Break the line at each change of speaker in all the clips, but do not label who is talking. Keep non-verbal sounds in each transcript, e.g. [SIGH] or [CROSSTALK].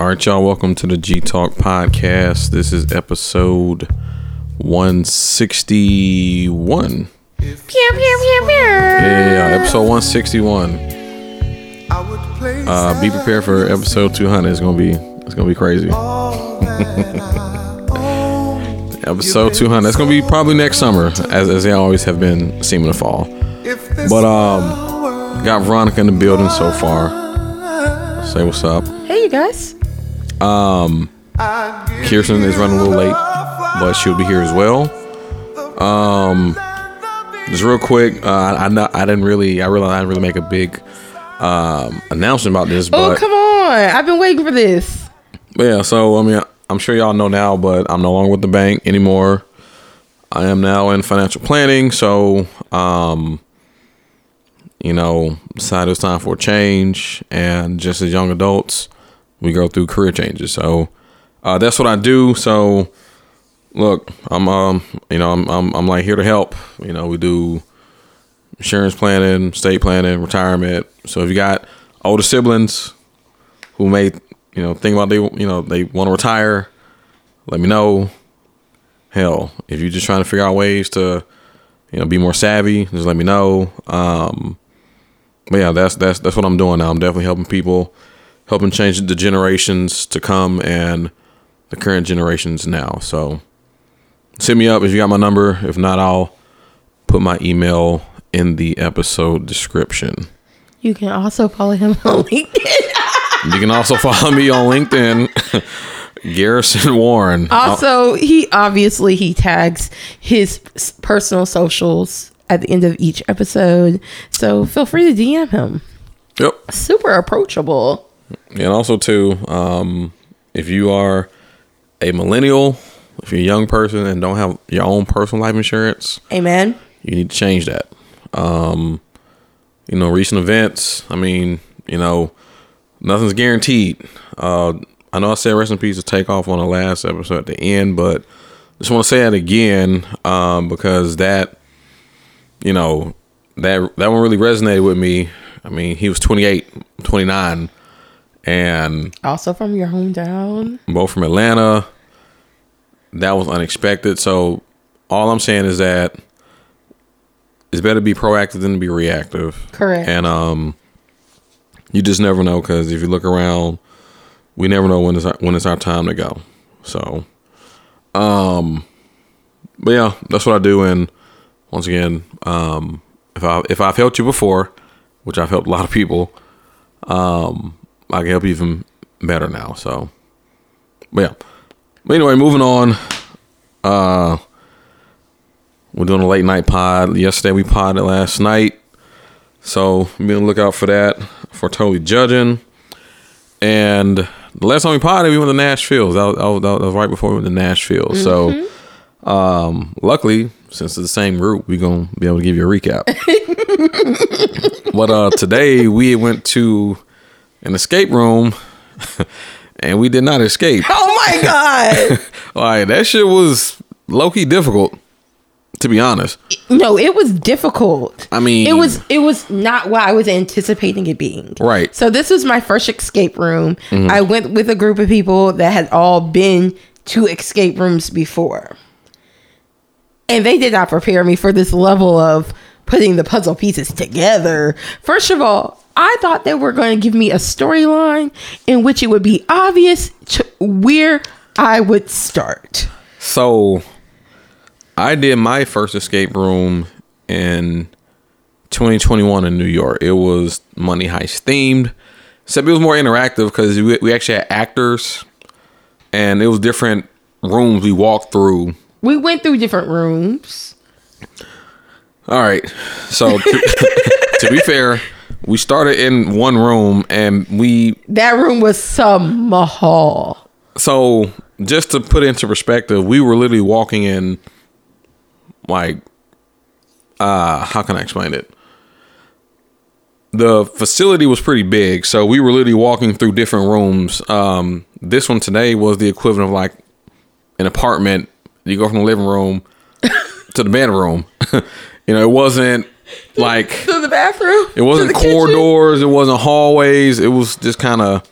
All right, y'all. Welcome to the G Talk podcast. This is episode one sixty one. Yeah, episode one sixty one. Uh, be prepared for episode two hundred. It's gonna be it's gonna be crazy. [LAUGHS] episode two hundred. It's gonna be probably next summer, as as they always have been seeming to fall. But um, got Veronica in the building so far. Say what's up. Um,
Hey, you guys.
Kirsten is running a little late, but she'll be here as well. Um, just real quick, uh, I I, know, I didn't really, I realized I didn't really make a big um, announcement about this,
Oh,
but,
come on. I've been waiting for this.
but yeah. So I mean, I'm sure y'all know now, but I'm no longer with the bank anymore. I am now in financial planning, so um, you know, decided it's time for a change, and just as young adults, we go through career changes. So uh, that's what I do. So look, I'm um, you know, I'm, I'm I'm like here to help. You know, we do insurance planning, estate planning, retirement. So if you got older siblings who may you know think about they you know they want to retire, let me know. Hell, if you're just trying to figure out ways to you know be more savvy, just let me know. Um, but yeah, that's that's that's what I'm doing now. I'm definitely helping people, helping change the generations to come and the current generations now. So hit me up if you got my number. If not, I'll put my email in the episode description.
You can also follow him on [LAUGHS] LinkedIn.
You can also [LAUGHS] follow me on LinkedIn, [LAUGHS] Garrison Warren. Uh,
Also, he obviously he tags his s- personal socials at the end of each episode. So feel free to DM him.
yep.
Super approachable.
And also too, um, if you are a millennial, if you're a young person and don't have your own personal life insurance,
Amen.
you need to change that. Um, you know, recent events. I mean, you know, nothing's guaranteed. Uh, I know I said rest in peace to take off on the last episode at the end, but just want to say that again um, because that, you know, that that one really resonated with me. I mean, he was 28, 29, and
Also from your hometown.
both from Atlanta. That was unexpected. So all I'm saying is that it's better to be proactive than to be reactive.
Correct.
And um, you just never know because if you look around, we never know when it's our, when it's our time to go. So, um, but yeah, that's what I do. And once again, um, if I if I've helped you before, which I've helped a lot of people, um, I can help you even better now. So, but yeah. But anyway, moving on. Uh, we're doing a late night pod. Yesterday we podded last night. So be on the lookout for that for totally judging. And the last time we potted, we went to Nashville. That was, that was, that was right before we went to Nashville. So um, luckily, since it's the same route, we're gonna be able to give you a recap. but uh, today we went to an escape room, [LAUGHS] and we did not escape.
oh my God.
Like that shit was low key difficult, to be honest.
no, it was difficult.
I mean-
it was it was not what I was anticipating it being.
Right. Mm-hmm.
So this was my first escape room. I went with a group of people that had all been to escape rooms before. And they did not prepare me for this level of putting the puzzle pieces together. First of all, I thought they were going to give me a storyline in which it would be obvious to where I would start.
So I did my first escape room in 2021 in New York. It was money heist themed, except it was more interactive because we, we actually had actors, and it was different rooms we walked through
We went through different rooms.
All right. So to, [LAUGHS] to be fair, we started in one room and we
That room was some mahal.
so just to put into perspective, we were literally walking in like uh how can I explain it? The facility was pretty big, so we were literally walking through different rooms. Um this one today was the equivalent of like an apartment. You go from the living room
[LAUGHS]
to the bedroom. [LAUGHS] you know, it wasn't like
To the bathroom.
It wasn't corridors. It wasn't hallways. It was just kind of,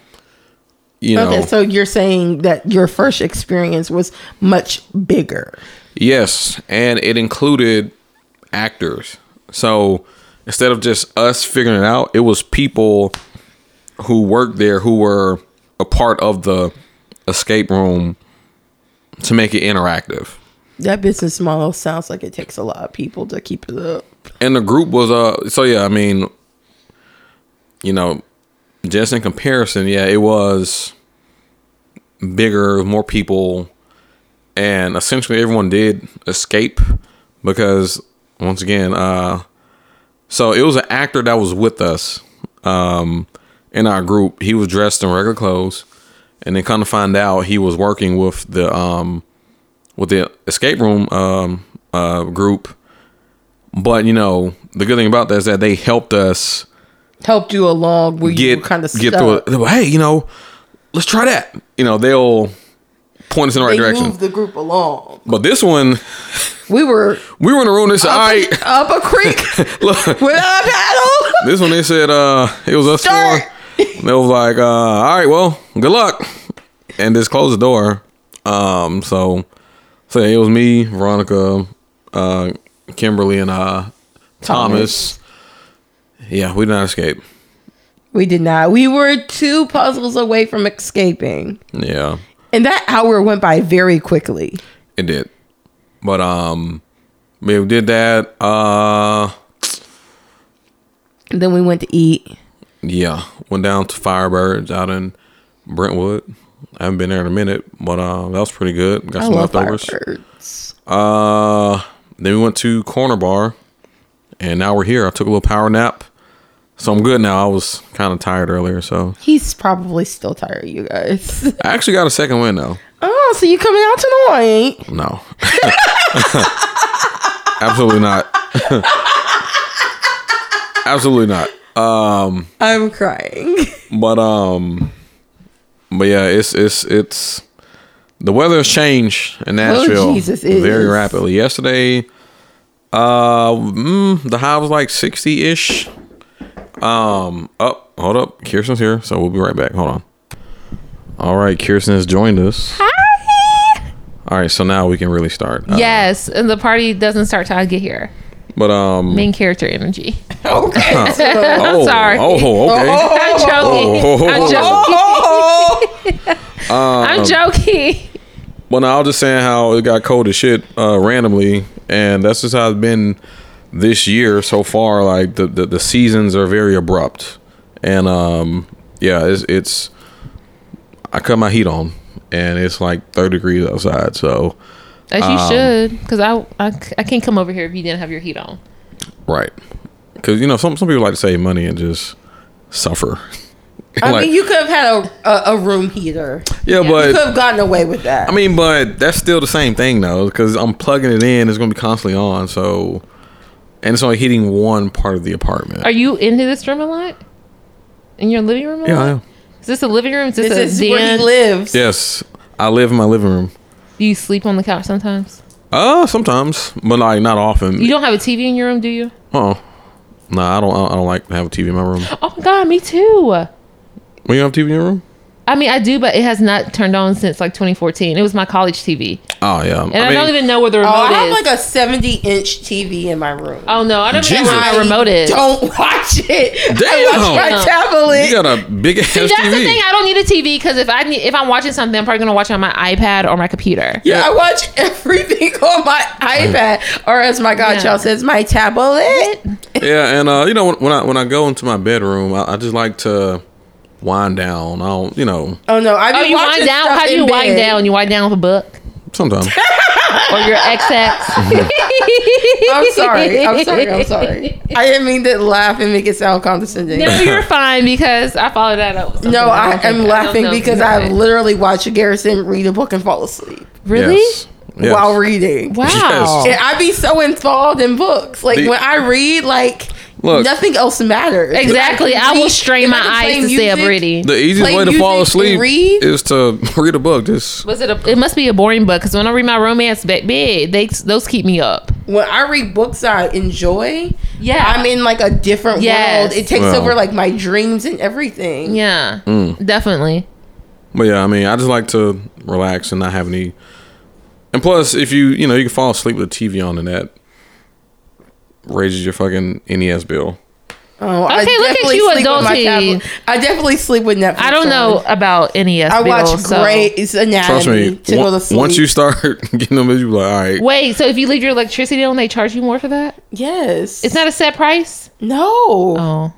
you know.
Okay, so you're saying that your first experience was much bigger.
yes, and it included actors. So instead of just us figuring it out, it was people who worked there who were a part of the escape room to make it interactive.
That business model sounds like it takes a lot of people to keep it up.
and the group was uh so yeah i mean you know just in comparison yeah it was bigger more people and essentially everyone did escape because once again uh so it was an actor that was with us um in our group he was dressed in regular clothes and then kind of find out he was working with the um with the escape room um uh group but you know, the good thing about that is that they helped us
Helped you along where you
get
were kind of
get through it. They were, Hey, you know, let's try that. You know, they'll point us in the right
They
direction.
moved the group along.
But this one,
We were
we were in a room. They said, "All right,
up
[LAUGHS]
a creek
look."
with a paddle.
This one, they said, "Uh, it was us
Start.
four." [LAUGHS] They was like, uh, "All right, well, good luck," and just closed the door. Um, so, so it was me, Veronica, uh, Kimberly, and uh, Thomas. Yeah, we did not escape.
We did not. We were two puzzles away from escaping.
Yeah.
And that hour went by very quickly.
It did. But um we did that. Uh
And then we went to eat.
yeah. Went down to Firebirds out in Brentwood. I haven't been there in a minute, but uh that was pretty good. Got
I
some
love
leftovers.
firebirds.
Uh then we went to Corner Bar and now we're here. I took a little power nap. So I'm good now. I was kind of tired earlier, so
He's probably still tired, you guys. [LAUGHS]
I actually got a second win though.
Oh, so you coming out tonight?
No. [LAUGHS] Absolutely not. [LAUGHS] Absolutely not.
I'm crying.
But um, but yeah, it's it's it's the weather has changed in Nashville
Oh, Jesus, it
very
is.
rapidly. Yesterday, uh, mm, the high was like sixty ish. Um, up, hold up, Kirsten's here, so we'll be right back. Hold on. All right, Kirsten has joined us. All right, so now we can really start. Uh,
Yes, and the party doesn't start till I get here.
But um,
Main character energy.
[LAUGHS]
Okay.
I'm
oh,
sorry.
Oh,
[LAUGHS]
okay.
I'm joking.
Oh.
I'm joking.
Oh.
[LAUGHS]
Um,
I'm joking.
Well, no, I was just saying how it got cold as shit uh, randomly, and that's just how it's been this year so far. Like the, the, the seasons are very abrupt, and um, yeah, it's, it's I cut my heat on, and it's like thirty degrees outside. So
As
um,
you should, because I, I c- I can't come over here if you didn't have your heat on.
right, because you know some some people like to save money and just suffer. [LAUGHS]
I
Like,
mean, you could have had a, a, a room heater.
yeah,
You
but
could have gotten away with that.
I mean, but that's still the same thing though, because I'm plugging it in. It's gonna be constantly on, so and it's only hitting one part of the apartment.
Are you into this room a lot? In your living room? A
yeah,
lot?
I am.
Is this a living room? Is this,
this is
a
where
den?
he lives.
Yes, I live in my living room.
Do you sleep on the couch sometimes?
Uh, sometimes, but like not often.
You don't have a TV in your room, do you?
Oh, no, I don't. I don't like to have a TV in my room.
Oh my god, me too.
When you have a TV in your room?
I mean, I do, but it has not turned on since like 2014. It was my college TV,
Oh yeah.
and I, don't even know where the
Oh,
remote
I have
is.
like a 70 inch TV in my room.
oh no, I don't even know
Jesus.
where my remote is.
Don't watch it. I watch my
Damn.
tablet.
You got a
[LAUGHS]
big ass
See,
TV.
that's the thing. I don't need a TV because if I need, if I'm watching something, I'm probably gonna watch it on my iPad or my computer.
yeah, I watch everything [LAUGHS] on my iPad, or as my godchild
Yeah.
says, my tablet.
yeah, and uh, you know when, when I when I go into my bedroom, I, I just like to wind down. I don't, you know,
Oh no, I
Oh,
be
you
watching
wind down.
stuff
How do
in
you wind
bed.
down? You wind down with a book.
sometimes.
or
[LAUGHS]
your XX.
I'm sorry. I'm sorry. [LAUGHS]
[LAUGHS]
I'm sorry. I didn't mean to laugh and make it sound condescending.
No, you're fine because I followed that up. with something.
No, I,
don't
am
think- I don't
laughing
know if
because
you're
I
right.
literally watched Garrison read a book and fall asleep
[LAUGHS] really
Yes. Yes.
while reading.
wow.
And I be so enthralled in books. Like
The-
when I read, like
Look.
nothing else matters.
Exactly. I will strain my eyes to stay up reading.
The easiest
Play
way to
music
fall
and
asleep
read?
is to [LAUGHS] read a book. Just
Was it a? It must be a boring book because when I read my romance back bed, they those keep me up.
When I read books I enjoy,
Yeah.
I'm in like a different
Yes.
world. It takes
Well.
over like my dreams and everything.
Yeah,
Mm.
definitely.
But yeah, I mean, I just like to relax and not have any. And plus, if you you know you can fall asleep with the TV on, and that raises your fucking NES bill.
Oh, I
Okay, look at
definitely
you,
sleep with my
adulty.
tablet. I definitely sleep with Netflix.
I don't
on.
know about NES.
I watch
Bill, so-
Grey's Anatomy
Trust me,
to
on-
go to sleep.
once you start [LAUGHS] getting them, you be like, all right,
Wait, so if you leave your electricity on, they charge you more for that?
yes,
It's not a set price.
no.
Oh,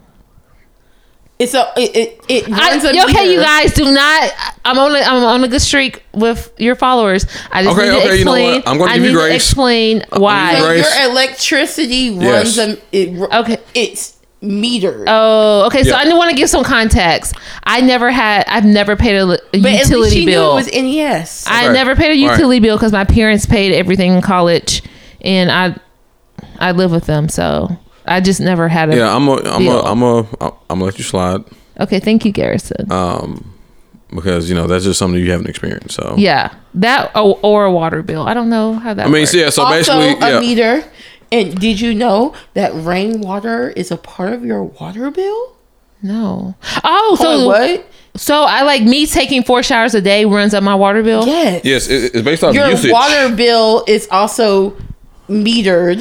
It's a it it, it
I,
runs a meter.
okay, you guys do not. I'm on. A, I'm on a good streak with your followers. I just
Okay,
need to
okay,
explain.
you know what? I'm gonna
I
give you
need to
grace.
Explain
you
why.
So
grace.
your electricity
Yes.
runs a it, ru-
Okay.
It's metered.
Oh, okay. So
Yeah.
I didn't want to give some context. I never had. I've never paid a, li- a
but at least
utility
she
bill.
knew it was NES.
I
Okay.
never paid a
All right.
utility bill because my parents paid everything in college, and I I live with them, so I just never had a.
yeah, I'm a, I'm a,
Bill.
I'm a, I'm gonna let you slide
Okay, thank you, Garrison.
Oh. because you know that's just something you haven't experienced. So
yeah, that or, or a water bill. I don't know how that.
I mean, uh,
works.
so yeah, so
also,
basically,
a
yeah,
meter. And did you know that rainwater is a part of your water bill?
No. Oh,
So
so
what?
So I like me taking four showers a day runs up my water bill.
Yes.
yes, it, it's based off
Your
usage.
water bill is also metered,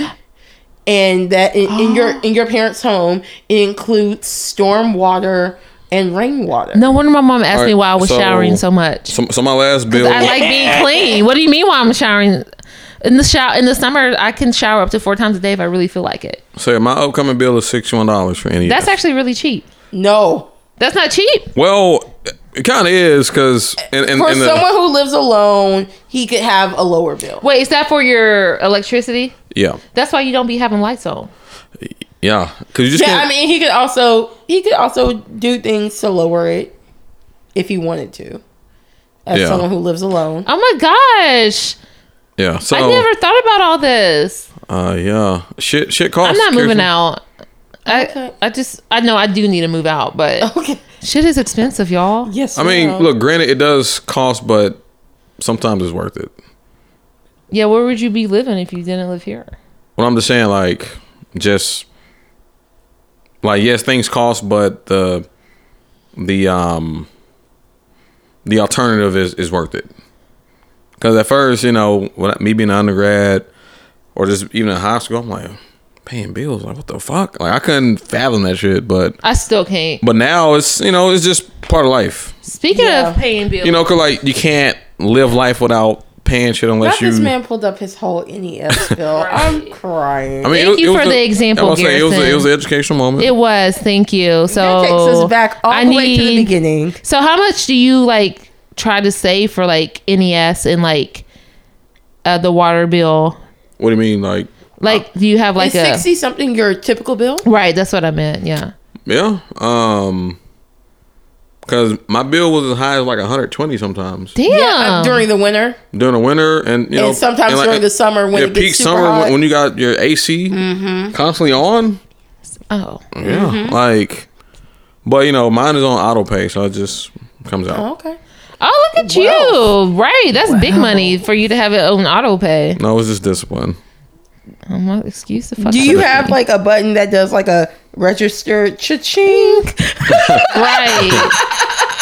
and that in, in your in your parents' home it includes storm water and rainwater.
No wonder my mom asked
All
me
right,
why I was
so-
showering so much.
so, so my last bill,
I
[LAUGHS]
like being clean. What do you mean why I'm showering? In the shower in the summer, I can shower up to four times a day if I really feel like it.
so yeah, my upcoming bill is sixty one dollars for NES.
That's actually really cheap.
no.
That's not cheap.
well, it kind of is because and and,
For
and the-
someone who lives alone, he could have a lower bill.
Wait, is that for your electricity?
yeah.
That's why you don't be having lights on.
Yeah, because you just
Yeah,
can't.
I mean, he could also he could also do things to lower it if he wanted to. As
Yeah.
someone who lives alone,
Oh my gosh.
yeah, so
I never thought about all this.
uh, yeah, shit, shit costs.
I'm not moving
Kirsten.
out. I
Okay. Oh.
I just I know I do need to move out, but
okay.
shit is expensive,
[LAUGHS]
y'all.
Yes,
I mean,
ma'am.
look, granted, it does cost, but sometimes it's worth it.
Yeah, where would you be living if you didn't live here?
Well, I'm just saying, like, just like yes, things cost, but the the um the alternative is is worth it. Because at first, you know, when I, me being an undergrad or just even in high school, I'm like paying bills, like what the fuck? Like I couldn't fathom that shit, but
I still can't.
But now it's you know it's just part of life.
Speaking
Yeah.
of paying bills,
You know, cause like you can't live life without paying shit
Not
unless you.
this man pulled up his whole NES bill. [LAUGHS] I'm crying.
I mean,
Thank you for the
a-
example,
I was saying, it was a, it
Garrison.
was an educational moment.
it was. Thank you. So
that takes us back all
I
the way to the
need-
beginning.
So how much do you like try to save for like NES and like uh, the water bill?
what do you mean, like?
Like, do you have like
Is
a
sixty something your typical bill?
right? That's what I meant. Yeah.
Yeah. Um. Cause my bill was as high as like 120 sometimes
Damn.
Uh, during the winter,
during the winter, and you know,
and sometimes
like,
during the summer when
yeah,
it gets
peak
super
summer
hot. Mm-hmm.
when, when you got your AC constantly on.
oh,
Yeah. Like, but you know, mine is on auto pay, so it just comes out.
Oh, okay.
oh, look at you! Right, that's big money for you to have your own auto pay.
No, it's just discipline.
Oh, my excuse the fuck.
Do you
out of
have
me.
like a button that does like a registered cha-ching? [LAUGHS]
right?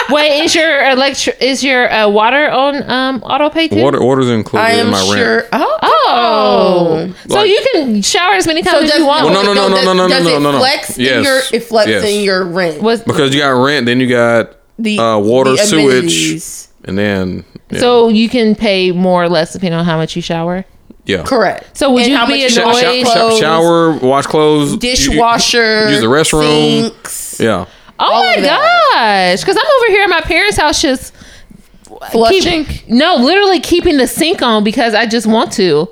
Wait, is your electric is your uh, water on um auto pay too?
Water orders included
I am
in my rent.
sure. Oh,
Oh, so
Like-
you can shower as many times
So
as
does,
you want.
Well, no, no, no, no,
does-
no, no,
does
no,
it
no, no.
Flex in
Yes.
your, it flex
Yes.
in your rent.
Was
because you got rent, then you got
the
uh, water,
the
sewage,
amenities.
and then yeah,
so you can pay more or less depending on how much you shower.
yeah.
Correct.
So would
And
you
how
be
much
Sh- sh-
annoyed?
sh-
Noise.
clothes,
shower, wash clothes,
dishwasher,
use the restroom.
sinks.
Yeah,
Oh
All
my
of
gosh! Because I'm over here at my parents' house just Keep-
Flushing?
no, literally keeping the sink on because I just want to.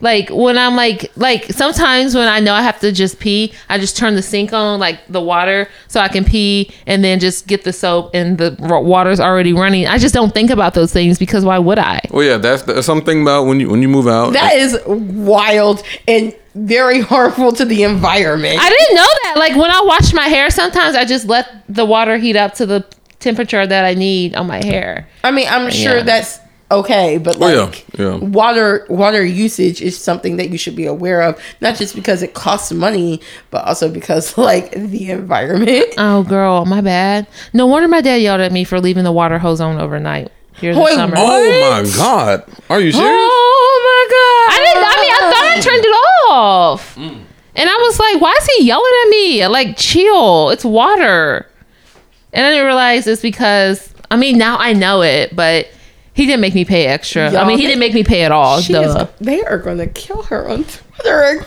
Like when I'm like like sometimes when I know I have to just pee, I just turn the sink on like the water so I can pee and then just get the soap and the r- water's already running. I just don't think about those things because why would I?
Well, Oh, yeah, that's, that's something about when you when you move out.
That is wild and very harmful to the environment.
I didn't know that. Like when I wash my hair, sometimes I just let the water heat up to the temperature that I need on my hair.
I mean, I'm sure
Yeah.
that's okay, but
Oh, yeah,
like
yeah.
water water usage is something that you should be aware of, not just because it costs money, but also because [LAUGHS] like the environment.
[LAUGHS] Oh girl, my bad. No wonder my dad yelled at me for leaving the water hose on overnight during
Wait,
the summer.
oh my god, are you serious?
Oh my god! I didn't. I mean, I thought I turned it off,
Mm.
and I was like, "Why is he yelling at me? Like, chill. It's water." And I didn't realize it's because I mean now I know it, but he didn't make me pay extra. I
Y'all,
mean, he didn't make me pay at all.
She
Oh, Duh.
is, they are going to kill her on Twitter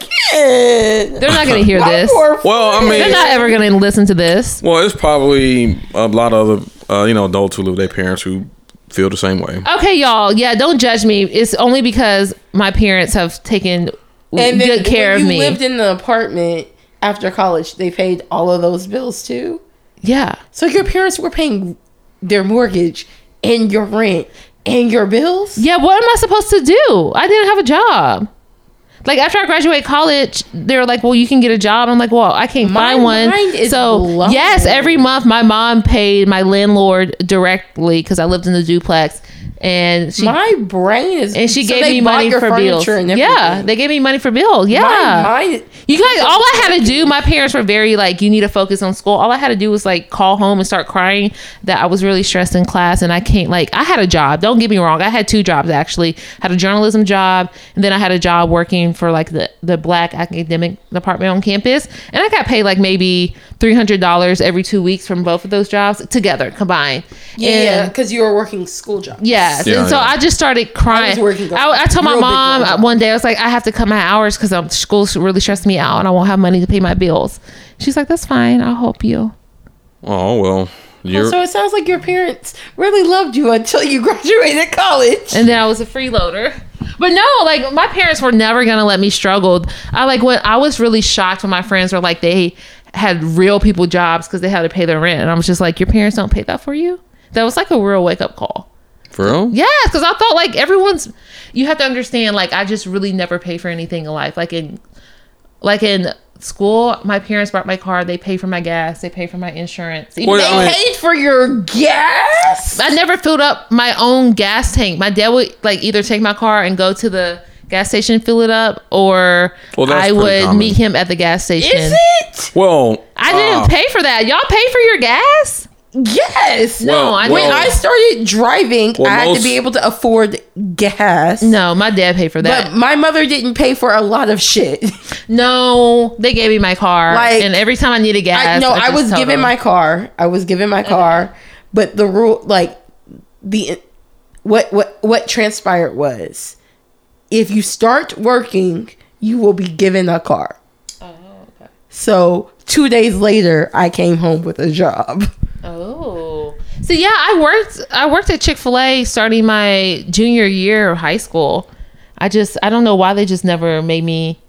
again.
They're
[LAUGHS]
not gonna hear
My
this.
poor
Well, I
friend.
They're
mean,
not ever gonna listen to this.
well, it's probably a lot of the uh, you know adults who live with their parents who feel the same way.
Okay, y'all. Yeah, don't judge me. It's only because my parents have taken
and then
good care
when
of
you
me.
lived in the apartment after college. They paid all of those bills too.
yeah.
So your parents were paying their mortgage and your rent and your bills.
Yeah, what am I supposed to do? I didn't have a job. Like after I graduated college, they were like, "Well, you can get a job." I'm like, "Well, I can't
My
find one."
mind is
so
blown.
yes, every month my mom paid my landlord directly because I lived in the duplex, and she
my brain is
and she
so
gave
they
me
bought
money
your
for
furniture
bills.
and
Yeah,
everything.
they gave me money for bills. Yeah,
My mind-
you guys, all I had to do, my parents were very like, you need to focus on school. All I had to do was like call home and start crying that I was really stressed in class and I can't, like, I had a job. Don't get me wrong. I had two jobs actually. had a journalism job and then I had a job working for like the, the black academic department on campus. And I got paid like maybe $300 every two weeks from both of those jobs together combined.
yeah,
And-
because you were working school jobs.
Yes.
Yeah,
and so
yeah.
I just started
I
crying.
was
I,
working
I, told my
real big
mom
girl
uh,
job.
one day, I was like, I have to cut my hours because um, school's really stressed me out and I won't have money to pay my bills. She's like, that's fine. I'll help you.
Oh well, you're
So it sounds like your parents really loved you until you [LAUGHS] graduated college.
And then I was a freeloader. But no, like my parents were never going to let me struggle. I like when I was really shocked when my friends were like, they had real people jobs because they had to pay their rent. And I was just like, your parents don't pay that for you? That was like a real wake up call.
for real.
Yes, because I thought like everyone's. You have to understand, like I just really never pay for anything in life. Like in, like in school, my parents bought my car. They pay for my gas. They pay for my insurance. Even
Well,
though-
I mean-
Paid for your gas.
I never filled up my own gas tank. My dad would like either take my car and go to the gas station fill it up, or
Well, that's
I
pretty
would
common.
meet him at the gas station.
Is it?
Well,
I didn't
uh,
pay for that. Y'all pay for your gas?
Yes.
Well,
no, I
well-
didn't.
When I started driving,
Well,
I had to
most-
be able to afford gas.
no, my dad paid for that.
But my mother didn't pay for a lot of shit. [LAUGHS]
no, they gave me my car,
Like,
and every time I needed gas,
I, no, I,
just
was
told
given
them.
my car. I was given my car, but the rule, like the what what what transpired was, if you start working, you will be given a car. So two days later, I came home with a job. [LAUGHS]
Oh. So yeah, I worked I worked at Chick-fil-A starting my junior year of high school. I just I don't know why they just never made me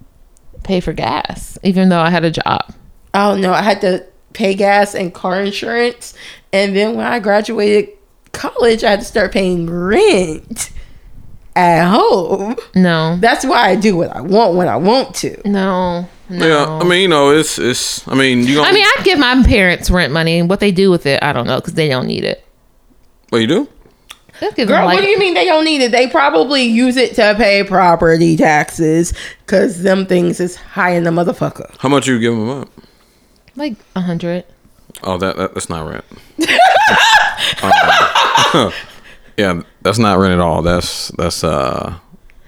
pay for gas even though I had a job.
I don't know. Oh, I had to pay gas and car insurance, and then when I graduated college, I had to start paying rent at home.
No.
That's why I do what I want when I want to.
No. No.
Yeah, I mean, you know, it's it's. I mean, you. Gonna,
I mean, I give my parents rent money and what they do with it, I don't know cuz they don't need it.
what you do?
They'll give them,
Girl,
like-
what do you mean they don't need it? They probably use it to pay property taxes because them things is high in the motherfucker.
How much you give them up?
like 100.
Oh, that, that that's not rent. Um, [LAUGHS] yeah, that's not rent at all. That's that's uh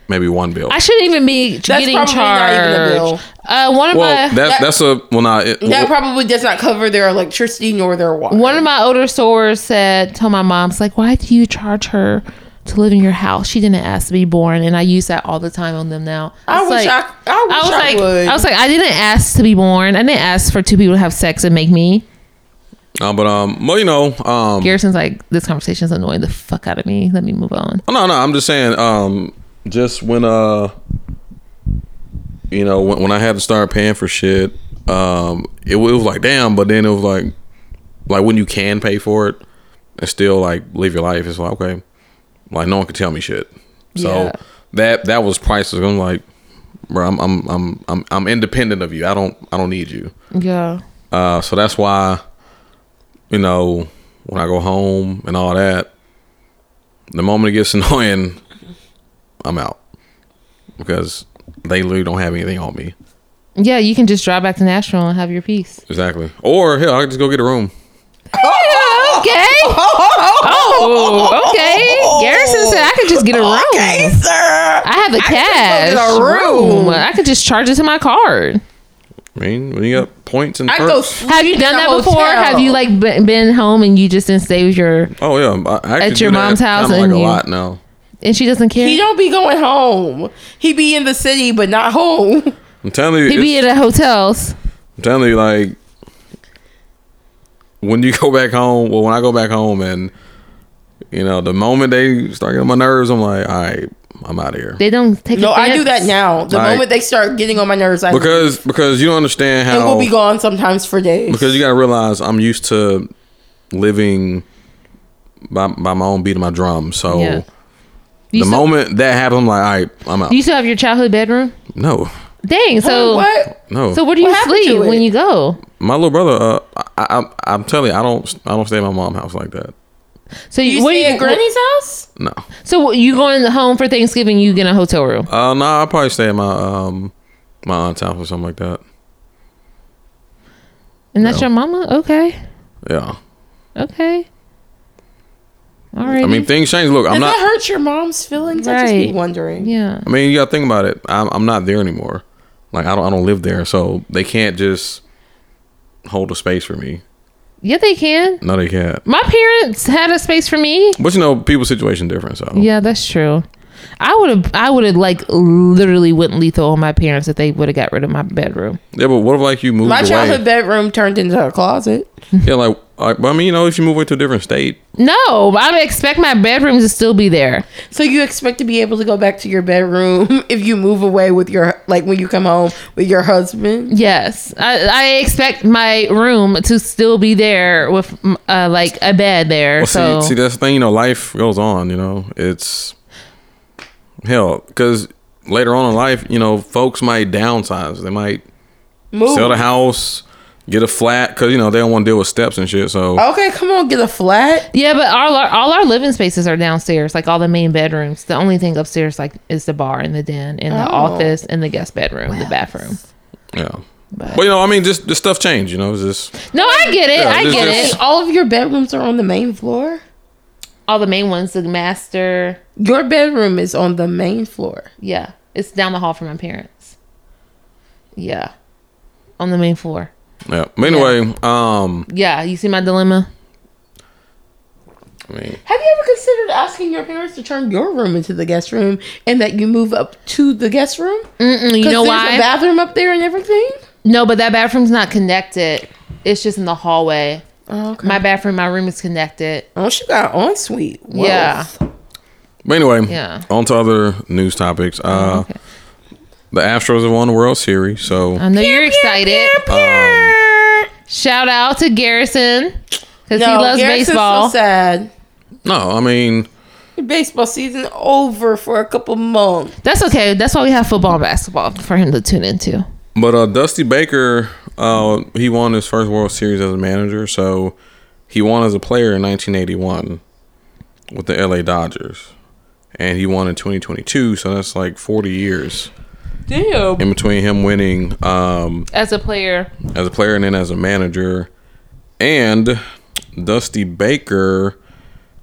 maybe one bill.
I shouldn't even be getting
probably not even a bill.
charged. Uh, one of
well, that,
my
that-
that's a well, not it,
That
well,
probably does not cover their electricity nor their water.
One of my older stores said, told my mom's like, why do you charge her to live in your house? She didn't ask to be born. And I use that all the time on them now.
I
It's
wish
like-
I, I wish I,
was like,
would.
I was like, I didn't ask to be born. I didn't ask for two people to have sex and make me.
Uh, but um, well, you know, um,
Garrison's like, this conversation's annoying the fuck out of me. Let me move on.
Oh, no, no, I'm just saying, um, just when uh, you know, when, when I had to start paying for shit, um, it, wa- it was like damn, but then it was like, like when you can pay for it and still like live your life, it's like okay, like no one can tell me shit. So
Yeah.
that that was priceless. I'm like, bro, I'm I'm I'm I'm I'm independent of you. I don't I don't need you.
Yeah.
Uh, so that's why, you know, when I go home and all that, the moment it gets [LAUGHS] annoying, I'm out because they literally don't have anything on me.
Yeah, you can just drive back to Nashville and have
[LAUGHS]
your peace.
Exactly. Or hell, I can just go get a room.
Okay. Oh, okay. Garrison said I could just get a room.
Okay, sir.
I have the
I
cash.
could just go get a room.
I could just charge it to my card.
I mean, when you got points and
I go.
perks.
sleep
Have you
in
done
a
that before?
hotel.
Have you like been, been home and you just didn't stay with your
Oh yeah, I, I
At
could
your
do that
mom's house
kinda like
and
a
you-
lot now.
and she doesn't care?
He don't be going home. He be in the city, but not
[LAUGHS]
home.
I'm telling you,
He be
it's-
at the hotels.
I'm telling you, like when you [LAUGHS] go back home, well, when I go back home, and you know, the moment they start getting on my nerves, I'm like, all right, I'm out of here.
They don't take.
No, I do
offense.
that now. The
Like-
moment they start getting on my nerves, I
because because you don't understand
and
how
we'll be gone sometimes for days.
because you gotta realize I'm used to living by by my own beat of my drum. So
Yeah.
the
You still,
moment that happened, I'm like, all right, I'm out.
you still have your childhood bedroom.
no,
Dang. So
what?
no.
So where do you
What happened
sleep
to it?
when you go?
my little brother, uh, I, I, I'm telling you, I don't I don't stay at my mom's house like that.
So
You
what do
stay at Granny's house?
No,
So you going home for Thanksgiving? You get a hotel room.
uh, no, I probably stay at my um my aunt's house or something like that.
And that's
No.
your mama? Okay.
Yeah,
Okay. All right.
I mean things change. Look, I'm
Does
not.
that hurt your mom's feelings? I just be
Right.
wondering.
yeah.
I mean, you gotta think about it. I'm, I'm not there anymore. Like I don't I don't live there, so they can't just hold a space for me.
Yeah, they can.
No, they can't.
My parents had a space for me.
But you know, people's situation different. So
Yeah, that's true. I would have, I would have like literally went lethal on my parents if they would have got rid of my bedroom.
yeah, but what if like you moved
My
away?
childhood bedroom turned into a closet.
yeah, like, like but I mean, you know, if you move away to a different state,
No, I would expect my bedroom to still be there.
So you expect to be able to go back to your bedroom [LAUGHS] if you move away with your like when you come home with your husband?
Yes, I, I expect my room to still be there with mm, uh, like a bed there.
well,
so
see, see, that's the thing. You know, life goes on. You know, it's hell because later on in life, you know, folks might downsize. They might
Move.
sell the house, get a flat because you know they don't want to deal with steps and shit. So
Okay, come on, get a flat.
yeah, but all our all our living spaces are downstairs, like all the main bedrooms. The only thing upstairs like is the bar and the den and the
Oh.
office and the guest bedroom, the bathroom.
yeah. But you know, I mean, just the stuff change. You know, it's just
No, I get it.
Yeah,
I
this-
get
this-
it.
All of your bedrooms are on the main floor.
All the main ones, the master.
Your bedroom is on the main floor.
Yeah, it's down the hall from my parents. Yeah, on the main floor.
yeah. But anyway, um,
Yeah, you see my dilemma.
I mean,
Have you ever considered asking your parents to turn your room into the guest room and that you move up to the guest room?
Mm-mm, you
'Cause
know
there's
why?
A bathroom up there and everything.
no, but that bathroom's not connected. It's just in the hallway.
Oh, okay.
My bathroom, my room is connected.
oh, she got an ensuite. Whoa.
Yeah.
But anyway,
Yeah. Oh,
on to other news topics. Uh,
okay.
The Astros have won the World Series, so
I know you're excited.
um,
Shout out to Garrison because
No,
he loves
Garrison's
baseball.
So sad.
no, I mean,
Baseball season over for a couple months.
That's okay. That's why we have football and basketball for him to tune into.
but uh, Dusty Baker, uh, he won his first World Series as a manager, so he won as a player in 1981 with the LA Dodgers, and he won in 2022, so that's like 40 years
Damn.
in between him winning um,
As a player,
as a player and then as a manager. And Dusty Baker,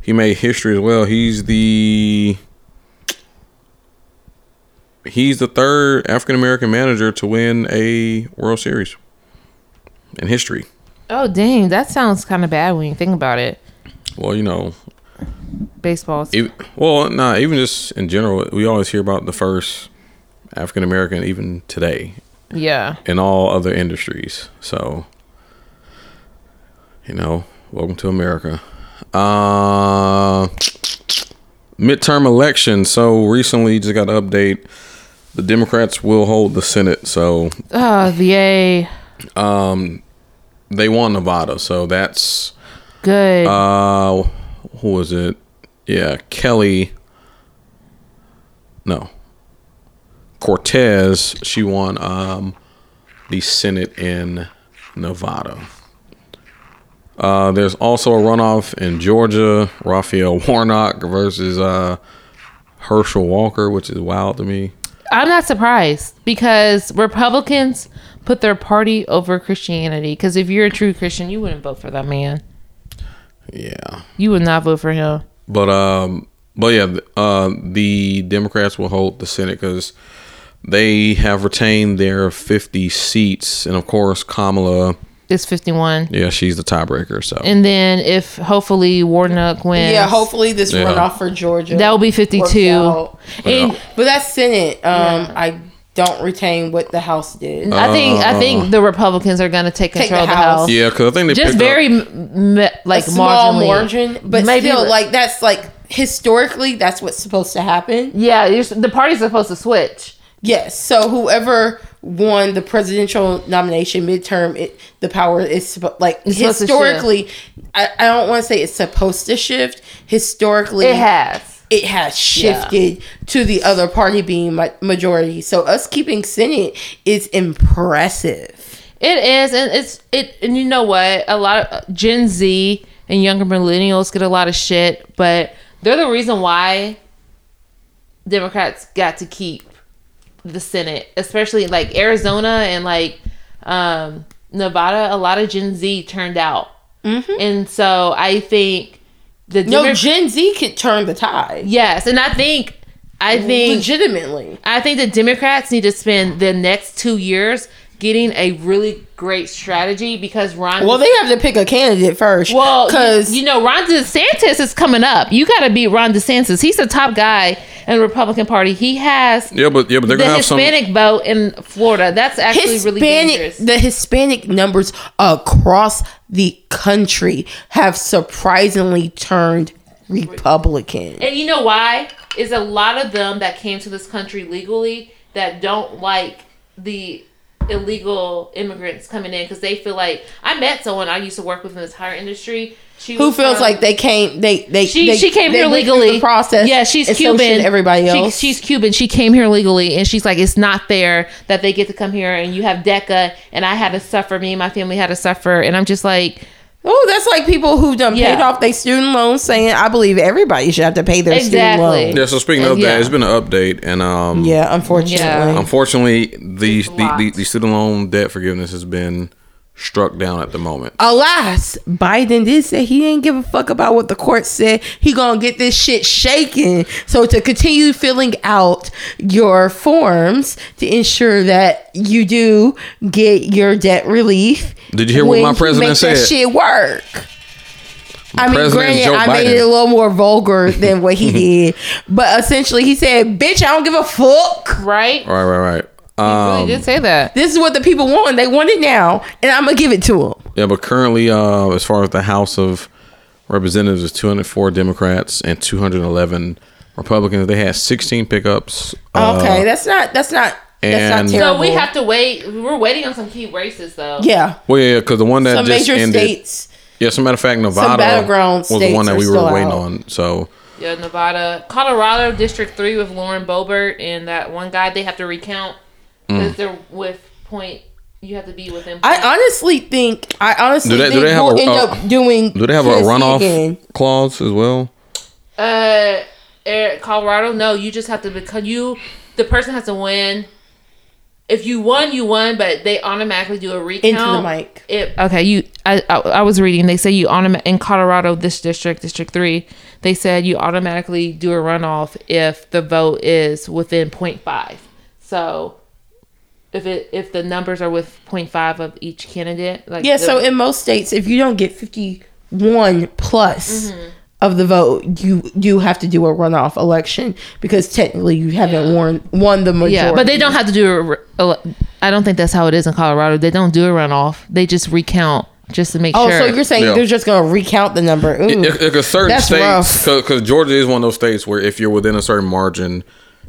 he made history as well. He's the he's the third African American manager to win a World Series in history.
oh dang, that sounds kind of bad when you think about it.
Well, you know,
Baseball.
ev well, nah, even just in general, we always hear about the first African American even today
Yeah.
in all other industries. So You know, welcome to America. Uh, midterm election. So recently, just got an update. The Democrats will hold the Senate, so
Oh, yay.
they won Nevada. So that's
Good.
uh, who was it? Yeah, Kelly. No, Cortez. She won um, the Senate in Nevada. Uh, there's also a runoff in Georgia. Raphael Warnock versus uh, Herschel Walker, which is wild to me.
I'm not surprised because Republicans put their party over Christianity. Because if you're a true Christian, you wouldn't vote for that man.
Yeah.
You would not vote for him.
But um, but yeah, th- uh, the Democrats will hold the Senate because they have retained their 50 seats, and of course Kamala,
It's 51.
yeah, she's the tiebreaker. So
And then if hopefully Warnock wins,
Yeah, hopefully this
Yeah.
runoff for Georgia.
that will be 52.
works out.
And
But that's Senate. Um, I don't retain what the House did.
I think I think the Republicans are going to take
Take the
control of the
House.
House.
Uh. yeah, because I think they
Just
picked
very
Up,
m- m- like
Small
marginally.
margin, but
Maybe
still,
li-
like that's like historically, that's what's supposed to happen.
yeah, you're, s- the party's supposed to switch.
Yes. So whoever won the presidential nomination midterm, it, the power is suppo- like
supposed to
historically. I, I don't want to say it's supposed to shift. Historically,
It has.
it has shifted to the other party being ma- majority. So us keeping Senate is impressive.
It is, and it's it, and you know what? A lot of Gen Z and younger millennials get a lot of shit, but they're the reason why Democrats got to keep the Senate, especially like Arizona and like um, Nevada. A lot of Gen Z turned out, and so I think the
No,
Demo-
Gen Z could turn the tide.
yes, and I think I think
Legitimately.
I think the Democrats need to spend the next two years getting a really great strategy because Ron.
Well, they have to pick a candidate first.
Well,
because
you, you know Ron DeSantis is coming up. You got to beat Ron DeSantis. He's the top guy in the Republican Party. He has
yeah, but yeah, but they're
the
gonna have some.
Hispanic vote in Florida. That's actually really
Hispanic,
dangerous.
the Hispanic numbers across the country have surprisingly turned Republican.
and you know why? Is a lot of them that came to this country legally that don't like the illegal immigrants coming in because they feel like I met someone I used to work with in this higher industry. She
Who
was
feels
from-
like they came? They they
She
they-
she came
they
here
went through
legally.
The process.
Yeah, she's
and so
Cuban.
should everybody
She-
else.
she's Cuban. She came here legally, and she's like, it's not fair that they get to come here, and you have DECA, and I had to suffer. Me and my family had to suffer, and I'm just like,
oh, that's like people who done paid
Yeah.
off their student loans, saying, "I believe everybody should have to pay their
Exactly.
student loan."
yeah, so speaking of
Yeah.
that, it's been an update, and um,
Yeah, unfortunately.
Yeah.
unfortunately, the the,
lot.
the the student loan debt forgiveness has been struck down at the moment.
Alas, Biden did say he didn't give a fuck about what the court said. He gonna get this shit shaken. So to continue filling out your forms to ensure that you do get your debt relief.
Did you hear what
when
my
he
president
make that
said?
shit work. I mean,
president
granted,
Joe
I made
Biden.
it a little more vulgar than what
[LAUGHS]
he did, but essentially he said, "Bitch, I don't give a fuck."
right?
Right, right, right. Um,
did say that.
This is what the people want. They want it now, and I'm gonna give it to them.
Yeah, but currently, uh, as far as the House of Representatives, is 204 Democrats and 211 Republicans. They had 16 pickups. Uh,
Okay, that's not that's not
and-
that's not
So
So
terrible.
we have to wait. We're waiting on some key races, though.
yeah,
Well, yeah, because the one that
some
just
major
ended.
states.
yeah, as a matter of fact, Nevada
battleground
was the one
states
that
are
we were
still
waiting
out.
on. So,
yeah, Nevada, Colorado, District Three with Lauren Boebert and that one guy. They have to recount because they're with point. You have to be within. Point.
I honestly think I honestly
Do they- do
think
they have
we'll
a-
end
uh,
up doing.
do they have a
Tennessee
runoff
again.
clause as well?
Uh, eh, Colorado. No, you just have to because you the person has to win. If you won, you won, but they automatically do a recount.
Into the mic.
It, okay, you. I, I I was reading. They say you automatic in Colorado, this district, District Three. They said you automatically do a runoff if the vote is within 0.5. So. If it if the numbers are with 0.5 of each candidate, like
Yeah,
the-
so in most states, if you don't get fifty-one plus
Mm-hmm.
of the vote, you do have to do a runoff election because technically you haven't won won the majority.
Yeah, but they don't have to do a. re- ele- I don't think that's how it is in Colorado. They don't do a runoff. They just recount just to make
Oh,
sure.
so you're saying
Yeah.
they're just gonna recount the number? Ooh.
It, it, 'cause certain
Hmm. That's
states,
rough.
because Georgia is one of those states where if you're within a certain margin,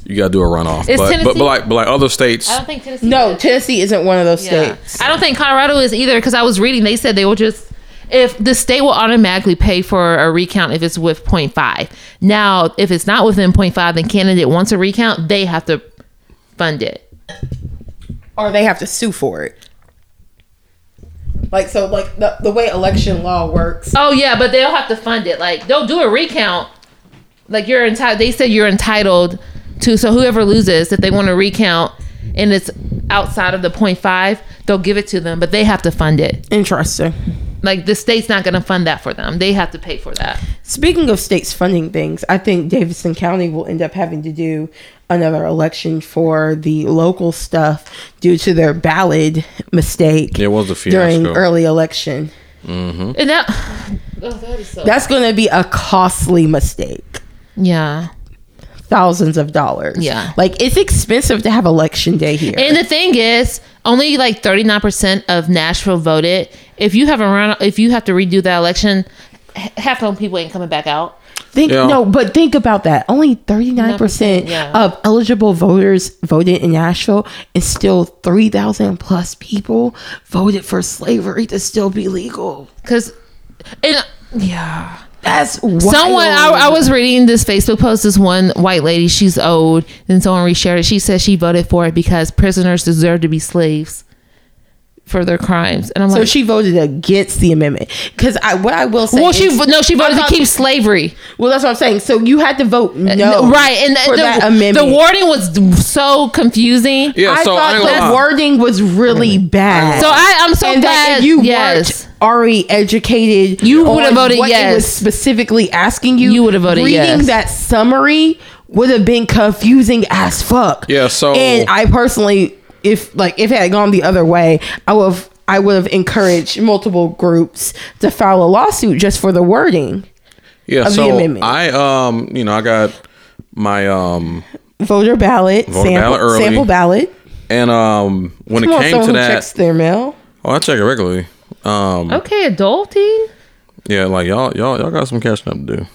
you got to do a runoff. But,
Is
but,
Tennessee-
but like but like other states,
I don't think Tennessee.
no, Tennessee isn't one of those
Yeah.
states.
I don't think Colorado is either because I was reading they said they will just if the state will automatically pay for a recount if it's with 0.5. Now, if it's not within 0.5 and candidate wants a recount, they have to fund it.
or they have to sue for it. Like so, like the, the way election law works.
Oh yeah, but they'll have to fund it. Like they'll do a recount. Like you're entitled. They said you're entitled to. So whoever loses, if they want to recount and it's outside of the 0.5, they'll give it to them, but they have to fund it.
Interesting.
Like the state's not going to fund that for them. They have to pay for that.
Speaking of states funding things, I think Davidson County will end up having to do another election for the local stuff due to their ballot mistake
it was a
during
fiasco.
early election.
And that, oh, that is so.
That's going to be a costly mistake.
yeah.
Thousands of dollars.
Yeah.
Like it's expensive to have election day here.
And the thing is, only like 39% of Nashville voted. If you have a run, if you have to redo that election, h- half of them people ain't coming back out.
Think
Yeah.
no, but think about that. Only thirty nine percent
yeah.
of eligible voters voted in Nashville, and still three thousand plus people voted for slavery to still be legal.
Cause, and yeah.
That's wild.
Someone I, I was reading this Facebook post. This one white lady, she's old, and someone reshared it. She said she voted for it because prisoners deserve to be slaves for their crimes. And I'm
so
like,
she voted against the amendment because I what I will say.
well, she
is-
no, she voted
I
to
thought-
keep slavery,
Well, that's what I'm saying. So you had to vote no,
Uh, right? And
for
the,
that
the,
amendment.
the wording was so confusing.
yeah,
I
so I
thought
ain't
the
gonna lie.
wording was really bad.
So I, I'm so
and that
glad
if you
yes.
weren't already educated,
You
on
would've voted
what it
yes.
was specifically asking you,
You would've voted
reading
yes.
that summary would have been confusing as fuck.
Yeah, so-
and I personally, if like if it had gone the other way, I would have I would have encouraged multiple groups to file a lawsuit just for the wording.
yeah,
the
so
amendment.
I um you know I got my um
Voter ballot, sample,
ballot early.
sample ballot.
and um when
Come
it
on,
came
someone
to
who
that,
checks Oh. their mail.
oh I check it regularly. Um
Okay, adulting.
yeah, like y'all y'all y'all got some catching up to do.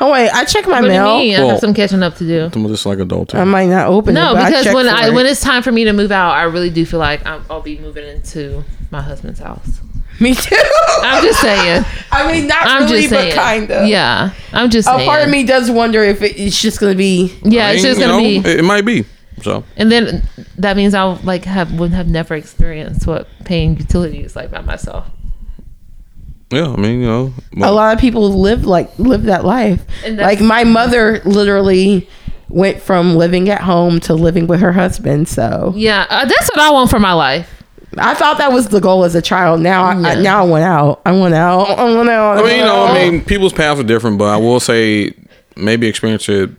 Oh wait, I check my
What do you
mail.
mean? I
Well-
have some catching up to do.
I'm just like adult.
I might not open it.
No,
but
because
check
when
for
I
it.
when it's time for me to move out, I really do feel like I'm, I'll be moving into my husband's house.
[LAUGHS] me too.
I'm just saying.
[LAUGHS] I mean, not
I'm
really,
just saying.
but kind of.
Yeah, I'm just.
A
saying.
part of me does wonder if it, it's just going to be.
Yeah, it's
I
just
mean,
gonna
you know,
be,
It, it might be. So
and then that means I'll like have would have never experienced what paying utilities like by myself.
yeah, I mean you know
A
well,
lot of people live like live that life.
And that's-
Like my mother literally went from living at home to living with her husband. So
Yeah, uh, that's what I want for my life.
I thought that was the goal as a child. Now I, I
Yeah.
now I went out. I went out. I went out.
I mean, you know, I mean, people's paths are different, but I will say maybe experience it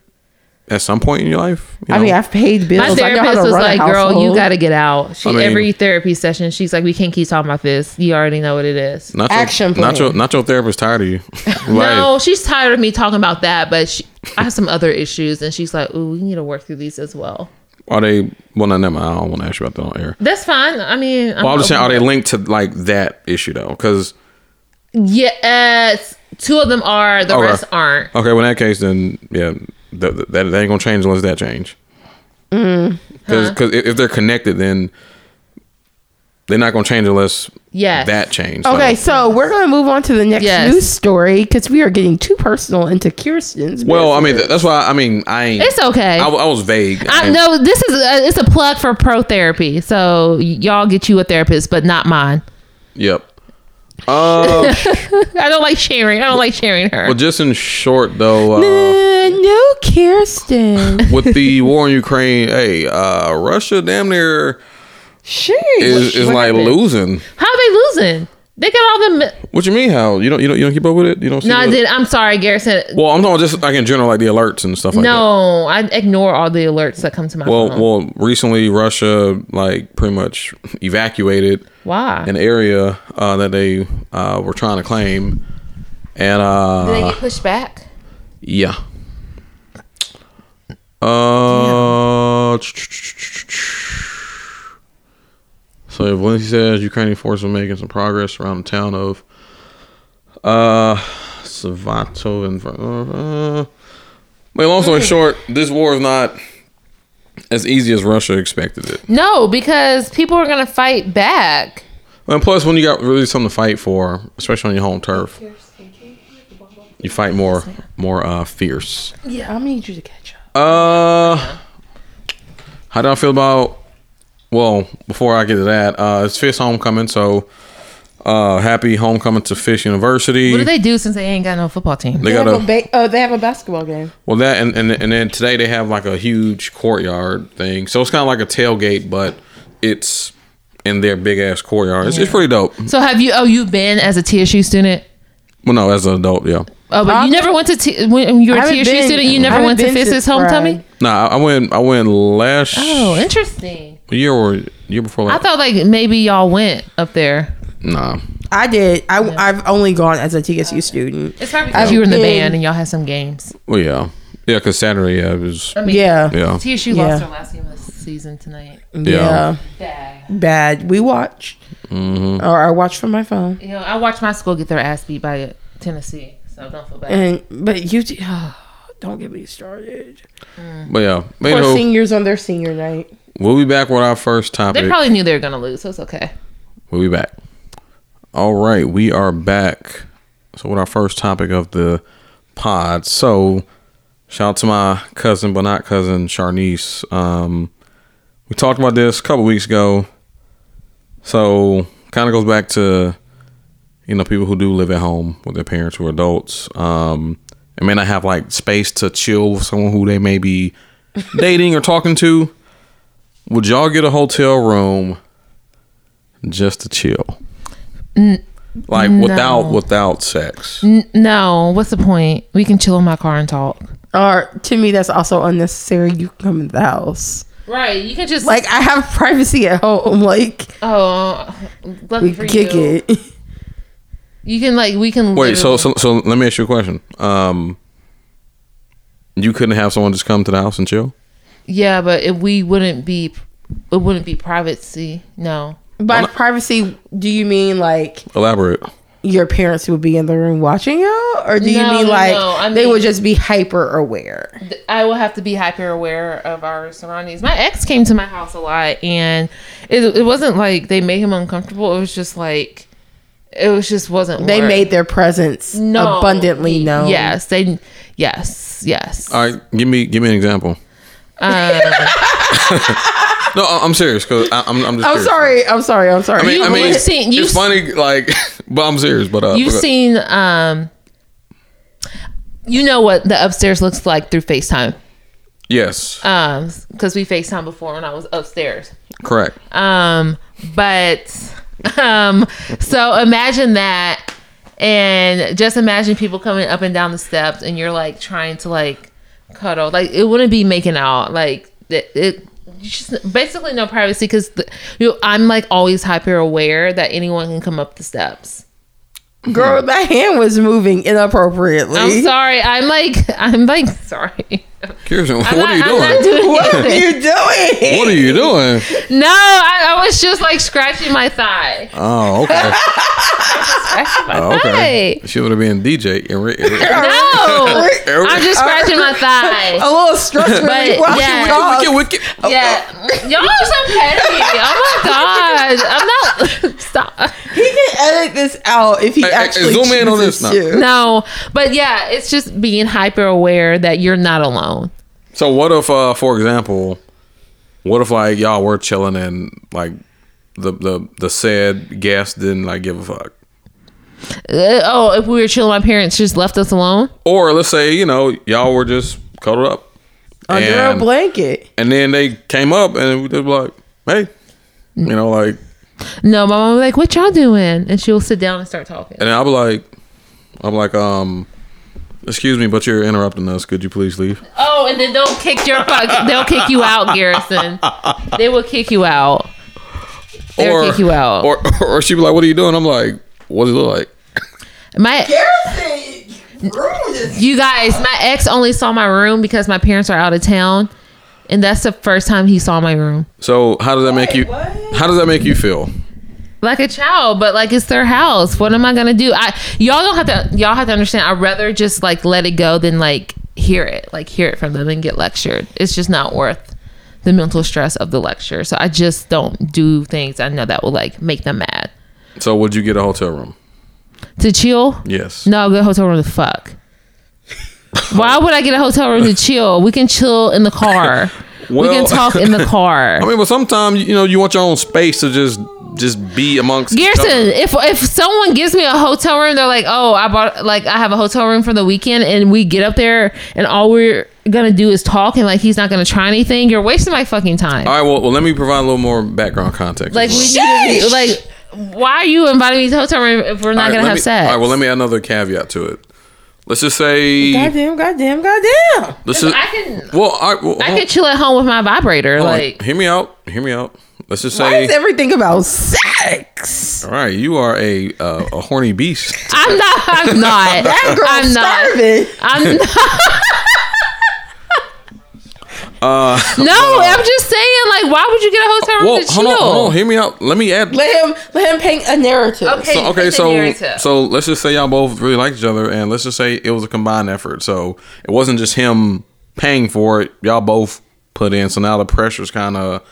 at some point in your life. you
I mean,
know?
I've paid bills.
My
I know how
therapist
to
was
run a
like, "Girl, you
household."
got to get out." She
I mean-
every therapy session, she's like, "We can't keep talking about this. You already know what it is."
not
action
Your, not
plan.
your not your therapist tired
[LAUGHS]
of you.
No, she's tired of me talking about that, but she, I have some other issues, and she's like, "Ooh, we need to work through these as well."
Are they? Well, no, never mind. I don't want to ask you about that on air.
That's fine. I mean,
Well, I'm just saying, are they linked to like that issue though? Because
Yes, two of them are. The
Okay.
rest aren't.
okay, well, in that case, then yeah, th- th- that that ain't gonna change unless that change.
Mm-hmm.
Because if, if they're connected, then they're not gonna change unless
Yes.
that change.
Okay, so we're going to move on to the next
Yes.
news story because we are getting too personal into Kirsten's.
Well, I
business.
mean, th- that's why I mean I. Ain't,
It's okay.
I, w- I was vague.
I,
ain't-
no, this is a, it's a plug for pro therapy. So y- y'all get you a therapist, but not mine.
Yep. Uh,
I don't like sharing. I don't like sharing her.
well, just in short though, uh,
Uh, no, Kirsten. [LAUGHS]
with the war in Ukraine, hey, uh, Russia damn near
She
is, is like losing.
How are they losing? They got all the. mi-
What you mean? How you don't you don't you don't keep up with it? You don't see?
No, I
the-
did. I'm sorry, Garrison.
Well, I'm talking just like in general, like the alerts and stuff like that.
no, Uh-huh. I ignore all the alerts that come to my
Well, well,
phone.
recently Russia like pretty much evacuated
Why?
an area uh, that they uh, were trying to claim, and uh,
Did they get pushed back?
Yeah. Uh, So Valencia says Ukrainian forces are making some progress around the town of uh Savato and uh, Wait, long
[LAUGHS]
story short, this war is not as easy as Russia expected it.
No, because people are gonna fight back.
And plus, when you got really something to fight for, especially on your home turf, you fight more, more uh, fierce.
Yeah, I need you to catch up.
Uh, how do I feel about? Well, before I get to that, uh, it's Fish homecoming, so uh, happy homecoming to Fish University.
What do they do since they ain't got no football team?
They
They
got
have, a
a
ba- oh, they have a basketball game.
well that and, and and then today they have like a huge courtyard thing, so it's kind of like a tailgate, but it's in their big ass courtyard. It's, it's pretty dope.
So have you? Oh, you've been as a TSU student.
Well, no, as an adult, yeah.
Oh, but
I've-
you never went to t- when you were
I
a
haven't
TSU
been-
student. You
I
never
haven't
went to
been since
Fitz's homecoming.
Friday.
Nah, I, I went. I went last
Oh, interesting.
year or year before
I
last.
thought like maybe y'all went up there.
nah,
I did. I, I've only gone as a TSU student.
It's probably because you were in the
been-
band and y'all had some games.
well, yeah, yeah, because Saturday, yeah, it was,
I mean,
Yeah. Yeah.
yeah,
TSU
Yeah.
lost their last game of the season tonight. Bad.
Bad. We watched.
Mm-hmm.
Or I watched from my phone.
You know, I watched my school get their ass beat by Tennessee, so don't feel bad.
And but you [SIGHS] don't get me started.
but yeah.
Or
Anywho,
seniors on their senior night.
we'll be back with our first
They
topic.
probably knew they were gonna lose, so it's okay.
we'll be back. All right, we are back. So with our first topic of the pod. So shout out to my cousin, but not cousin Charnice. Um, we talked about this a couple weeks ago. So kind of goes back to you know people who do live at home with their parents who are adults. Um, and may not have like space to chill with someone who they may be [LAUGHS] dating or talking to. Would y'all get a hotel room just to chill? Like without without sex.
N- no, what's the point? We can chill in my car and talk.
Or to me, that's also unnecessary. You come in the house.
Right, you can just
Like I have [LAUGHS] privacy at home. Like
oh, lucky
we
for
kick
you.
it.
You can like we can
Wait, so,
literally-
so so let me ask you a question. Um you couldn't have someone just come to the house and chill?
yeah, but if we wouldn't be, it wouldn't be privacy. No,
By privacy, do you mean like
Elaborate.
your parents would be in the room watching you, or do you
No,
mean
no,
like
no, I
they
mean-
would just be hyper aware?
th- I will have to be hyper aware of our surroundings. My ex came to my house a lot, and it, it wasn't like they made him uncomfortable. It was just like it was just wasn't.
They
work.
made their presence
No.
abundantly known.
Yes, they. Yes, yes. Um,
All right, give me give me an example. no, I- I'm serious because I'm I'm just.
I'm
curious.
sorry. I'm sorry. I'm sorry.
I mean, I
Oh, You-
mean,
you've seen-
it's
you've-
funny, like, [LAUGHS] but I'm serious. But uh,
You've
but-
seen. um You know what the upstairs looks like through Facetime,
yes,
um, because we Facetime before when I was upstairs.
correct.
Um, but um, so imagine that, and just imagine people coming up and down the steps, and you're like trying to like cuddle. Like it wouldn't be making out. Like it. it you just basically no privacy because you know, I'm like always hyper aware that anyone can come up the steps.
Girl, my hand was moving inappropriately.
I'm sorry. I'm like I'm like [LAUGHS] sorry.
Curious, Eh? what
I'm
are you
not-
doing?
I'm not
[LAUGHS]
doing
What are
anything.
you doing?
what are you doing?
No, I, I was just like scratching my thigh.
Oh,
[LAUGHS]
okay.
Scratching
[LAUGHS]
my
Oh, okay.
thigh.
She would have been DJ. And
[LAUGHS]
re- and- [LAUGHS]
No,
Eric-
I'm just scratching my thigh. [LAUGHS]
A
[LAUGHS]
little stress relief while
yeah.
she talks.
Wicked, wicked.
Yeah, [LAUGHS] y'all are so petty. Oh my god, I'm not. [LAUGHS] Stop.
He can edit this out if he
hey,
actually
zoom in on
chooses
this now.
to.
No, but yeah, it's just being hyper aware that you're not alone.
So what if, uh, for example, what if like y'all were chilling and like the the the said guest didn't like give a fuck,
Uh, oh, if we were chilling, my parents just left us alone.
or let's say you know y'all were just cuddled up
Under a
and,
blanket.
and then they came up and we just like, hey, you know, like,
No, my mom was like, "What y'all doing?" And she'll sit down and start talking.
and I'll be like, I'm like, um, excuse me, but you're interrupting us. Could you please leave?
Oh, and then they'll kick your fuck. They'll kick you out, Garrison. They will kick you out. They'll kick you out.
Or [LAUGHS] or she'd be like, what are you doing? I'm like, what does it look like?
my
Everything ruined.
You guys, my ex only saw my room because my parents are out of town. And that's the first time he saw my room.
So how does that make you? How does that make you feel?
Like a child, but like it's their house. What am I gonna do? I y'all don't have to y'all have to understand. I'd rather just like let it go than like hear it. Like hear it from them and get lectured. It's just not worth the mental stress of the lecture. So I just don't do things I know that will like make them mad.
So would you get a hotel room?
To chill?
Yes.
No, I'll get a hotel room to fuck. Why would I get a hotel
[LAUGHS]
room to chill? We can chill in the car. we
Well-
can
[LAUGHS]
talk in the car.
I mean, but sometimes you know you want your own space to just just be amongst. each
Garrison,
other.
if if someone gives me a hotel room, they're like, "Oh, I bought like I have a hotel room for the weekend," and we get up there, and all we're gonna do is talk, and like he's not gonna try anything. You're wasting my fucking time.
All right. Well, well, let me provide a little more background context.
like we need to be, like, why are you inviting me to a hotel room if we're not
All right,
gonna
let
have
me-
sex?
All right. Well, let me add another caveat to it. Let's just say
Goddamn, goddamn, goddamn.
this is.
I can-
Well, all right, well,
I
hold-
could chill at home with my vibrator.
hold on.
like
hear me out. Hear me out. Let's just
Why
say.
is everything about sex?
all right, you are a uh, a horny beast.
I'm not.
[LAUGHS]
I'm not.
That girl's
I'm not.
starving.
I'm not. [LAUGHS] no, I'm just saying. Like, why would you get a hotel room
Uh, Well,
to
hold
chill?
on, hold on. Hear me out. Let me add.
Let him let him paint a narrative.
Okay.
so, [LAUGHS] um, okay,
paint the
so
narrative.
so let's just say y'all both really liked each other, and let's just say it was a combined effort. So it wasn't just him paying for it; y'all both put in. So now the pressure's kind of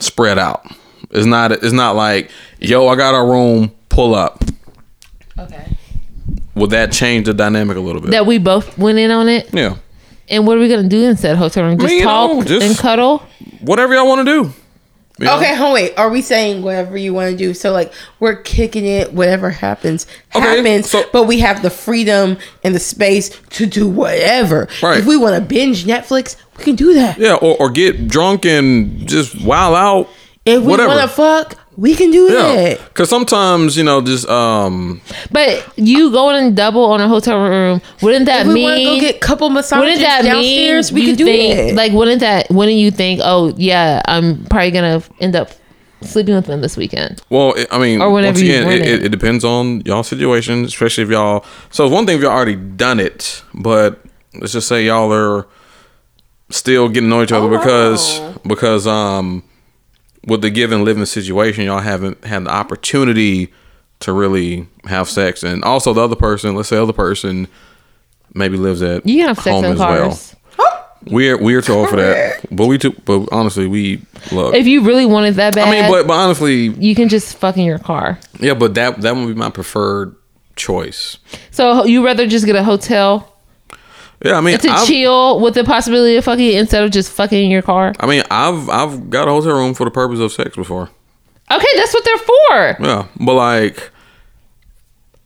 spread out. It's not it's not like yo, I got a room, pull up.
Okay.
Would that change the dynamic a little bit?
That we both went in on it,
yeah,
and what are we gonna do in said hotel room? Just
mean, you
talk
know, just-
and cuddle.
whatever y'all want to do. You know?
Okay, hold wait. Are we saying whatever you want to do? So like we're kicking it, whatever happens
Okay,
happens.
so-
but we have the freedom and the space to do whatever.
Right.
If we want to binge Netflix, we can do that.
Yeah, or, or get drunk and just wild out.
If we
whatever.
want to fuck, we can do
yeah,
that.
because sometimes you know just um
But you going in double on a hotel room? Wouldn't that
If we want to
mean?
go get couple massages
wouldn't that
downstairs,
mean
we
you
can do
think,
that.
Like, wouldn't that? Wouldn't you think? Oh, yeah, I'm probably gonna end up sleeping with them this weekend.
Well, it, I mean,
Or whenever
once
you
again,
want
it,
it.
it, it depends on y'all situation, especially if y'all. So it's one thing if y'all already done it, but let's just say y'all are still getting to know each other because because um with the given living situation, y'all haven't had the opportunity to really have sex, and also the other person, let's say the other person maybe lives at
You can have sex
home
in
as well.
cars.
We're we're too old for that, but we too. But honestly, we look.
If you really wanted that bad,
I mean, but but honestly,
you can just fuck in your car.
Yeah, but that that would be my preferred choice.
So you rather just get a hotel
Yeah, I mean,
to
I've,
chill with the possibility of fucking instead of just fucking in your car.
I mean, I've I've got a hotel room for the purpose of sex before.
Okay, that's what they're
[LAUGHS]
for.
Yeah, but like,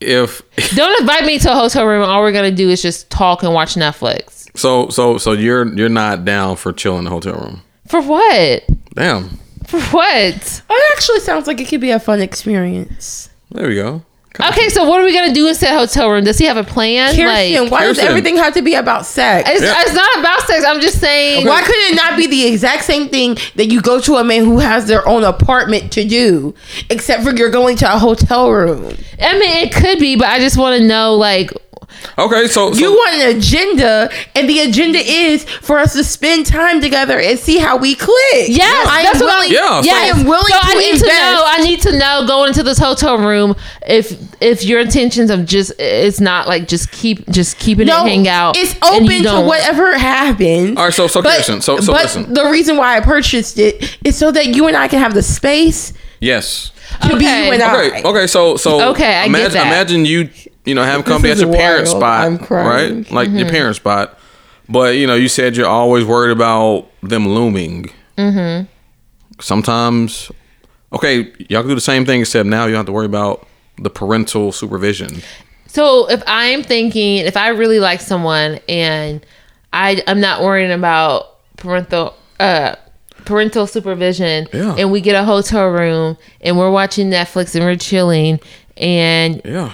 if [LAUGHS]
Don't invite me to a hotel room. All we're gonna do is just talk and watch Netflix.
so, so so you're you're not down for chilling in the hotel room.
For what?
Damn,
For what?
It actually sounds like it could be a fun experience.
there we go.
Okay, so what are we gonna do in said hotel room? Does he have a plan?
Kirsten,
like,
why does
Kirsten.
everything have to be about sex?
it's,
Yeah.
it's not about sex. I'm just saying.
Why could it not be the exact same thing that you go to a man who has their own apartment to do, except for you're going to a hotel room?
I mean, it could be, but I just want to know, like,
Okay, so, so
You want an agenda, and the agenda is for us to spend time together and see how we click.
Yes,
I
that's
am
what
willing.
Yeah, so-
I am willing
So
to
I need
invest.
to know. I need to know going into this hotel room if if your intentions of just it's not like just keep just keeping
no,
it hang out.
It's
and you
open to
don't-
whatever happens.
All right, so- so Kirsten, so- so
but
listen.
the reason why I purchased it is so that you and I can have the space
yes.
to be you
Okay.
and I.
Okay, okay, so so
Okay, I get
imagine,
that.
Imagine you, you know, having
This
company at
is
your parents'
wild.
spot,
I'm crying.
right? Like
Mm-hmm.
your parents' spot, but you know, you said you're always worried about them looming. Mm-hmm. Sometimes, okay, y'all can do the same thing except now you don't have to worry about the parental supervision.
So if I'm thinking, if I really like someone and I I'm not worrying about parental uh parental supervision,
Yeah.
and we get a hotel room and we're watching Netflix and we're chilling, and
Yeah,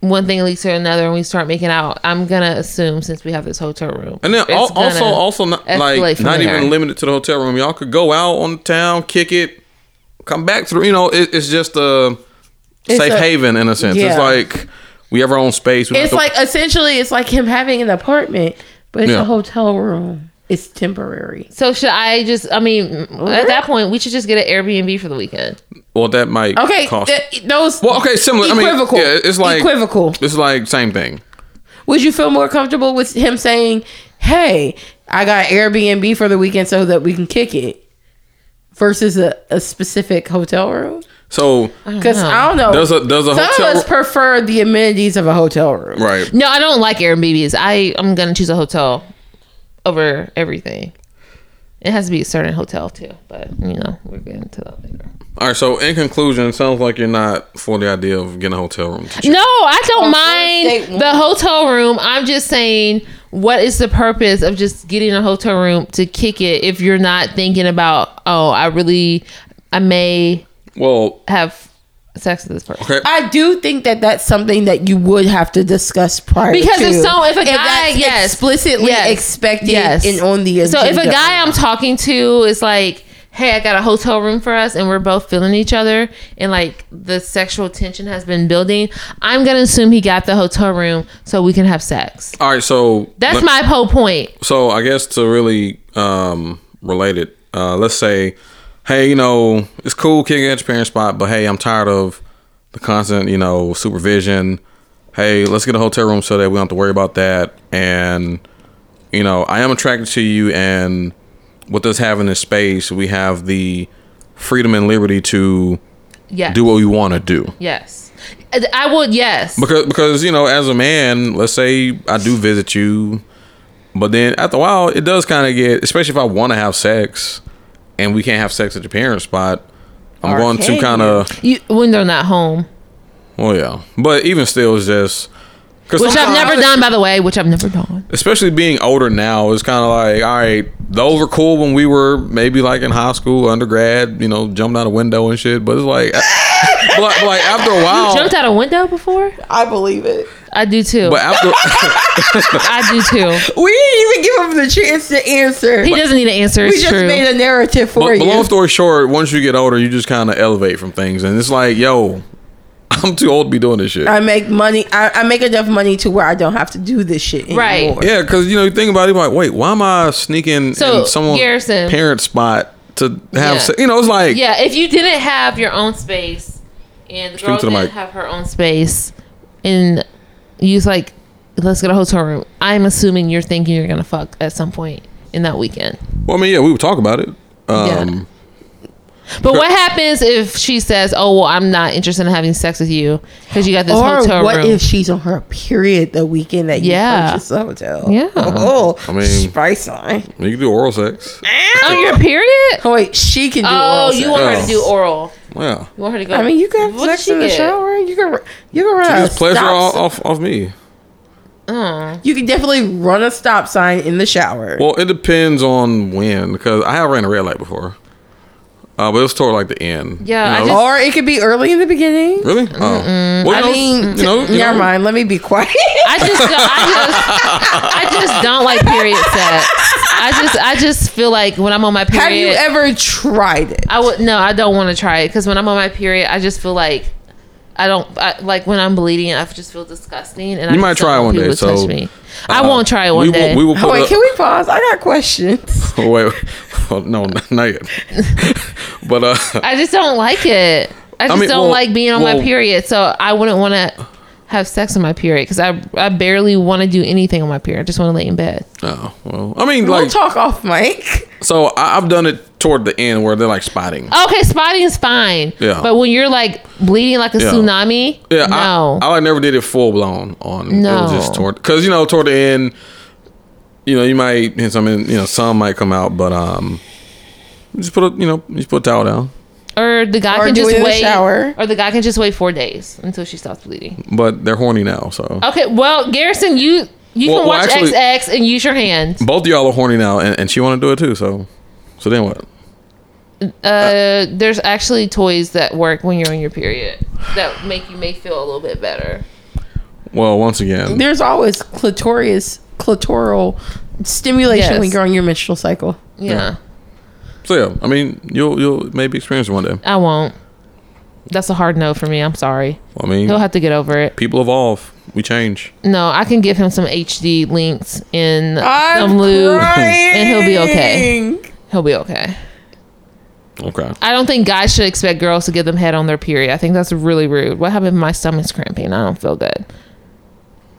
one thing leads to another and we start making out, I'm gonna assume since we have this hotel room.
and then
it's
al- also
gonna
also not
escalate
like
from
not
there.
even limited to the hotel room. Y'all could go out on town, kick it, come back through. You know, it, it's just a safe
a-
haven in a sense.
Yeah.
It's like. We have our own space. We don't
It's
have to-
like essentially, it's like him having an apartment, but it's
Yeah.
a hotel room. It's temporary.
So should I just? I mean, at that point, we should just get an Airbnb for the weekend.
Well, that might
Okay,
cost.
th- those.
well, okay, similar.
Equivocal.
I mean, yeah, it's like
equivocal.
It's like same thing.
Would you feel more comfortable with him saying, "Hey, I got Airbnb for the weekend so that we can kick it," versus a, a specific hotel room?
So
Because I don't know.
does a does a
Some
hotel
of us prefer the amenities of a hotel room.
right?
No, I don't like Airbnbs. I I'm gonna choose a hotel over everything. It has to be a certain hotel too, but you know we're getting to that later.
All right. So in conclusion, it sounds like you're not for the idea of getting a hotel room.
No, I don't
date one.
mind the hotel room. I'm just saying, what is the purpose of just getting a hotel room to kick it if you're not thinking about, oh, I really, I may
Well,
have sex with this person.
okay.
I do think that that's something that you would have to discuss prior
Because
to.
if so, if a guy,
that's
yes,
explicitly
yes,
expected
yes.
and on the agenda.
So if a guy I'm talking to is like, "Hey, I got a hotel room for us, and we're both feeling each other, and like the sexual tension has been building," I'm gonna assume he got the hotel room so we can have sex.
All right. So
That's
let-
my whole point.
So I guess to really um, relate it, uh, let's say, hey, you know, it's cool kicking at your parents' spot, but hey, I'm tired of the constant, you know, supervision. Hey, let's get a hotel room so that we don't have to worry about that. And you know, I am attracted to you, and with us having this space, we have the freedom and liberty to
Yes.
do what we want to do.
yes. I- I would. Yes.
Because because you know, as a man, let's say I do visit you, but then after a while, it does kind of get, especially if I want to have sex, and we can't have sex at your parents' spot. I'm
Or
going
can
to kind of
You, when they're not home,
well, yeah. But even still, it's just because
which I've never done, by the way, which I've never done.
Especially being older now, it's kind of like all right, those were cool when we were maybe like in high school, undergrad, you know, jumped out a window and shit. But it's like, [LAUGHS] but like, but like after a while,
Jumped out a window before?
I believe it.
I do too.
but after.
[LAUGHS]
[LAUGHS]
I do too.
We didn't even give him the chance to answer.
He doesn't need to answer.
we
It's
just
true.
made a narrative for
But,
you.
but long story short, once you get older, you just kind of elevate from things, and it's like, yo, [LAUGHS] I'm too old to be doing this shit.
I make money. I, I make enough money to where I don't have to do this shit anymore.
Right.
yeah, because you know, you think about it, you're like, wait, why am I sneaking
So,
in someone's
Garrison.
parent spot to have?
Yeah.
se- You know, it's like,
yeah, if you didn't have your own space and the girl
to the
didn't
mic.
have her own space and you was like, let's get a hotel room, I'm assuming you're thinking you're going to fuck at some point in that weekend.
well, I mean, yeah, we would talk about it. Um,
But what happens if she says, oh, well, I'm not interested in having sex with you because you got this
Or
hotel
what
room?
if she's on her period the weekend that you
Yeah.
purchased the hotel?
Yeah.
Oh,
Uh-huh. I mean-
spice line.
You can do oral sex.
on your period?
Oh wait, she can do.
Oh,
oral
you
sex.
want her to do oral.
Yeah,
You want her to go.
I mean, you can have
What did
sex
she
in the
get?
shower. You can. You can run. a
it's pleasure
stop
all,
sign.
off off me.
You can definitely run a stop sign in the shower.
Well, it depends on when, because I have ran a red light before, uh, but it was toward like the end.
Yeah, I
you know?
just-
or it could be early in the beginning.
really. Oh, well,
I
you know,
mean,
you know, you
never
know,
mind. Let me be quiet. [LAUGHS]
I just, don't, I just, I just don't like period sex. I just, I just feel like when I'm on my period,
Have you ever tried it?
I would no, I don't want to try it because when I'm on my period, I just feel like I don't I, like when I'm bleeding. I just feel disgusting, and I
You might
just
try
don't
it one
want people
day,
to touch
so,
me. I
Uh,
won't try it one
we
day.
Will, we will put
Oh, wait,
up-
can we pause? I got questions.
Oh, wait, wait. [LAUGHS] Oh, no, not not yet. [LAUGHS] but uh, [LAUGHS]
I just don't like it. I just
mean,
don't
well-
like being on my
well-
period, so I wouldn't want to have sex on my period because I I barely want to do anything on my period. I just want to lay in bed.
oh, well, I mean,
we'll
like,
talk off mic.
so I, I've done it toward the end where they're like spotting.
Okay, spotting is fine.
Yeah.
But when you're like bleeding like a
Yeah.
tsunami,
Yeah,
no.
I, I like never did it full blown on. it was just
No.
toward because you know toward the end, you know, you might hit something, you know, some might come out, but um, just put a you know, just put a towel down.
or the guy
Or
can
do
just
it in the
wait.
shower.
Or the guy can just wait four days until she stops bleeding.
But they're horny now, so
Okay, well, Garrison, you you
Well- well,
can watch
actually-
XX and use your hands.
both of y'all are horny now, and, and she want to do it too. So, so then what?
Uh, there's actually toys that work when you're on your period that make you may feel a little bit better.
Well, once again,
There's always clitorius, clitoral stimulation
Yes.
when you're on your menstrual cycle.
Yeah,
so yeah, I mean, you'll you'll maybe experience it one day.
I won't. That's a hard no for me. I'm sorry.
I mean,
He'll have to get over it.
people evolve. We change.
No, I can give him some HD links in
I'm
some lube,
crying.
and he'll be okay. He'll be okay.
Okay.
I don't think guys should expect girls to give them head on their period. I think that's really rude. What happened? if My stomach's cramping. I don't feel good.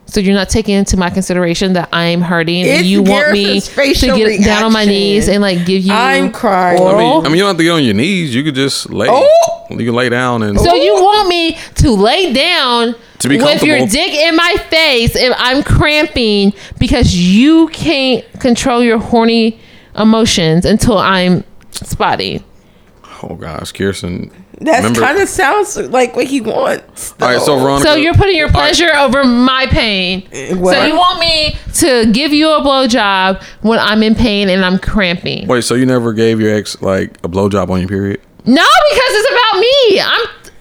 So you're not taking into my consideration that I'm hurting and
It's
you want me
Gareth's
to get
facial
down on my
reaction.
knees and like give you.
I'm crying.
I
Oral?
mean, I mean, you don't have to get on your knees. You could just lay.
Oh!
You can lay down and.
So you want me to lay down
To be
with your
comfortable.
dick in my face and I'm cramping because you can't control your horny emotions until I'm spotty.
oh gosh, Kirsten.
That
Remember-
kind of sounds like what he wants.
All right, so
though.
Veronica.
So you're putting your pleasure over my pain.
Eh,
So
What?
you want me to give you a blowjob when I'm in pain and I'm cramping?
Wait, so you never gave your ex like a blowjob on your period?
No, because it's about me. I'm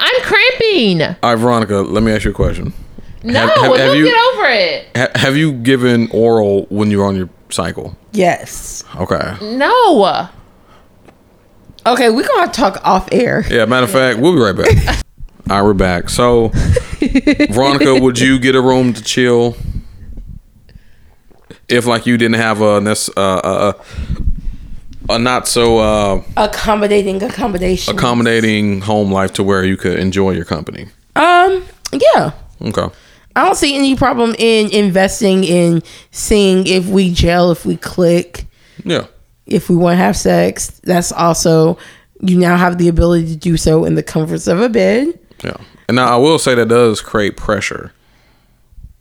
I'm cramping.
All right, Veronica. Let me ask you a question.
No,
Have- have- have
he'll
you-
get over it.
Ha- have you given oral when you're on your cycle?
yes.
Okay.
No.
Okay, we're gonna talk off air.
Yeah. Matter of fact, we'll be right [LAUGHS] back. All right, we're back. So, Veronica, would you get a room to chill? If like you didn't have a nec- uh, uh, uh, a not so uh,
Accommodating accommodation.
accommodating home life to where you could enjoy your company.
um. Yeah.
Okay.
I don't see any problem in investing in seeing if we gel, if we click,
Yeah.
if we want to have sex. That's also you now have the ability to do so in the comforts of a bed.
Yeah. And now I will say that does create pressure. Um,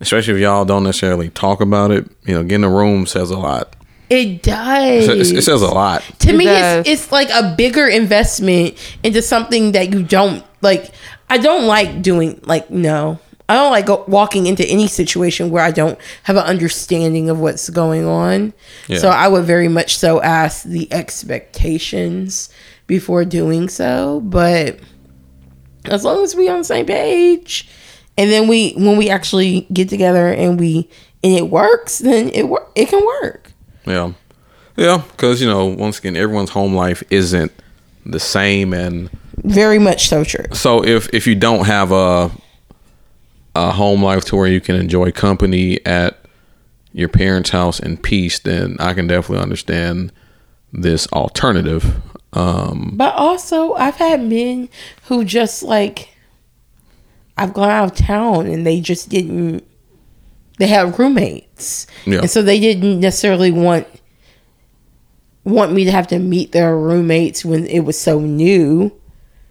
especially if y'all don't necessarily talk about it. You know, getting a room says a lot.
It
It,
does.
says- it says a lot.
to me,
It
it's,
does.
it's like a bigger investment into something that you don't like. I don't like doing like no. I don't like go, walking into any situation where I don't have an understanding of what's going on.
Yeah.
So I would very much so ask the expectations before doing so. But as long as we on the same page, and then we when we actually get together and we and it works, then it work it can work.
Yeah. Yeah. Because, you know, once again, everyone's home life isn't the same. And
Very much so true.
so if, if you don't have a, a home life to where you can enjoy company at your parents' house in peace, then I can definitely understand this alternative. Um,
But also, I've had men who just like I've gone out of town and they just didn't. They had roommates,
Yeah.
and so they didn't necessarily want want me to have to meet their roommates when it was so new.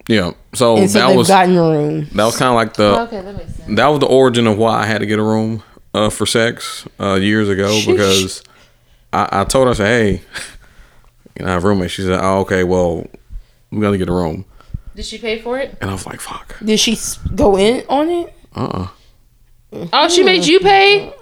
Yeah. So,
And so
that
they've
was
gotten a room.
that was kind of like the
Okay, that makes sense.
that was the origin of why I had to get a room uh, for sex uh, years ago because I, I told her I said, "Hey, [LAUGHS] you know, I have a roommate." She said, "Oh, okay. Well, we gotta get a room."
Did she pay for it?
And I was like, "Fuck."
Did she s- go in on it?
Uh. uh
Oh, she made you pay.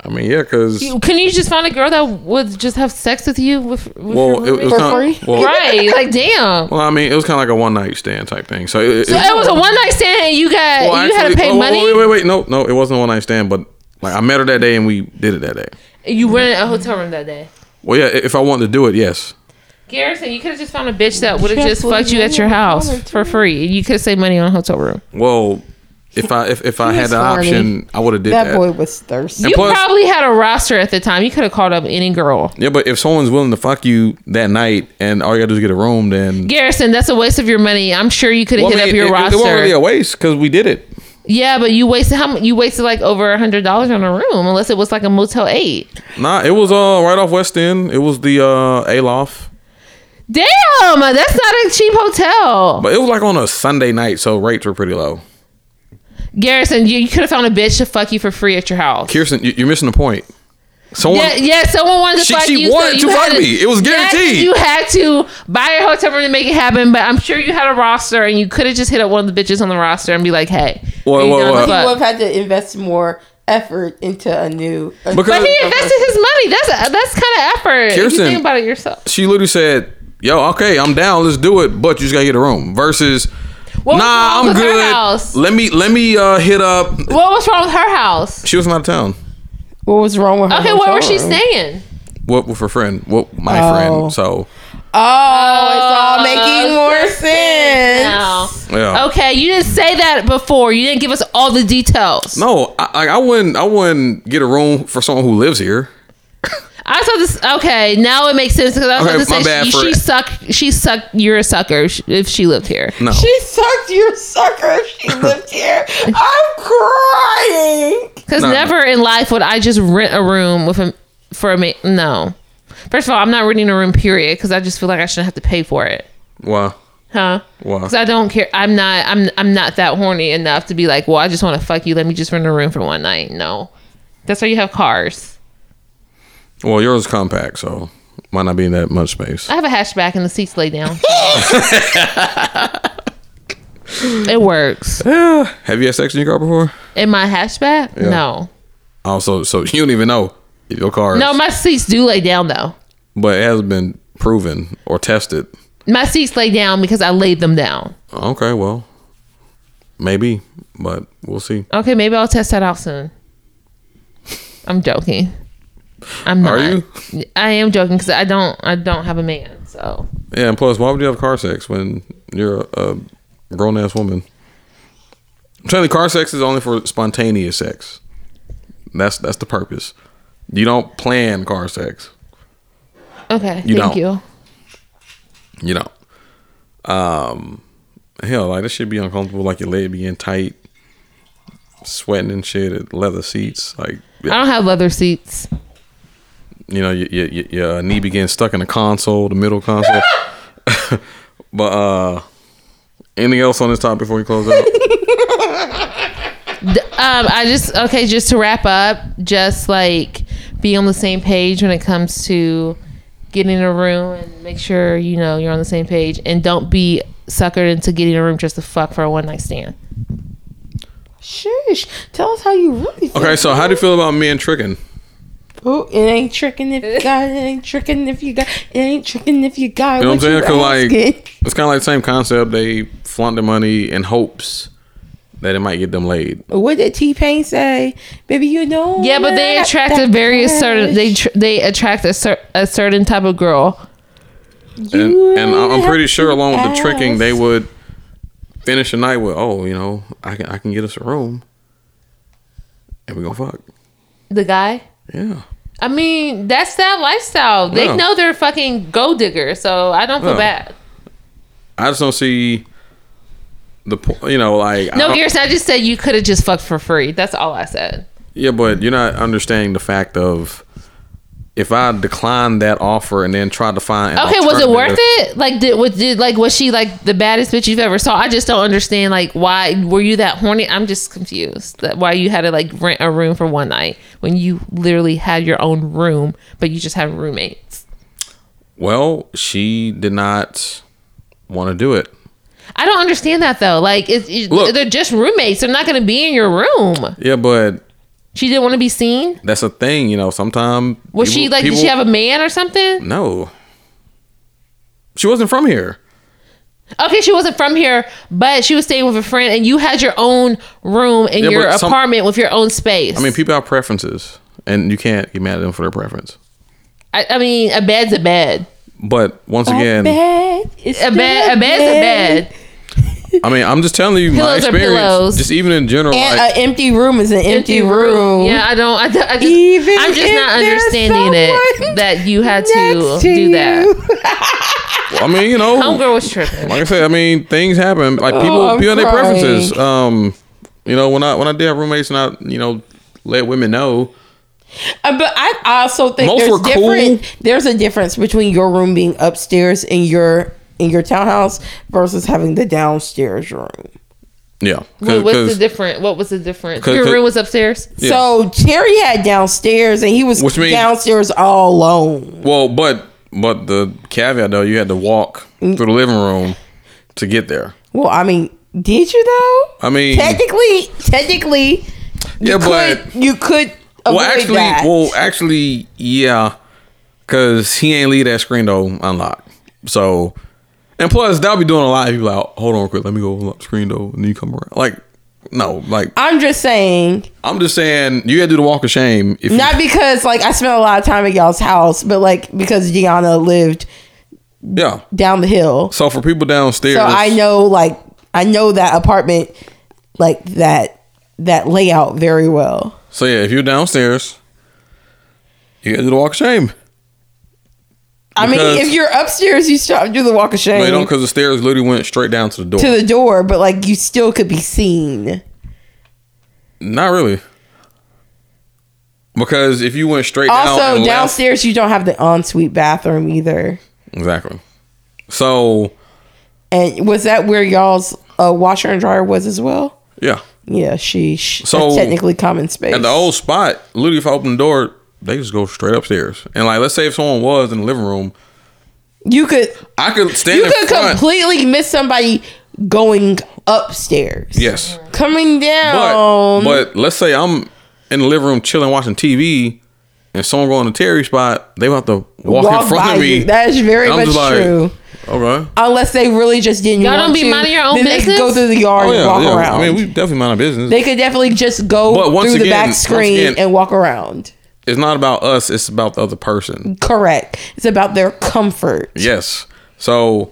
I mean, yeah, because
You- Can you just find a girl that would just have sex with you with, with
well,
your
it, it was
roommate?
kinda-
free?
well,
right? Like, damn.
well, I mean, it was kind of like a one night stand type thing. So it, it,
So it was a one night stand, and you got
well,
you had to
actually-
pay
oh,
money.
Wait, wait, wait, no, no, it wasn't a one night stand, but like I met her that day and we did it that day.
You rented a hotel room that day.
Well, yeah, i- if I wanted to do it, yes.
Garrison, you could have just found a bitch that would have just
Careful,
fucked you
you
at your
know,
house
color,
for free. You could save money on a hotel room.
Well, if I if, if I
He
had
was
the
horny.
option, I would have did that.
That boy was thirsty.
You
plus-
probably had a roster at the time. You could have called up any girl.
Yeah, but if someone's willing to fuck you that night and all you gotta do is get a room, then
Garrison, that's a waste of your money. I'm sure you could have
Well, I
hit
mean, it,
up your
it- it
roster.
wasn't really a waste because we did it.
yeah, but you wasted how mu- you wasted like over a hundred dollars on a room, unless it was like a Motel Eight.
Nah, it was uh right off West End. It was the uh Aloft,
Damn, that's not a cheap hotel.
but it was like on a Sunday night, so rates were pretty low.
Garrison, you, you could have found a bitch to fuck you for free at your house.
Kirsten, you, you're missing the point. Someone,
Yeah, yeah, someone wanted to
She-
fuck
she
you.
wanted
you
to
had
fuck me. It was
Yes,
guaranteed.
you had to buy a hotel room to make it happen, but I'm sure you had a roster and you could have just hit up one of the bitches on the roster and be like, hey.
Whoa,
are you
whoa,
down to
whoa.
He
fuck?
would have had to invest more effort into a new. a-
Because-
But he invested his money. That's that's kind of effort. if you
Kirsten.
think about it yourself.
she literally said, "Yo, okay, I'm down. Let's do it, but you just gotta get a room." Versus,
What was
nah,
wrong
I'm
with her
good.
house?
Let me let me uh hit up.
What was wrong with her house?
She was from out of town.
What was wrong with her?
Okay, where was
hotel
she
room?
staying?
What with her friend? What my
Oh.
friend? So
Oh,
all making more
makes
sense.
now.
Yeah.
Uh, Okay, you didn't say that before. You didn't give us all the details.
No, I, I- I wouldn't. I wouldn't get a room for someone who lives here.
I was about to s okay, now it makes sense because I was
Okay,
about to
my
say
bad
she,
for-
she sucked. She sucked. You're a sucker if she- if she lived here.
No,
She sucked your sucker if she lived here. I'm crying.
Because
No, no.
never in life would I just rent a room with a for a ma- no. First of all, I'm not renting a room. Period. Because I just feel like I shouldn't have to pay for it.
why?
Huh?
Why?
Because I don't care. I'm not. I'm. I'm not that horny enough to be like, well, I just want to fuck you. Let me just rent a room for one night. No, that's why you have cars.
Well, yours is compact, so might not be in that much space.
I have a hatchback and the seats
[LAUGHS]
lay down. it works.
Have you had sex in your car before?
In my hatchback, no,
Also, so [LAUGHS] you don't even know if your car. is-
no, my seats do lay down though.
but it hasn't been proven or tested.
My seats lay down because I laid them down.
Okay, well, maybe, but we'll see.
Okay, maybe I'll test that out soon. I'm joking. I'm not.
Are
you? I am joking because I don't. I don't have a man. So
Yeah, and plus, why would you have car sex when you're a, a grown ass woman? I'm telling you, car sex is only for spontaneous sex. That's that's the purpose. You don't plan car sex.
okay,
You
thank
don't.
you.
You know. Um, hell, like this should be uncomfortable. Like your leg being tight, sweating and shit at leather seats. Like
I don't have leather seats.
you know, your, your, your, your knee begins stuck in the console, the middle console. [LAUGHS] but uh, anything else on this topic before we close out?
Um, I just okay. Just to wrap up, just like be on the same page when it comes to getting a room and make sure you know you're on the same page and don't be suckered into getting a room just to fuck for a one night stand.
Shush. Tell us how you really feel.
Okay, so how do you feel about me and tricking?
Ooh, it ain't tricking if you got it. Ain't tricking if you got it. Ain't tricking if you got it.
You know what I'm
what
saying?
you
Cause like
asking.
it's kind of like the same concept. They flaunt the money in hopes that it might get them laid.
what did T Pain say? Baby, you know.
Yeah, but they
that-
attract a
that
very
cash.
certain. They tr- they attract a, cer- a certain type of girl.
And,
You
and I- I'm
have
pretty sure
to
along with the tricking, they
ask.
would finish the night with, "Oh, you know, I can I can get us a room, and we gonna fuck."
The guy.
Yeah.
I mean, that's that lifestyle. They
Yeah.
know they're fucking gold digger, so I don't feel
Yeah.
bad.
I just don't see the point. You know, like I
No,
don't-
Garrison, I just said you could have just fucked for free. That's all I said.
Yeah, but you're not understanding the fact of if I declined that offer and then tried to find. an
Okay, was it worth
alternative-
it? Like, did was did like was she like the baddest bitch you've ever saw? I just don't understand. Like, why were you that horny? I'm just confused. That why you had to like rent a room for one night when you literally had your own room, but you just have roommates.
Well, she did not want to do it.
I don't understand that though. Like, it's, it-
Look.
they're just roommates. They're not going to be in your room.
Yeah, but
She didn't want to be seen.
that's a thing, you know. Sometimes
Was she like? did she have a man or
a?
something?
No, she wasn't from here.
Okay, she wasn't from here, but she was staying with a friend, and you had your own room in
Yeah,
your
but some-
apartment with your own space.
I mean, people have preferences, and you can't get mad at them for their preference.
I, I mean, a bed's a bed.
But
Oh,
once
A
again,
bed. It's
A bed, a bed's a bed.
I mean, I'm just telling you my
Pillows are
experience.
pillows.
Just even in general,
And
like,
an empty room is an empty, room.
Yeah, I don't. I, don't- I just,
Even
I'm just
if
not
there's
understanding it
someone
that you had
[LAUGHS]
to,
next to
do that.
you.
[LAUGHS]
I mean, you know,
uh, Homegirl was Oh, tripping.
like I said, I mean, things happen. Like people,
I'm
people have their
crying.
preferences. Um, you know, when I when I did have roommates and I, you know, let women know.
Uh, But I also think
Most were
there's
cool.
different. There's a difference between your room being upstairs in your in your townhouse versus having the downstairs room.
Yeah,
What, what's the
'cause-
different? What was the difference?
'cause-
Your
'cause-
room was upstairs.
Yeah.
So Terry had downstairs, and he was
Which means-
downstairs all alone.
Well, but but the caveat though, you had to walk
Mm.
through the living room to get there.
Well, I mean, did you though?
I mean,
technically, technically,
yeah,
you
but
could you could avoid
well, actually,
that.
well, actually, yeah, because he ain't leave that screen door unlocked. So, and plus, that'll be doing a lot. He'd be like, "Hold on, quick, let me go unlock the screen door," and then you come around. Like, no, like
I'm just saying,
I'm just saying, you had to do the walk of shame. If you-
not because like I spent a lot of time at y'all's house, but like because Deanna lived
Yeah.
down the hill.
So for people downstairs,
So I know like I know that apartment like that that layout very well.
So yeah, if you're downstairs, you gotta do the walk of shame.
I
Because-
mean, if you're upstairs, you stop do the walk of
No, you
shame
don't, because the stairs literally went straight down to the door.
to the door, but like you still could be seen.
Not really. Because if you went straight down
Also,
and left-
downstairs you don't have the ensuite bathroom either.
exactly. So
And was that where y'all's uh, washer and dryer was as well?
yeah,
Yeah, sheesh.
So-
That's technically common space.
at the old spot, literally if I open the door, they just go straight upstairs. And like, let's say if someone was in the living room,
you could
I could stand
you
in
could
front.
completely miss somebody going upstairs.
yes,
Coming
but
down.
but let's say I'm in the living room chilling, watching TV, and someone going to Terry spot, they about to walk, in front
by
of me.
you. That is very
And I'm
much
just like,
true.
Okay.
Unless they really just didn't.
Y'all
want
don't be
to,
minding your own
then They
business?
could go through the yard
Oh
and
yeah,
walk
yeah.
around.
I mean, we definitely mind our business.
they could definitely just go
But once
through the
again-
back
once
screen
again-
and walk around.
it's not about us; it's about the other person.
Correct. It's about their comfort.
Yes. So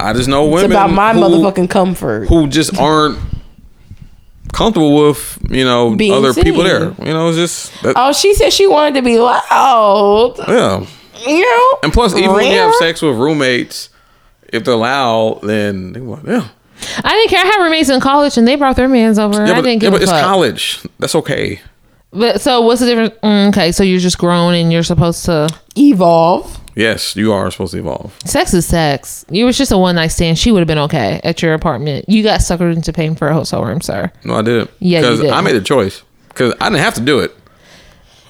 I just know
It's
women
about my
who,
motherfucking comfort.
who just aren't comfortable with you know
Being
other people
seen.
there. You know, it's just that,
Oh, she said she wanted to be loud.
yeah.
You know?
And plus, even when you have
Rare?
sex with roommates, if they're loud, then they want yeah.
I didn't care. I had roommates in college and they brought their mans over. and
Yeah,
I
but,
didn't
yeah,
give
but
a
it's
fuck.
college. That's okay.
But so what's the difference? Mm, okay, so you're just grown and you're supposed to.
evolve.
Yes, you are supposed to evolve.
Sex is sex. You was just a one night stand. She would have been okay at your apartment. You got suckered into paying for a hotel room, sir.
No, I didn't.
Yeah, you
because
did.
I made a choice. Because I didn't have to do it.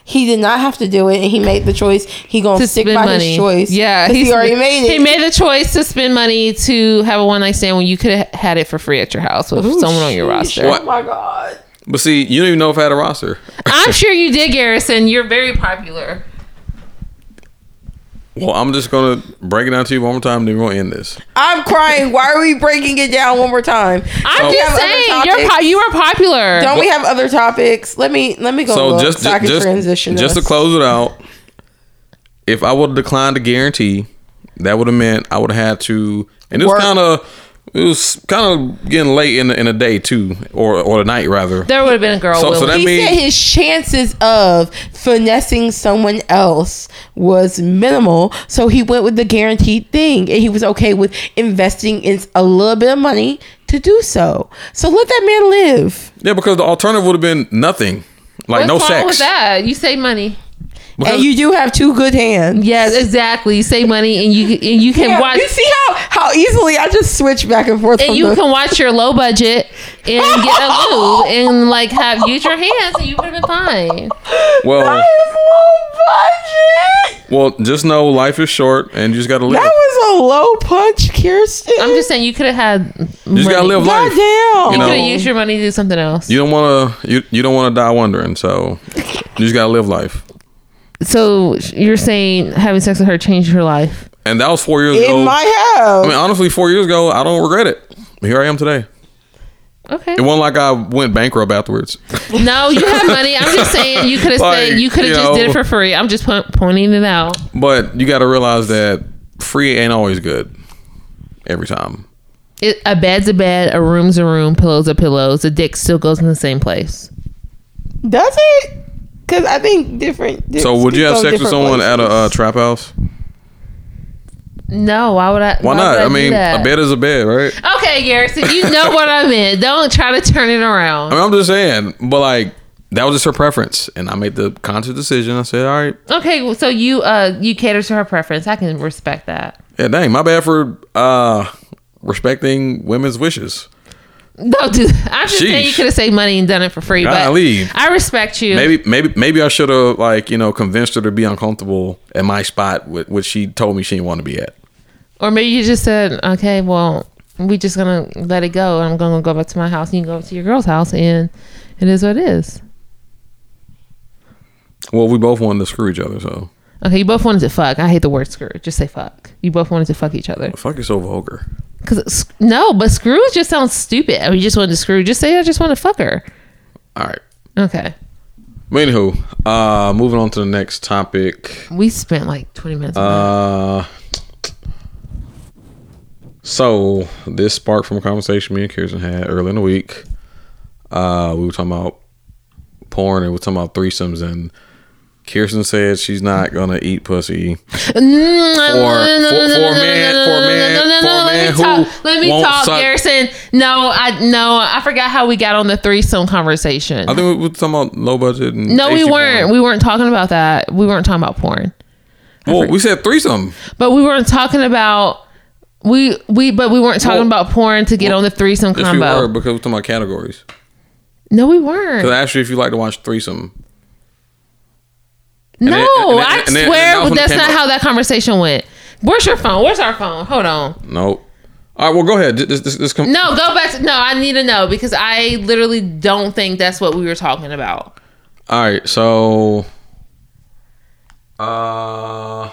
He did not have to do it, and he made the choice. He gonna
To
stick
spend
by
money.
his choice.
Yeah,
'cause he
he's-
already made it. [LAUGHS]
He made the choice to spend money to have a one night stand when you could have had it for free at your house with someone on your roster.
Oh my god.
But see, you don't even know if I had a roster.
I'm sure you did, Garrison. You're very popular.
Well, I'm just gonna break it down to you one more time, then we're gonna end this.
I'm crying. Why are we breaking it down one more time?
I'm
Don't we
just
have other
saying, you're
topics?
po- you are popular.
Don't we have other topics? Let me let me go.
So
look
just
so I can
just
transition.
just
us.
to close it out, if I would have declined the guarantee, that would have meant I would have had to, and it
Work.
was kind of. It was kind of getting late in the, in the day too, or or the night rather.
there would
[LAUGHS]
have been a girl.
So- so
willing.
that
He
mean-
said his chances of finessing someone else was minimal, so he went with the guaranteed thing, and he was okay with investing in a little bit of money to do so. So let that man live.
Yeah, because the alternative would have been nothing, like
What's
no
wrong
sex.
with that? You save money.
Because-
and you do have two good hands.
Yes, exactly. You save money and you and you can
Yeah,
watch
you see how how easily I just switch back and forth.
and
from
you
the- [LAUGHS]
can watch your low budget and get a lube and like have use your hands and you would have been fine.
Well-
that is low budget.
well, just know life is short, and you just gotta live.
That was a low punch, Kirsten.
I'm just saying you could have had
you just gotta
money.
live
God
life.
damn.
You know-
You could have used your money to do something else.
You don't wanna you, you don't wanna die wondering. So you just gotta live life.
so you're saying having sex with her changed your life?
And that was four years
it
ago.
might have.
I mean, honestly, four years ago, I don't regret it. Here I am today.
Okay.
It wasn't like I went bankrupt afterwards.
No, you have money. I'm just saying you could have
[LAUGHS] Like,
said you could
you
have just did
know.
it for free. I'm just po- pointing it out.
but you got to realize that free ain't always good every time.
It, a bed's a bed, a room's a room, pillows are pillows. The dick still goes in the same place.
Does it? Because I think different. di-
So would you have
people
sex with
different
someone at a
places.
uh, trap house?
No, why would I?
Why, not?
would
I,
do
mean,
that?
a bed is a bed, right?
Okay, Garrison, you know what
[LAUGHS]
I meant. Don't try to turn it
I
around.
mean, I'm just saying. But like, that was just her preference, and I made the conscious decision. I said, all right,
Okay, well, so you uh you cater to her preference. I can respect that.
yeah, dang, my bad for uh respecting women's wishes.
Don't do that. [LAUGHS] I'm just saying you
Sheesh.
could have saved money and done it for free.
Golly.
But I respect you.
Maybe, maybe, maybe I should have like you know convinced her to be uncomfortable at my spot, wh- which she told me she didn't want to be at.
Or maybe you just said, okay, well, we just gonna let it go. I'm gonna go back to my house. and You can go to your girl's house, and it is what it is.
Well, we both wanted to screw each other, so
Okay, you both wanted to fuck. I hate the word screw. Just say fuck. You both wanted to fuck each other.
fuck is so vulgar.
Cause no, but screw just sounds stupid. I mean, you just wanted to screw. Just say I just want to fuck her.
All right.
Okay,
But anywho, uh, moving on to the next topic.
we spent like 20 minutes. on
Uh,
that.
So this sparked from a conversation me and Kirsten had earlier in the week. Uh, we were talking about porn and we were talking about threesomes and Kirsten said she's not gonna eat pussy
Mm,
Or
no,
Uh,
no,
for-
no, no,
for a
no, no,
man-
no,
for a
no,
man-
no, no,
for a
no,
man
Let
who
me talk. Let me
won't
talk,
suck-
Garrison. No, I no, I forgot how we got on the threesome conversation.
I think we were talking about low budget. And
No, we
tasty
weren't.
porn.
We weren't talking about that. We weren't talking about porn.
Well, we said threesome.
But we weren't talking about we we but we weren't talking
Well-
about porn to get on the threesome
Yes, we were
combo.
because we were talking about categories.
no, we
Because
weren't.
actually, if you like to watch threesome,
no,
then- and then-
I
and then- and
swear
that was when it
that's
came
not
up.
how that conversation went. Where's your phone? Where's our phone? Hold on.
nope. All right, well, go ahead. This, this, this com-
No, go back. To, no, I need to know because I literally don't think that's what we were talking about.
All right, so. Uh.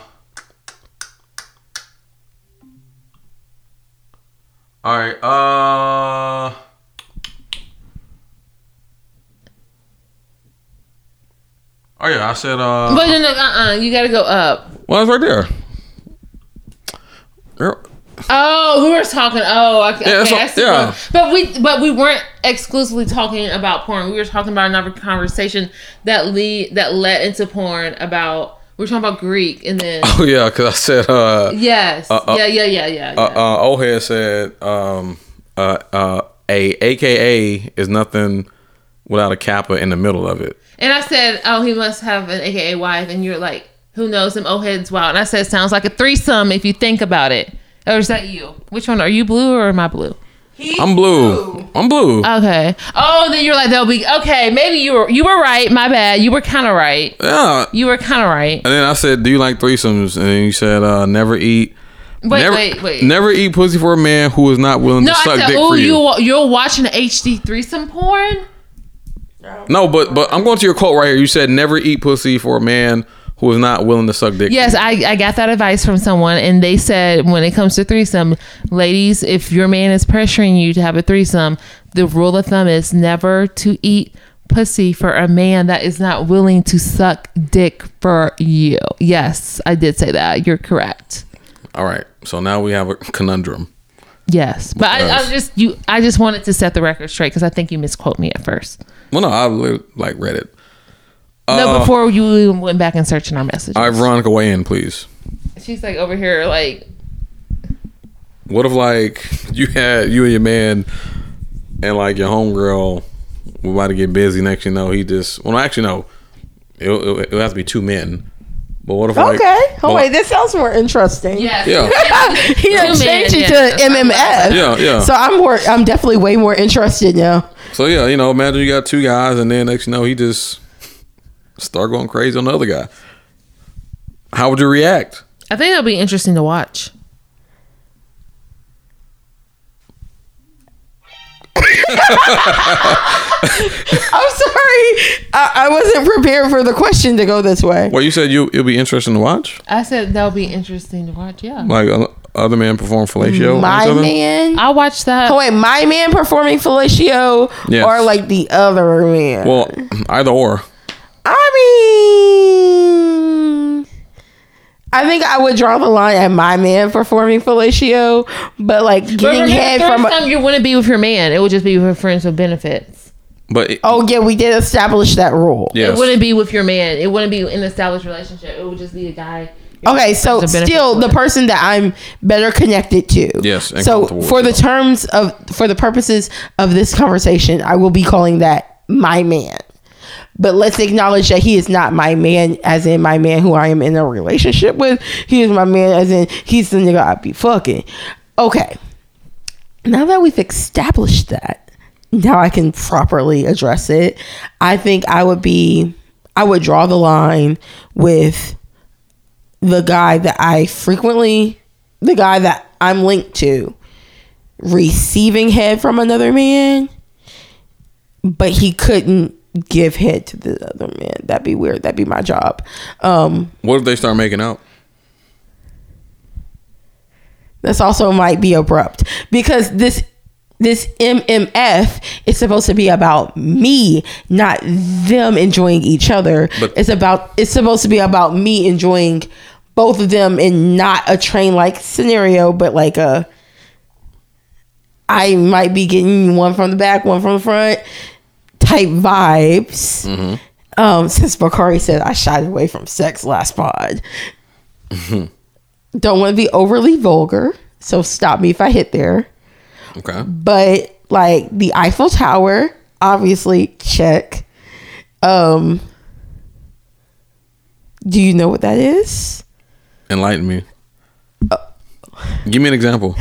All right. Uh. Oh yeah, I said. Uh,
But no, no, uh, uh you got to go up.
well, it's right there. Girl, [LAUGHS]
Oh, we were talking. Oh, I, okay,
Yeah, that's
I
what-
see
yeah.
porn. But we, but we weren't exclusively talking about porn. We were talking about another conversation that lead that led into porn about. We were talking about Greek, and
[LAUGHS]
then
Oh yeah, because I said. Uh,
yes, yeah, yeah, yeah, yeah. yeah.
uh, uh, old head said um, uh, uh, a AKA is nothing without a kappa in the middle of it.
and I said, oh, he must have an AKA wife, and you're like, who knows? Him old head's wild. And I said, sounds like a threesome if you think about it. Or is that you? Which one are you blue or am I blue?
I'm blue. I'm blue.
Okay. Oh, then you're like, they'll be okay. Maybe you were you were right. My bad. You were kind of right.
yeah.
You were kind of right.
And then I said, "Do you like threesomes?" And then you said, uh, "Never eat,
Wait,
never,
wait, wait.
never eat pussy for a man who is not willing
no,
to
I
suck
said,
dick
oh,
for you."
you you're watching HD threesome porn.
No, but but I'm going to your quote right here. You said, "Never eat pussy for a man who is not willing to suck dick."
Yes, I, I got that advice from someone, and they said when it comes to threesome, ladies, if your man is pressuring you to have a threesome, the rule of thumb is never to eat pussy for a man that is not willing to suck dick for you. Yes, I did say that. You're correct.
All right. So now we have a conundrum.
Yes, but I,
Because-
I just you. I just wanted to set the record straight because I think you misquote me at first.
Well, no, I li- like read it.
no, before you even went back and searched in our messages,
All right, Veronica, weigh in, please.
she's like over here, like
What if like [LAUGHS] you had you and your man and like your homegirl were about to get busy next you know he just well actually no it'll, it'll, it'll have to be two men but what if like
Okay. Oh
well,
wait, this sounds more interesting.
yes, [LAUGHS]
Yeah.
[LAUGHS] he done
Two men,
changed it
yeah.
to MMF.
Yeah, yeah.
So I'm more. I'm definitely way more interested now.
so yeah you know imagine you got two guys and then next you know he just start going crazy on the other guy how would you react
I think it'll be interesting to watch.
I'm sorry. I, I wasn't prepared for the question to go this way.
well you said you it'll be interesting to watch
I said that'll be interesting to watch. Yeah,
like uh, other man perform fellatio on each
My
other?
man.
I watched that.
Oh wait, my man performing fellatio
Yes.
or like the other man?
well either or
I mean, I think I would draw the line at my man performing fellatio, but like
But
getting
remember,
head
first
from. A,
time you wouldn't be with your man; it would just be with friends with benefits.
but it,
oh yeah, we did establish that rule.
yes.
It wouldn't be with your man. It wouldn't be an established relationship. It would just be a guy.
Okay, so
The benefits
still
of
the
it.
person that I'm better connected to.
Yes, and
So
comfortable
for the
with.
terms of for the purposes of this conversation, I will be calling that my man. But let's acknowledge that he is not my man, as in my man who I am in a relationship with. He is my man, as in he's the nigga I be fucking. Okay. Now that we've established that, now I can properly address it. I think I would be, I would draw the line with the guy that I frequently, the guy that I'm linked to, receiving head from another man, but he couldn't give head to the other man. That'd be weird. That'd be my job. Um,
what if they start making out
this also might be abrupt because this this MMF is supposed to be about me, not them enjoying each other.
But-
it's about it's supposed to be about me enjoying both of them in not a train like scenario, but like a I might be getting one from the back, one from the front type vibes. Um, since Bakari said I shied away from sex last pod. Don't want to be overly vulgar, so stop me if I hit there.
Okay.
But like the Eiffel Tower, obviously check. Um Do you know what that is?
Enlighten me. Give me an example.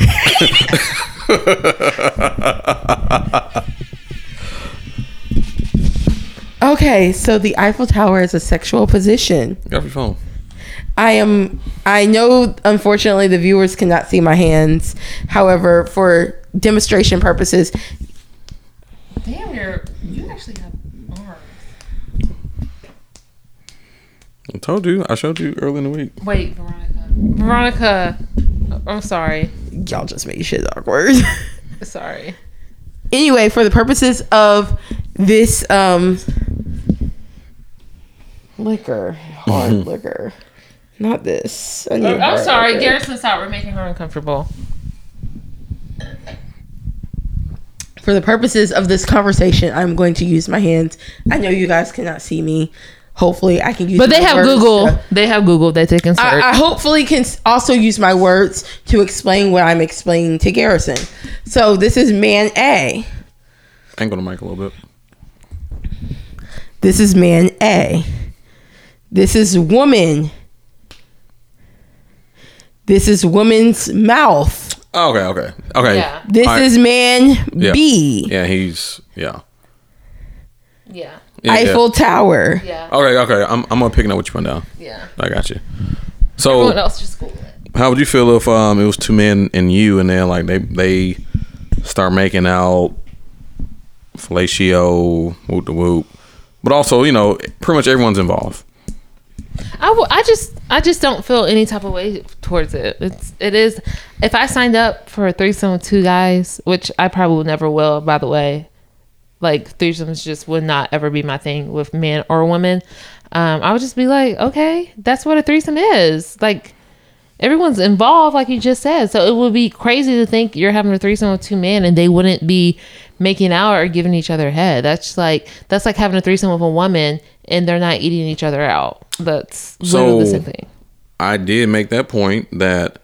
Okay, so the Eiffel Tower is a sexual position.
Get off your phone.
I am. I know. Unfortunately, the viewers cannot see my hands. However, for demonstration purposes,
Damn, you're you actually have arms.
I told you. I showed you early in the week.
Wait, Veronica. Veronica, I'm sorry.
y'all just made shit awkward. [LAUGHS]
Sorry.
anyway, for the purposes of this um liquor, hard liquor, not this. I need
Oh, I'm
hard
sorry.
liquor.
Garrison, stop. We're making her uncomfortable.
For the purposes of this conversation, I'm going to use my hands. I know you guys cannot see me. Hopefully, I can use.
But they
my
have
words
Google.
to-
They have Google that they can search.
I, I hopefully can s- also use my words to explain what I'm explaining to Garrison. So this is man A.
Angle the mic a little bit.
This is man A. This is woman. This is woman's mouth.
Oh, okay, okay, okay.
Yeah.
This
All right.
is man
Yeah.
B.
Yeah, he's yeah.
yeah.
yeah
Eiffel Tower.
Yeah.
Yeah. Okay, okay. I'm I'm gonna picking up what you put down.
Yeah.
I got you. So,
Everyone else just Google it.
how would you feel if um it was two men and you, and then like they they start making out, fellatio, whoop the whoop, but also you know pretty much everyone's involved.
I, w- I just I just don't feel any type of way towards it. It's it is if I signed up for a threesome with two guys, which I probably never will. By the way, like threesomes just would not ever be my thing with men or women. Um, I would just be like, okay, that's what a threesome is. Like everyone's involved, like you just said. So it would be crazy to think you're having a threesome with two men and they wouldn't be making out or giving each other head. That's like that's like having a threesome with a woman and they're not eating each other out. That's literally the
So-
same thing.
I did make that point that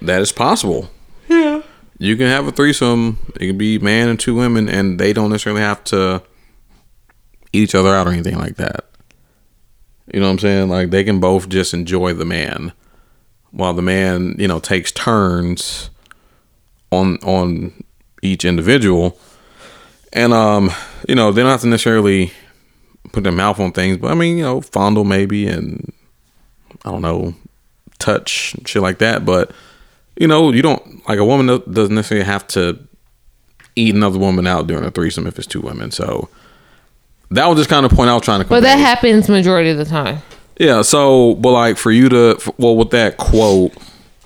that is possible. Yeah. You can have a threesome. It can be man and two women, and they don't necessarily have to eat each other out or anything like that. You know what I'm saying? Like they can both just enjoy the man, while the man, you know, takes turns on on each individual, and um, you know, they don't have to necessarily put their mouth on things, but I mean, you know, fondle maybe and I don't know, touch, shit like that. But, you know, you don't, like, a woman do- doesn't necessarily have to eat another woman out during a threesome if it's two women. So that was just kind of the point I was trying to
But that
convey.
happens majority of the time.
Yeah. So, but, like, for you to, f- well, with that quote,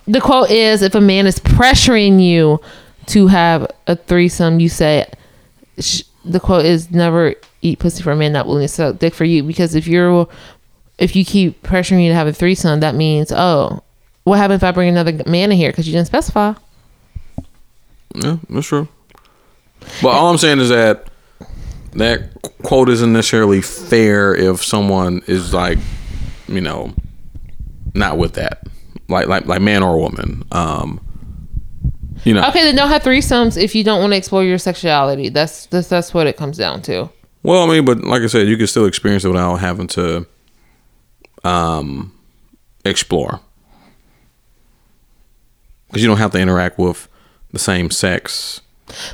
The quote is if a man is pressuring you to have a threesome, you say sh- the quote is never eat pussy for a man not willing to suck dick for you because if you're if you keep pressuring me to have a threesome, that means oh, what happens if I bring another man in here because you didn't specify?
yeah, that's true. But all I'm saying is that that quote isn't necessarily fair if someone is, like, you know, not with that. Like, like, like man or woman. Um, you know.
Okay, then don't have threesomes if you don't want to explore your sexuality. That's that's that's what it comes down to.
Well, I mean, but like I said, you can still experience it without having to um explore. Cuz you don't have to interact with the same sex.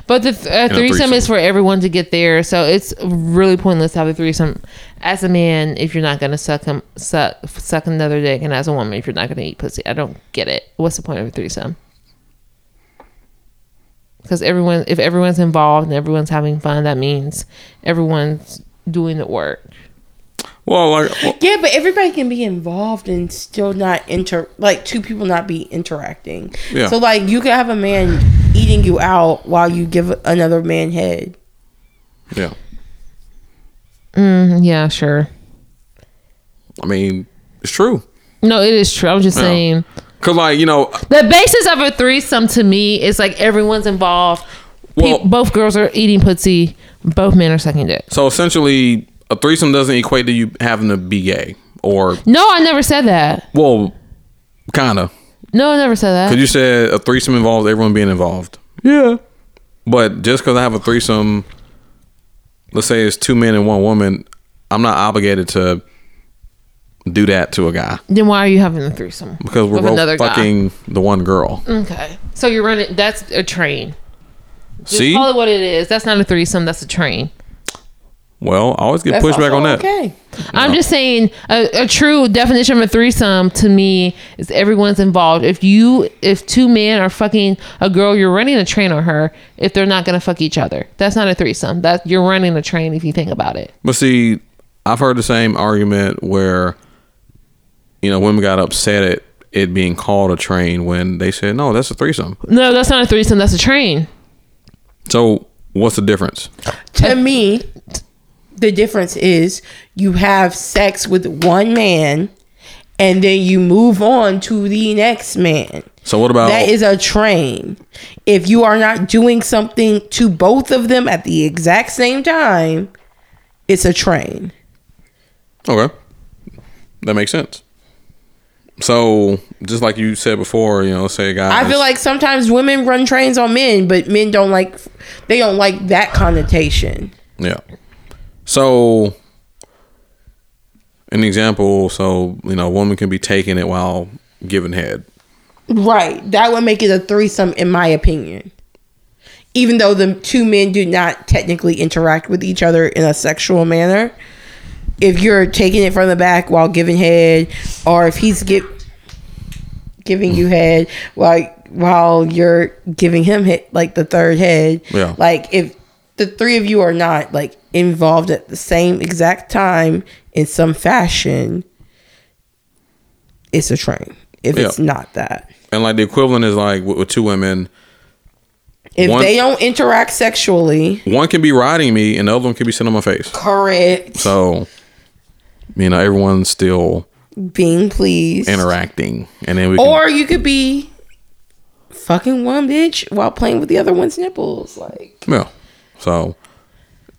But the th- uh, threesome,
threesome.
is for everyone to get there, so it's really pointless to have a threesome as a man if you're not gonna suck him, suck suck another dick, and as a woman if you're not gonna eat pussy. I don't get it. What's the point of a threesome? Because everyone, if everyone's involved and everyone's having fun, that means everyone's doing the work.
Well, like well,
Yeah, but everybody can be involved and still not inter like two people not be interacting.
Yeah.
So like you could have a man eating you out while you give another man head.
yeah.
Mm, Yeah, sure.
I mean, it's true.
No, it is true. I'm just saying.
Cuz like, you know,
The basis of a threesome to me is like everyone's involved.
Well-
peop both girls are eating pussy. Both men are sucking dick.
So essentially, a threesome doesn't equate to you having to be gay or
No, I never said that.
well, kind of.
No, I never said that.
Because you said a threesome involves everyone being involved. Yeah. But just because I have a threesome, let's say it's two men and one woman, I'm not obligated to do that to a guy
then why are you having a threesome?
because we're
With
both fucking the one girl.
guy. Okay, so you're running. That's a train. Just
See?
call it what it is. That's not a threesome. That's a train.
Well, I always get pushback on that.
Okay.
I'm just saying a, a true definition of a threesome to me is everyone's involved. If you if two men are fucking a girl, you're running a train on her. If they're not gonna fuck each other, that's not a threesome. That you're running a train if you think about it.
But see, I've heard the same argument where, you know, women got upset at it being called a train when they said, no, that's a threesome.
No, that's not a threesome. That's a train.
So what's the difference?
To me, the difference is you have sex with one man and then you move on to the next man.
So what about
That is a train. If you are not doing something to both of them at the exact same time, it's a train.
Okay. That makes sense. So, just like you said before, you know, say a guy.
I feel like sometimes women run trains on men, but men don't like they don't like that connotation.
Yeah. So, an example, so, you know, a woman can be taking it while giving head.
Right. That would make it a threesome in my opinion. Even though the two men do not technically interact with each other in a sexual manner, if you're taking it from the back while giving head or if he's give, giving you head while while you're giving him hit like the third head,
Yeah.
like if the three of you are not like involved at the same exact time in some fashion, it's a train. If it's
Yeah.
not that.
And, like, the equivalent is like with, with two women,
If
One-
they don't interact sexually,
one can be riding me and the other one can be sitting on my face.
correct,
So, you know, everyone's still
being pleased,
interacting. And then we can.
or you could be fucking one bitch while playing with the other one's nipples. Like
yeah. So,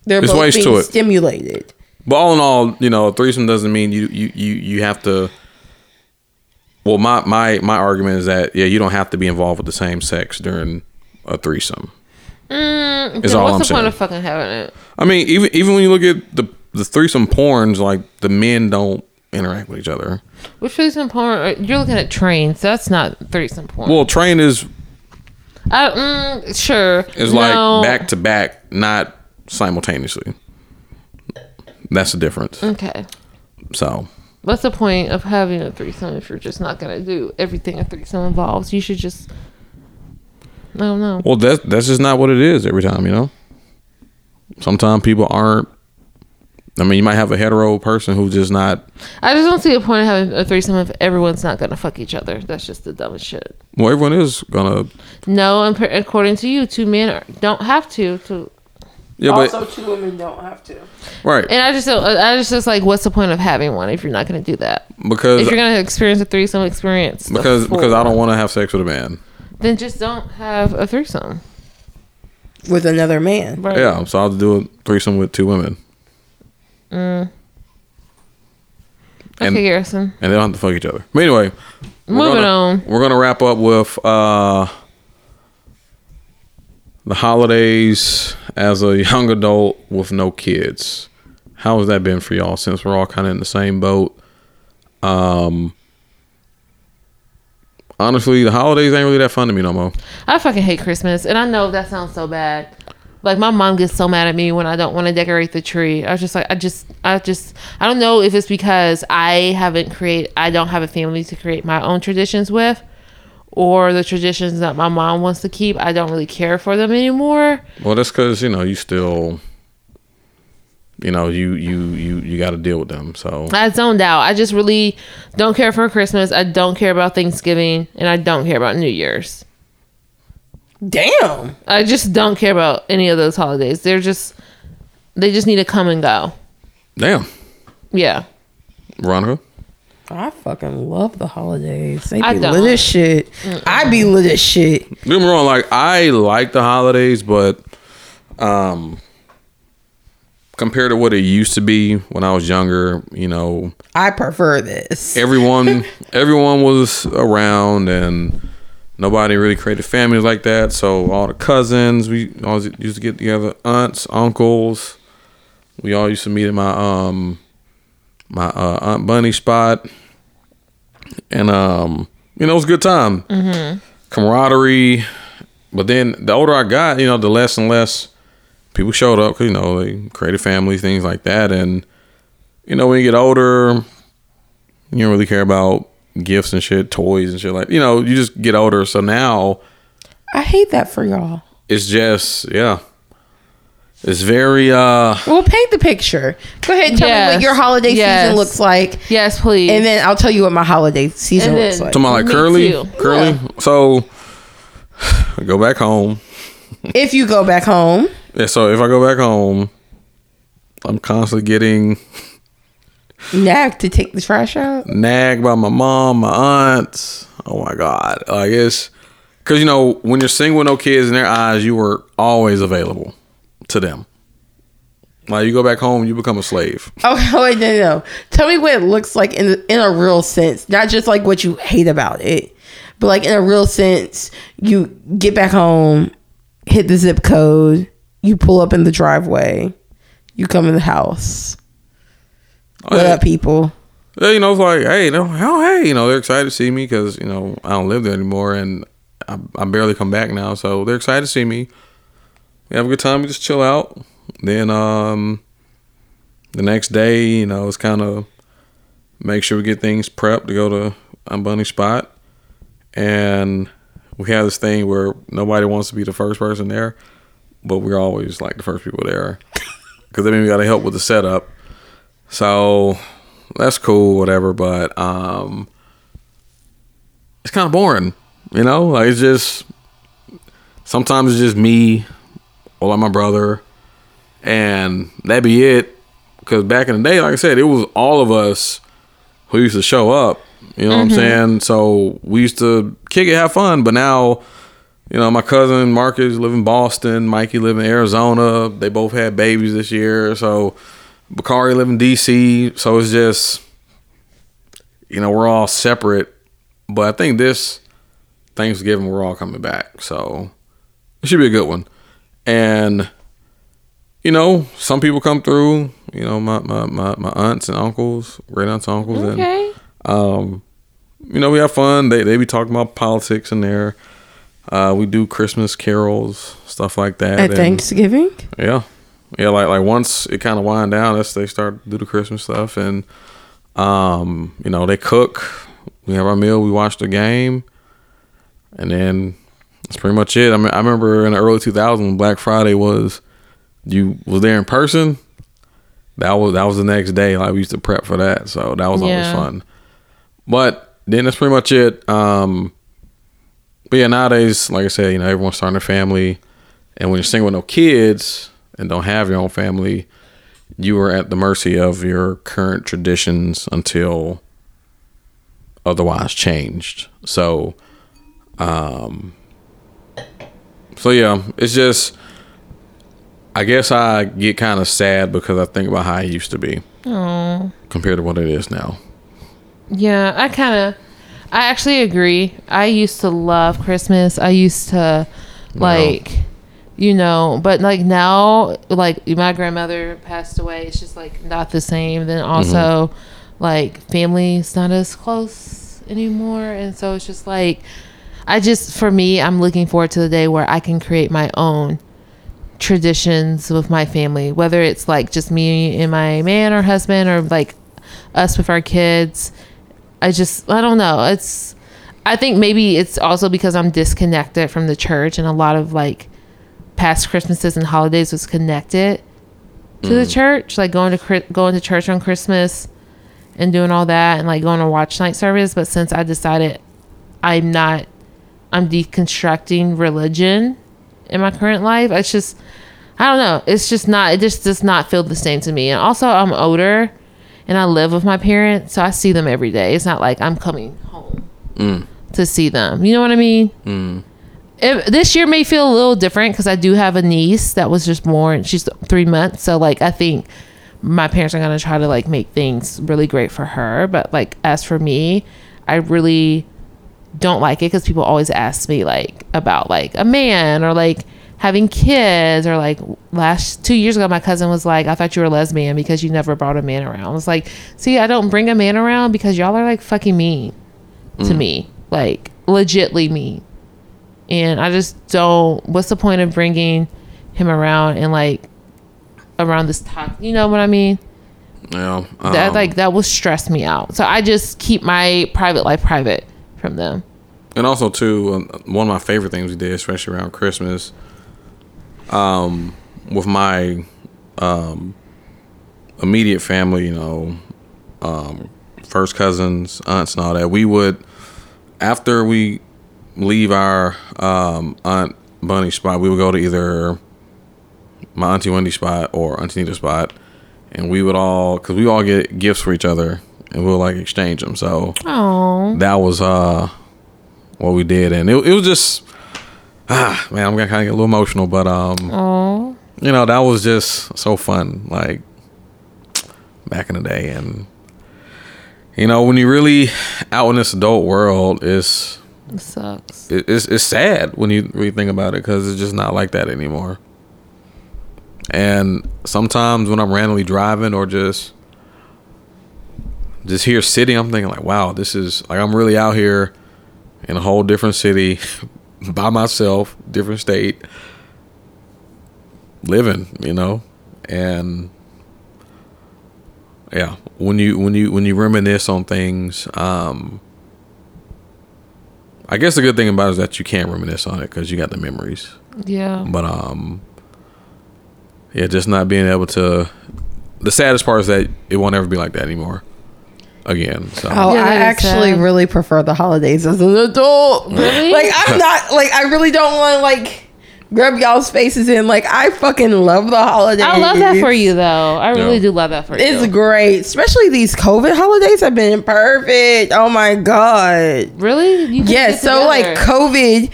they're
There's
both
ways
being
to it.
stimulated.
But all in all, you know, a threesome doesn't mean you you you you have to. Well, my my my argument is that yeah, you don't have to be involved with the same sex during a threesome.
Mm,
Is
then
all
what's
I'm
the
saying.
point of fucking having it?
I mean, even even when you look at the the threesome porns, like the men don't interact with each other.
Which threesome porn? uh, You're looking at trains. That's not threesome porn.
Well, train is
I, mm, sure.
is
No.
like back to back, not simultaneously. That's the difference.
Okay.
So
What's the point of having a threesome if you're just not gonna do everything a threesome involves? You should just. I don't know.
Well, that's that's just not what it is every time, you know. Sometimes people aren't. I mean, you might have a hetero person who's just not.
I just don't see a point of having a threesome if everyone's not gonna fuck each other. That's just the dumbest shit.
Well, everyone is gonna.
No, and per- according to you, two men are, don't have to. To
Yeah, but
two women don't have to.
right
and I just don't. I just just like, what's the point of having one if you're not gonna do that?
because
If you're gonna experience a threesome, experience the
because
full
because I don't
one.
want to have sex with a man.
Then just don't have a threesome.
With another man,
Right.
Yeah, so I'll do a threesome with two women,
Okay,
and-
Garrison.
and they don't have to fuck each other. But anyway, we're
Moving
gonna-
on.
We're gonna wrap up with uh the holidays as a young adult with no kids. How has that been for y'all since we're all kind of in the same boat? Um, honestly, the holidays ain't really that fun to me no more.
I fucking hate Christmas, and I know that sounds so bad. Like my mom gets so mad at me when I don't want to decorate the tree. I was just like, I just, I just, I don't know if it's because I haven't create, I don't have a family to create my own traditions with, or the traditions that my mom wants to keep. I don't really care for them anymore.
Well, that's because you know you still, you know you you you you got to deal with them. So
I zoned out. I just really don't care for Christmas. I don't care about Thanksgiving, and I don't care about New Year's.
damn.
I just don't care about any of those holidays. They're just, they just need to come and go.
damn,
Yeah.
Veronica.
I fucking love the holidays. They be
I don't.
lit as shit. I be lit as shit.
Don't get me wrong, like I like the holidays, but um, compared to what it used to be when I was younger, you know,
I prefer
[LAUGHS]
this.
everyone everyone was around and nobody really created families like that. So all the cousins, we always used to get together, aunts, uncles. We all used to meet at my um my uh, aunt Bunny spot, and um you know it was a good time, mm-hmm. camaraderie. But then the older I got, you know, the less and less people showed up. 'cause, you know, they created families, things like that, and you know when you get older, you don't really care about gifts and shit, toys and shit like you know, you just get older. So now
I hate that for y'all.
it's just yeah. It's very uh
Well, paint the picture. Go ahead and tell me
Yes.
what your holiday
Yes.
season looks like.
Yes, please.
And then I'll tell you what my holiday season
And
looks
then-
like.
talking about like
Me
curly
too.
curly. So [SIGHS] I go back home.
If you go back home,
Yeah, so if I go back home, I'm constantly getting
nag to take the trash out.
nagged by my mom, my aunts. Oh my god. Like it's cause you know, when you're single with no kids in their eyes, you were always available to them. Like you go back home, you become a slave.
Okay, [LAUGHS] wait, no, no, no. Tell me what it looks like in in a real sense, not just like what you hate about it, but like in a real sense, you get back home, hit the zip code, you pull up in the driveway, you come in the house. What
yeah.
up, people?
Yeah, you know, it's like, hey, no, oh, hey, you know, they're excited to see me because you know I don't live there anymore, and I, I barely come back now, so they're excited to see me. We have a good time. We just chill out. Then, um, the next day, you know, it's kind of make sure we get things prepped to go to a bunny spot, and we have this thing where nobody wants to be the first person there, but we're always like the first people there because then we got to help with the setup. So that's cool, whatever. But um, it's kind of boring, you know. Like it's just sometimes it's just me or like my brother, and that be it. Because back in the day, like I said, it was all of us who used to show up. You know what I'm saying? So we used to kick it, have fun. But now, you know, my cousin Marcus live in Boston, Mikey live in Arizona. They both had babies this year, so. Bakari live in DC, so it's just you know we're all separate. But I think this Thanksgiving we're all coming back, so it should be a good one. And you know, some people come through. You know, my my my, my aunts and uncles, great aunts and uncles, and
okay.
Um, you know, we have fun. They they be talking about politics in there. Uh, we do Christmas carols, stuff like that.
At
and-
Thanksgiving?
yeah, yeah. Like like once it kind of wind down, that's they start to do the Christmas stuff, and um, you know they cook. We have our meal. We watch the game, and then that's pretty much it. I mean, I remember in the early 2000s, when Black Friday was you was there in person. That was that was the next day. Like we used to prep for that, so that was always
Yeah.
fun. But then that's pretty much it. Um, but yeah, nowadays, like I said, you know, everyone's starting a family, and when you're single with no kids and don't have your own family, you are at the mercy of your current traditions until otherwise changed. So, um, so yeah, it's just. I guess I get kind of sad because I think about how it used to be compared to what it is now.
Yeah, I kind of, I actually agree. I used to love Christmas. I used to, like, you know, but like now, like my grandmother passed away. It's just like not the same. Then also, like family's not as close anymore, and so it's just like, I just for me, I'm looking forward to the day where I can create my own traditions with my family, whether it's like just me and my man or husband or like us with our kids. I just I don't know. It's I think maybe it's also because I'm disconnected from the church and a lot of like past Christmases and holidays was connected to the church, like going to Chri- going to church on Christmas and doing all that and like going to watch night service, but since I decided I'm not I'm deconstructing religion in my current life, it's just I don't know. It's just not it just does not feel the same to me. And also I'm older and I live with my parents, so I see them every day. It's not like I'm coming home to see them. You know what I mean? it, this year may feel a little different because I do have a niece that was just born. She's three months, so like I think my parents are gonna try to like make things really great for her. But like as for me, I really don't like it because people always ask me like about like a man or like having kids or like last two years ago my cousin was like i thought you were a lesbian because you never brought a man around it's like see i don't bring a man around because y'all are like fucking mean to me like legitly mean and i just don't what's the point of bringing him around and like around this talk you know what i mean
Yeah.
that
um,
like that will stress me out so i just keep my private life private from them
and also too, um, one of my favorite things we did, especially around Christmas, um, with my um, immediate family, you know, um, first cousins, aunts, and all that, we would after we leave our um, aunt Bunny spot, we would go to either my auntie Wendy spot or auntie Nita spot, and we would all because we all get gifts for each other, and we'll like exchange them. So
oh
that was uh what we did and it, it was just ah man i'm gonna kind of get a little emotional but um
oh
you know that was just so fun like back in the day and you know when you really out in this adult world it's
it sucks
it, it's, it's sad when you really think about it because it's just not like that anymore and sometimes when i'm randomly driving or just just here sitting i'm thinking like wow this is like i'm really out here in a whole different city [LAUGHS] by myself different state living you know and yeah when you when you when you reminisce on things um i guess the good thing about it is that you can't reminisce on it because you got the memories
yeah
but um yeah just not being able to the saddest part is that it won't ever be like that anymore again so
Oh,
Yeah,
I
that is
actually
sad.
really prefer the holidays as an adult.
Really?
Like I'm not like I really don't want to like grab y'all's faces in. Like I fucking love the holidays.
I love that for you, though. I really
Yeah.
do love that for you.
It's great, especially these COVID holidays have been perfect. Oh my god.
really, [LAUGHS] you can
Yeah,
get
so like
together.
COVID.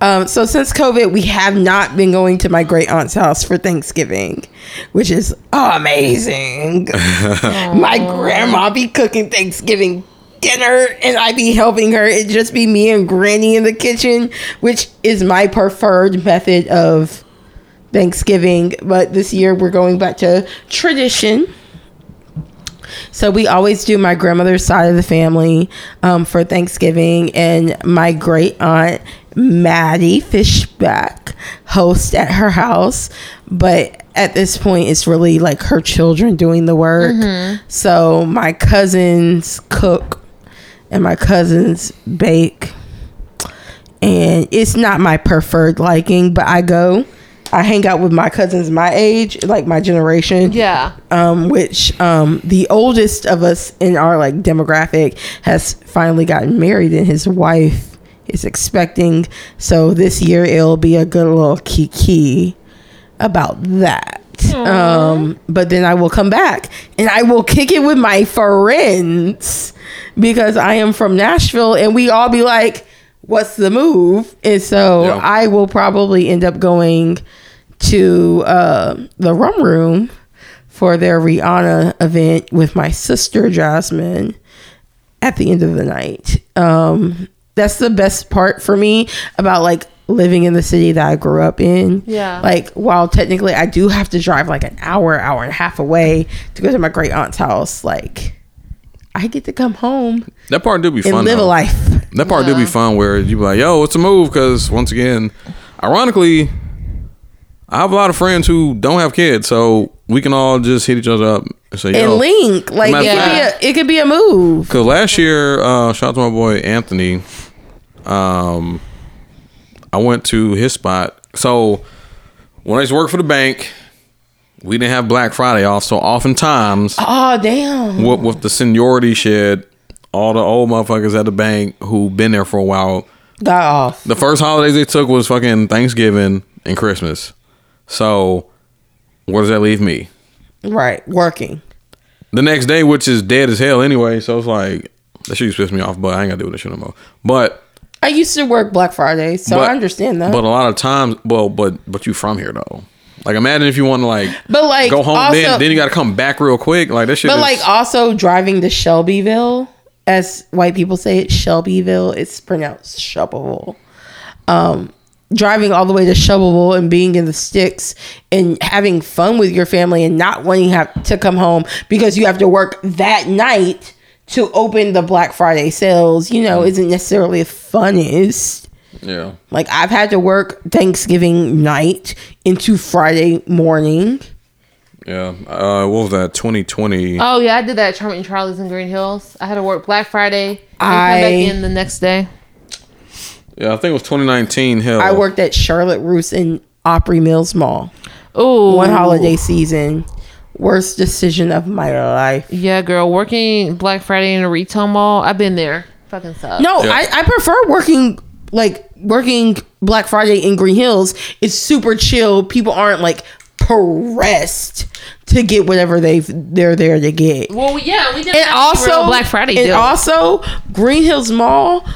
Um, so since COVID, we have not been going to my great aunt's house for Thanksgiving, which is amazing. my grandma be cooking Thanksgiving dinner, and I be helping her. It just be me and Granny in the kitchen, which is my preferred method of Thanksgiving. But this year, we're going back to tradition. So we always do my grandmother's side of the family um, for Thanksgiving, and my great aunt Maddie Fishback hosts at her house. But at this point, it's really like her children doing the work. So my cousins cook, and my cousins bake, and it's not my preferred liking, but I go. I hang out with my cousins my age, like my generation
yeah,
um, which um, the oldest of us in our like demographic has finally gotten married and his wife is expecting so this year it'll be a good little kiki about that um, but then i will come back and i will kick it with my friends because i am from nashville and we all be like what's the move and so
Yeah.
i will probably end up going to uh, the rum room for their Rihanna event with my sister Jasmine at the end of the night. Um, that's the best part for me about like living in the city that I grew up in.
Yeah.
Like while technically I do have to drive like an hour, hour and a half away to go to my great aunt's house, like I get to come home
that part do be
and
fun
live
though.
a life.
That part do be fun where you be like, yo, what's a move? Because once again, ironically, I have a lot of friends who don't have kids, so we can all just hit each other up and say,
And
yo.
link. Like
matter
it
of
could be a
fact-
it could be a move.
Because last year, uh, shout out to my boy Anthony. Um, I went to his spot. So when I used to work for the bank, we didn't have Black Friday off, so oftentimes
Oh damn.
with, with the seniority shit, all the old motherfuckers at the bank who been there for a while
Got off.
the first holidays they took was fucking Thanksgiving and Christmas. So where does that leave me?
Right. Working.
The next day, which is dead as hell anyway, so it's like that shit used to piss me off, but I ain't gotta do this shit no more. But
I used to work Black Friday, so I understand that.
But a lot of times, well, but but you from here though. Like imagine if you want to like,
But, like,
go home,
also-
then then you got to come back real quick. Like that shit.
But
is-
like also driving to Shelbyville, as white people say it, Shelbyville, it's pronounced Shelbyville. Um, driving all the way to Shelbyville and being in the sticks and having fun with your family and not wanting have to come home because you have to work that night to open the Black Friday sales, you know, isn't necessarily the funnest.
yeah,
Like I've had to work Thanksgiving night into Friday morning.
yeah. Uh, what was that? Twenty twenty.
Uh,
Oh yeah, I did that at Charming Charlie's in Green Hills. I had to work Black Friday. and
I-
come back in the next day.
Yeah, I think it was twenty nineteen. Hell,
I worked at Charlotte Roos in Opry Mills Mall
Ooh,
one holiday season. Worst decision of my life.
Yeah, girl, working Black Friday in a retail mall. I've been there. Fucking sucks.
No,
Yeah.
I, I prefer working like working Black Friday in Green Hills. It's super chill. People aren't like pressed to get whatever they they're there to get.
Well, we- yeah, we did.
And also
Black Friday.
And
deal.
also Green Hills Mall,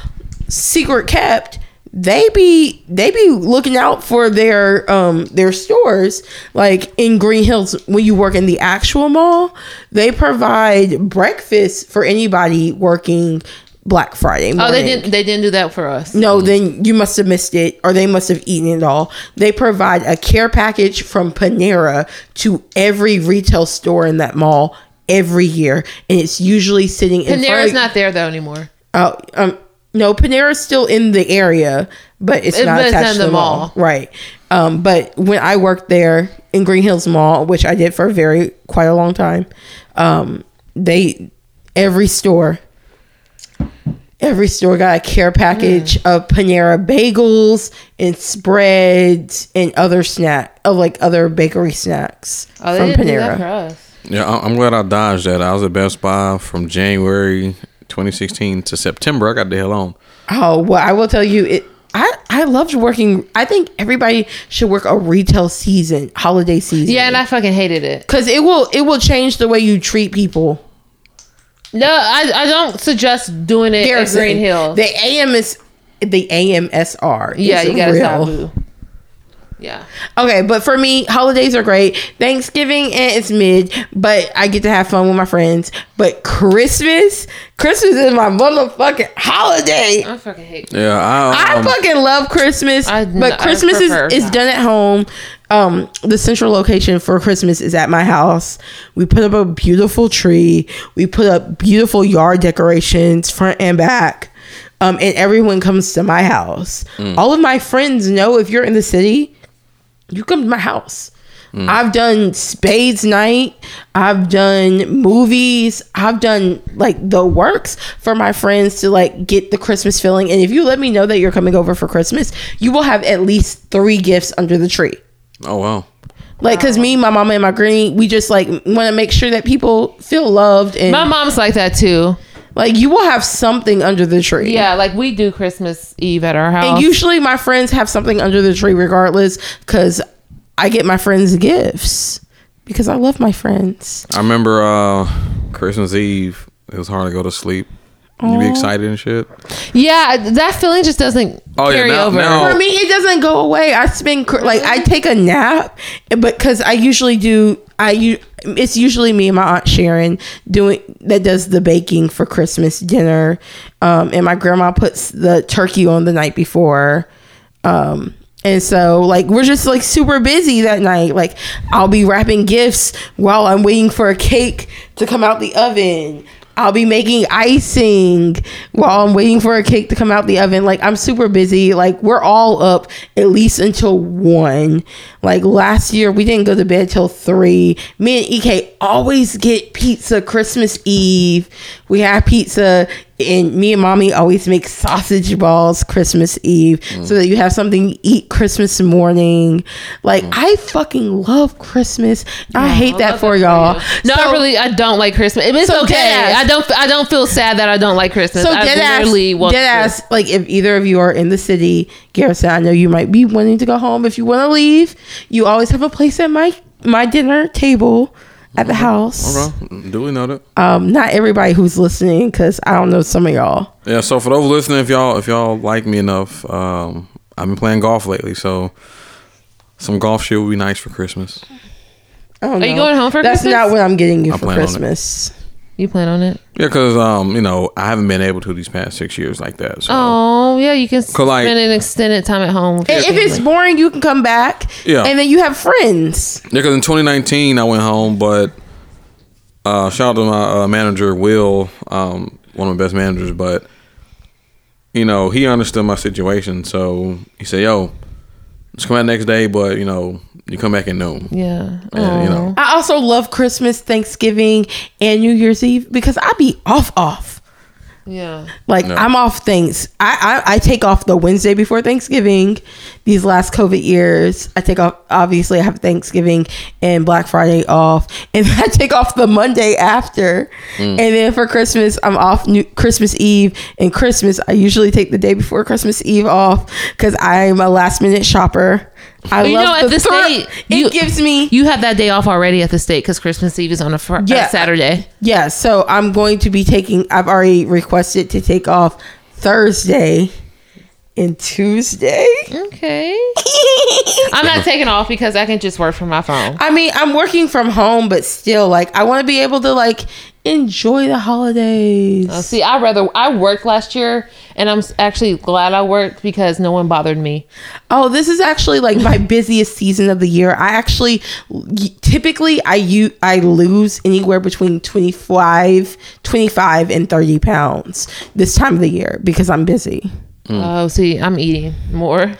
secret kept. They be they be looking out for their um their stores like in Green Hills when you work in the actual mall. They provide breakfast for anybody working Black Friday. Morning.
oh, they didn't. They didn't do that for us.
No, then you must have missed it, or they must have eaten it all. They provide a care package from Panera to every retail store in that mall every year, and it's usually sitting in front
Panera's
of-
not there though anymore.
Oh, um, no, Panera's still in the area, but it's
It-
not
but it's
attached
not in
to the,
the
mall.
mall.
right? Um, but when I worked there in Green Hills Mall, which I did for a very quite a long time, um, they every store, every store got a care package
Mm.
of Panera bagels and spreads and other snack of like other bakery snacks
Oh, they
from
didn't do that for
Panera.
us.
Yeah, I- I'm glad I dodged that. I was at Best Buy from January 2016 to September. I got the hell on.
Oh well, I will tell you it. I I loved working. I think everybody should work a retail season, holiday season.
Yeah, and I fucking hated it.
because it will it will change the way you treat people.
No, I, I don't suggest doing it at
Garrison,
Green Hills.
The AM is the AMSR. is
yeah, you gotta stop.
real.
Boo. Yeah.
Okay, but for me, holidays are great. Thanksgiving and it's mid, but I get to have fun with my friends. But Christmas, Christmas is my motherfucking holiday.
I fucking hate.
Yeah, I,
I
um,
fucking love Christmas,
I- I
but Christmas is,
prefer
is
not.
done at home. Um, the central location for Christmas is at my house. We put up a beautiful tree. We put up beautiful yard decorations, front and back. Um, and everyone comes to my house. All of my friends know if you're in the city, you come to my house. I've done spades night. I've done movies. I've done like the works for my friends to like get the Christmas feeling. And if you let me know that you're coming over for Christmas, you will have at least three gifts under the tree.
oh wow.
Like, cause me, my mama, and my granny, we just like want to make sure that people feel loved and
My mom's like that too.
like you will have something under the tree.
Yeah, like we do Christmas Eve at our house.
And usually my friends have something under the tree regardless, cause I get my friends gifts because I love my friends.
I remember uh, Christmas Eve. It was hard to go to sleep. You be excited and shit.
yeah, that feeling just doesn't
Oh, yeah,
carry
now-
over.
now-
For me, it doesn't go away. I spend cr- like I take a nap, but because I usually do, I u- it's usually me and my aunt Sharon doing that does the baking for Christmas dinner, um, and my grandma puts the turkey on the night before. Um, and so like we're just like super busy that night. Like I'll be wrapping gifts while I'm waiting for a cake to come out the oven. I'll be making icing while I'm waiting for a cake to come out the oven. Like I'm super busy. Like we're all up at least until one. Like last year we didn't go to bed till three. Me and EK always get pizza Christmas Eve. We have pizza and me and mommy always make sausage balls Christmas Eve so that you have something to eat Christmas morning. Like I fucking love Christmas. I hate that for y'all.
No,
So-
I really I don't like Christmas. It's
So
okay.
deadass.
I don't I don't feel sad that I don't like Christmas.
So
I
dead ass,
literally want
dead
to-
ass. Like if either of you are in the city, Garrison, I know you might be wanting to go home. If you want to leave, you always have a place at my my dinner table. at the house.
Okay. Duly noted.
Um, not everybody who's listening, because I don't know some of y'all.
Yeah, so for those listening, if y'all if y'all like me enough, um, I've been playing golf lately, so some golf shit would be nice for Christmas.
I don't
Are you
know.
going home for
That's
Christmas?
not what I'm getting you
I'm
for
planning on it.
Christmas.
You plan on it?
Yeah, because um, you know, I haven't been able to these past six years like that. So
Oh, yeah. You can spend
like-
an extended time at home. with your
And If it's
family.
boring, you can come back.
Yeah.
And then you have friends.
Yeah, because in 2019 I went home, but uh, shout out to my uh, manager Will, um, one of my best managers. But you know, he understood my situation, so he said, "Yo, just come out next day, but you know, you come back at noon."
yeah. Oh.
Yeah, you know.
Aw.
I also love Christmas, Thanksgiving, and New Year's Eve because I be off off.
Yeah.
Like
No.
I'm off things. I, I I take off the Wednesday before Thanksgiving. These last COVID years, I take off. Obviously, I have Thanksgiving and Black Friday off, [LAUGHS] and I take off the Monday after. And then for Christmas, I'm off New, Christmas Eve and Christmas. I usually take the day before Christmas Eve off because I'm a last minute shopper. I
You
love
know, at
the
this
thrill.
state,
It
you-
gives me
You have that day off already at the state because Christmas Eve is on a fr-
Yeah.
yeah. Saturday.
Yeah, so I'm going to be taking. I've already requested to take off Thursday and Tuesday.
Okay. I'm not taking off because I can just work from my phone.
[LAUGHS] I mean, I'm working from home, but still, like, I want to be able to like enjoy the holidays.
Uh, See, I rather I worked last year, and I'm s- actually glad I worked because no one bothered me.
Oh, this is actually like my busiest season of the year. I actually typically I u- I lose anywhere between 25, 25 and 30 pounds this time of the year because I'm busy.
Hmm.
Oh, see, I'm eating more.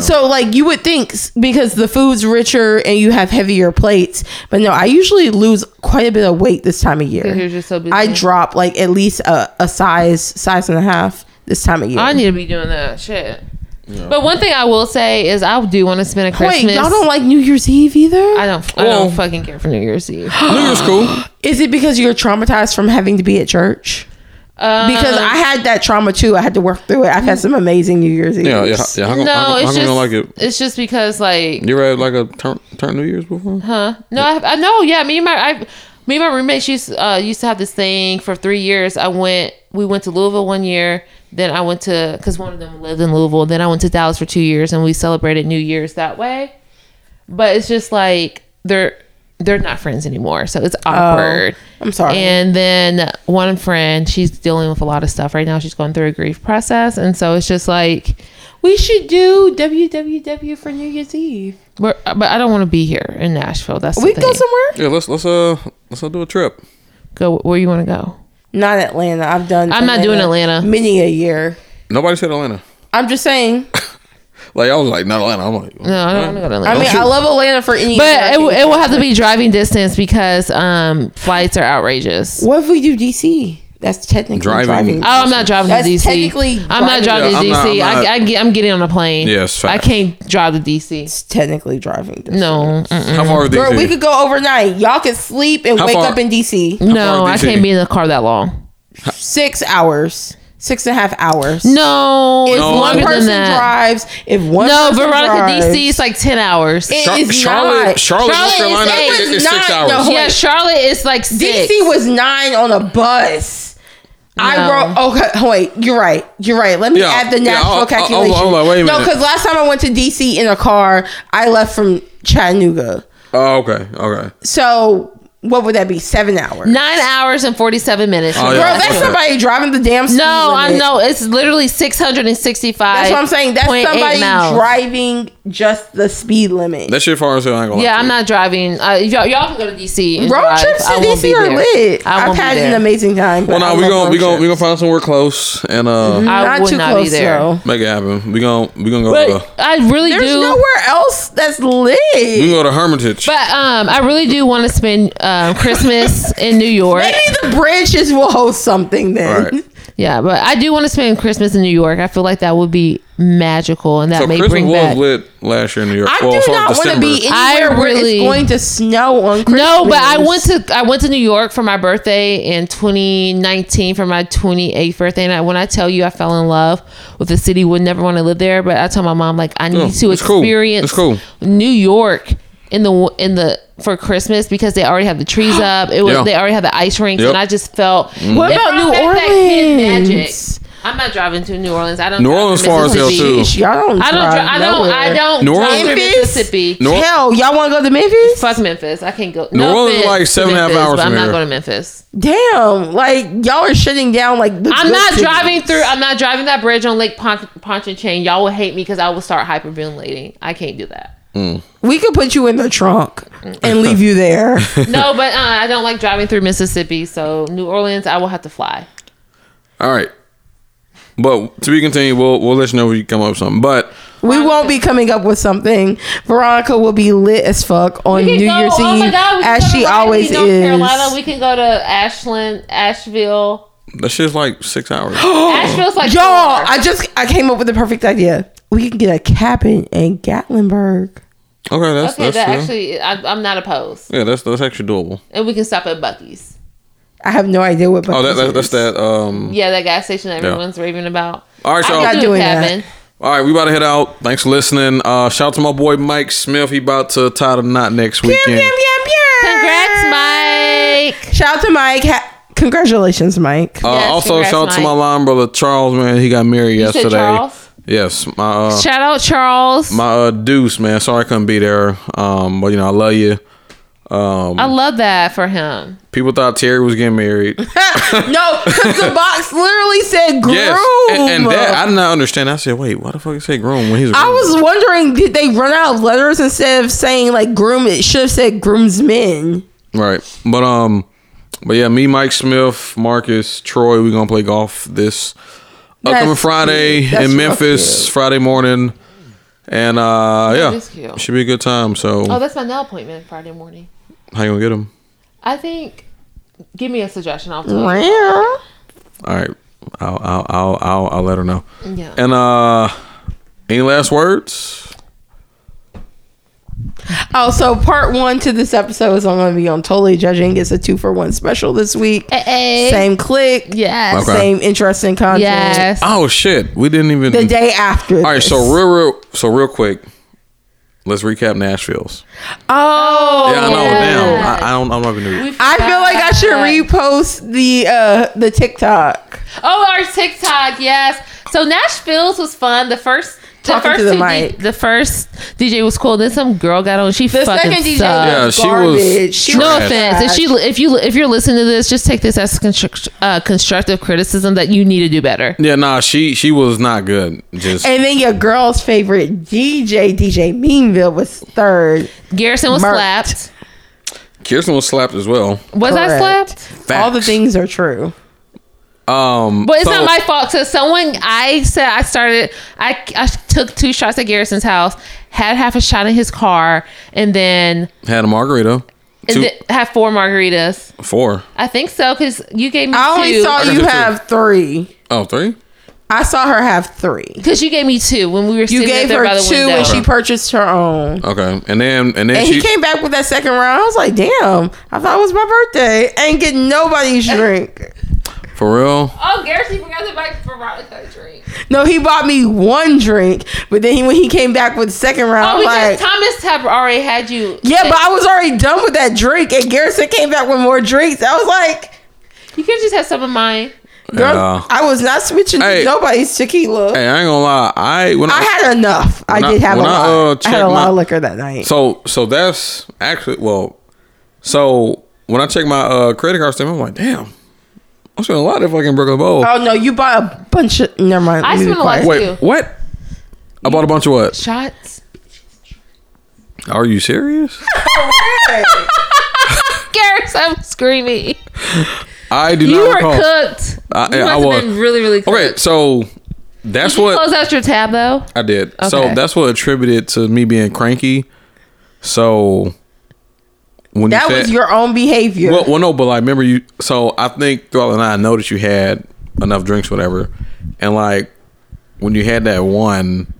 So like you would think s- because the food's richer and you have heavier plates, but no, I usually lose quite a bit of weight this time of year.
'Cause you're just so busy.
I drop like at least a, a size, size and a half this time of year.
I need to be doing that shit. But one thing I will say is I do want to spend a Christmas.
Wait, y'all don't like New Year's Eve either?
I don't. I
Well-
don't fucking care for New
[GASPS]
Year's Eve.
New Year's cool.
Is it because you're traumatized from having to be at church?
Um,
Because I had that trauma too. I had to work through it. I've had some amazing New Year's Eve.
Yeah, yeah, yeah. How come,
no,
how come- how
it's
come you
just
don't like it?
it's just because like
You ever had like a turn, turn New Year's before?
Huh? No, I, have, I know. Yeah, me and my I, me and my roommates used uh, used to have this thing for three years. I went. We went to Louisville one year. Then I went to because one of them lived in Louisville. Then I went to Dallas for two years, and we celebrated New Year's that way. But it's just like they're they're not friends anymore, so it's awkward.
Oh, I'm sorry.
And then one friend, she's dealing with a lot of stuff right now. She's going through a grief process, and so it's just like
we should do WWW for New Year's Eve.
we're, but I don't want to be here in Nashville. That's the
We can go
thing.
somewhere?
Yeah, let's let's uh let's uh, do a trip.
Go where you want to go.
Not Atlanta. I've done.
I'm not doing Atlanta.
Many a year.
Nobody said Atlanta.
I'm just saying.
Like I was like not Atlanta. I'm like
No, I don't want to go to Atlanta.
I mean, I love Atlanta for any.
but it, will- it will have to be driving distance because um, flights are outrageous. Oh,
what if we do DC? That's technically driving.
Driving.
I'm not driving
That's
to DC.
technically
I'm not driving
driving.
to
Yeah, I'm
DC.
not- I'm not-
I, I get, I'm getting on a plane.
Yes,
I
facts.
can't drive to DC.
It's technically driving. Distance.
No, mm-mm.
how far is
Girl,
DC?
we could go overnight. Y'all can sleep and
How
wake
far-
up in DC.
no,
far
I
is DC?
can't be in the car that long.
Six hours, six and a half hours.
No,
if
it's
No.
one
longer
person
than that.
drives, if one
No,
person
Veronica
drives,
DC is like ten hours.
It-
Char-
is
Charlotte,
not.
Charlotte,
Charlotte
North
is
Carolina
eight.
is, is six
Not-
hours.
no.
yeah, Charlotte is like six.
DC was nine on a bus. I
No.
wrote. Okay, wait. You're right. You're right. Let me
Yeah,
add the
yeah, oh,
national
I'll- I'll-
calculation.
I'll- I'll- wait a
no,
minute.
because last time I went to DC in a car, I left from Chattanooga.
Oh, okay, okay.
So what would that be? Seven hours.
nine hours and forty seven minutes.
Oh,
Girl,
yeah.
that's somebody driving the damn. speed
No, I
limit.
know it's literally six hundred and sixty-five.
That's what I'm saying. That's somebody driving just the speed limit.
That shit far as hell, I ain't gonna lie
Yeah,
to
I'm
you.
not driving. Uh, y'all, y'all can go to DC. and
Road
drive.
trips to
I won't be
DC are
there.
lit.
I
I've
won't
had
be there.
an amazing time. but
Well, now
I
we
love
gonna
road
we gonna we gonna
trips.
find somewhere close and uh
I
Not
would
too
not be
close,
there.
though.
make it happen. We gonna we gonna go.
But
to,
I really
There's
do.
nowhere else that's lit.
we can go to Hermitage.
But um, I really do want to spend um, Christmas in New York.
Maybe the bridges will host something then.
Right.
Yeah, but [LAUGHS] I do want to spend Christmas in New York. I feel like that would be magical, and that
so
may
Christmas
bring
was
back.
lit last year in New York.
I
well, as
do
far as
not want to
December.
be
I
anywhere where
really-
it's going to snow on Christmas.
No, but I went to I went to New York for my birthday in 2019 for my 28th birthday, and I, when I tell you I fell in love with the city, would never want to live there. But I told my mom like I need
Yeah,
to
it's Oh, cool.
experience
It's cool.
New York in the in the for Christmas because they already have
[GASPS]
the trees up. It was
Yeah.
they already have the ice rinks,
Yep. Mm.
and I just felt
What
if
about
I
New
make that kid
Orleans?
I'm not driving to New Orleans. I don't.
New
drive to
Orleans far as hell,
Mississippi.
too.
Sheesh, y'all don't.
I don't. Dri-
drive
I don't. I
nowhere.
don't.
New
drive to
Orleans?
Mississippi.
New-
Hell, y'all want to go to Memphis?
Fuck Memphis. I can't go.
New Orleans is like
offense to
seven and a half
Memphis,
hours
But
from
I'm not
here.
going to Memphis.
Damn, like y'all are shutting down. Like the
I'm
good
not
cities.
driving through. uh, I'm not driving that bridge on Lake Pon- Pontchartrain. Y'all will hate me because I will start hyperventilating. I can't do that.
We could put you in the trunk and leave you
[LAUGHS]
there.
[LAUGHS]
No, but uh, I don't like driving through Mississippi. So New Orleans, I will have to fly.
All right. But to be continued, we'll we'll let you know when you come up with something. But
we won't be coming up with something. Veronica will be lit as fuck on New
We can go-
Year's
oh
Eve,
my God, we can go
as
to
she
Raleigh,
always
North
is.
Carolina. We can go to Ashland,
[GASPS]
Asheville.
that shit's like six
[GASPS]
hours.
Asheville's like
Y'all,
four.
I just I came up with the perfect idea. We can get a cabin in Gatlinburg.
Okay, that's
Okay,
that's
that
yeah.
actually, I, I'm not opposed,
yeah, that's that's actually doable.
and we can stop at Bucky's.
I have no idea what.
Oh, that, that
Bucky's
that's
is.
that. Um.
Yeah, that gas station that
Yeah.
everyone's raving about.
All right,
I
y'all.
can
Not
do a
doing that.
cabin.
All right, we about to head out. Thanks for listening. Uh, shout out to my boy Mike Smith. He about to tie the knot next
Yum,
weekend.
yum, yum, yum.
Congrats, Mike.
Shout out to Mike. Ha- Congratulations, Mike.
Uh,
Yes,
also,
congrats,
shout out to
Mike.
my line brother Charles. Man, he got married
said
yesterday.
Charles?
Yes, my uh,
Shout out Charles.
my uh, Deuce man. Sorry I couldn't be there. Um, but you know I love you.
I love that for him.
People thought Terry was getting married.
no, because
[LAUGHS]
the box literally said groom.
Yes, and, and that I did not understand. I said, wait, why the fuck it say groom when he's? a
I
groom?
was wondering, did they run out of letters instead of saying like groom? It should have said groomsmen.
right, but um, but yeah, me, Mike Smith, Marcus, Troy, we gonna play golf this upcoming
That's
Friday
cute. That's
in
real
Memphis, Friday morning, and uh,
is
yeah,
cute.
should be a good time. So
Oh, that's my nail appointment Friday morning.
how you gonna get him?
I think. Give me a suggestion. I'll do it.
Wow.
All right, I'll I'll I'll I'll, I'll let her know.
Yeah.
And uh, any last words?
Oh, so part one to this episode is I'm going to be on Totally Judging. It's a two for one special this week.
Eh, Hey.
Same click.
Yes.
Okay.
Same interesting content.
Yes.
Oh shit, we didn't even.
The day after.
All right, so real real so real quick, let's recap Nashville's.
oh,
Yeah, I know.
yeah.
Damn, I, I don't. I'm not gonna do it.
I feel like I should repost the uh the TikTok.
Oh, our TikTok, yes. So Nashville's was fun. The first, the
Talking
first
to the
two
mic.
D- the first DJ was cool. Then some girl got on. She
The
fucking
second DJ
sucked.
Yeah,
was
she was
garbage. She
No
Trash.
offense. If she, if you, if you're listening to this, just take this as construct, uh, constructive criticism that you need to do better.
Yeah, nah. She she was not good. Just
And then your girl's favorite DJ, DJ Meanville, was third.
Garrison was
Murked.
slapped.
Kirsten was slapped as well.
Was I
Correct.
slapped?
All the
Facts.
things are true.
Um,
But it's
so-
not my fault. So someone, I said I started. I, I took two shots at Garrison's house, had half a shot in his car, and then,
Had a margarita.
and
Two,
then had four margaritas.
four.
I think so because you gave me
I only saw
two.
got
you
the two.
have three.
Oh, three.
I saw her have three.
Because you gave me two when we were
You
sitting
gave
up there
her
by the
two,
window.
and she purchased her own.
Okay, and then and then
And
she.
he came back with that second round. I was like, "Damn! I thought it was my birthday. I ain't getting nobody's drink."
for real.
oh, Garrison forgot to buy Veronica a drink.
No, he bought me one drink, but then he, when he came back with the second round,
Oh,
I'm
because
like,
Thomas had already had you.
"Yeah," but I was already done with that drink, and Garrison came back with more drinks. I was like,
you could just have some of mine.
Girl,
Yeah.
I was not switching
uh, Hey.
to nobody's tequila.
Hey, I ain't gonna lie. I when
I had enough. I
When I-
did have a
when I,
lot. I,
uh,
had
checked
a lot
my-
of liquor that night.
So so that's actually well. So when I check my uh, credit card statement, I'm like, damn, I'm spending a lot of fucking Brooklyn Bowl.
oh no, you bought a bunch of. Never mind.
I
let me be
spent a lot
quiet.
too.
Wait, what? I bought a bunch of what?
Shots.
Are you serious?
Garrison, I'm screaming.
I do
You
not
were
recall.
cooked.
I-
you
I
must have
was.
been really, really cooked.
Okay, so that's
Did you
what
[LAUGHS]
close out your tab though?
I did. So
Okay.
that's what attributed to me being cranky. So when
That
you said,
was your own behavior.
well, well, no, but like, remember you? So I think throughout the night, I know that you had enough drinks, whatever, and like when you had that one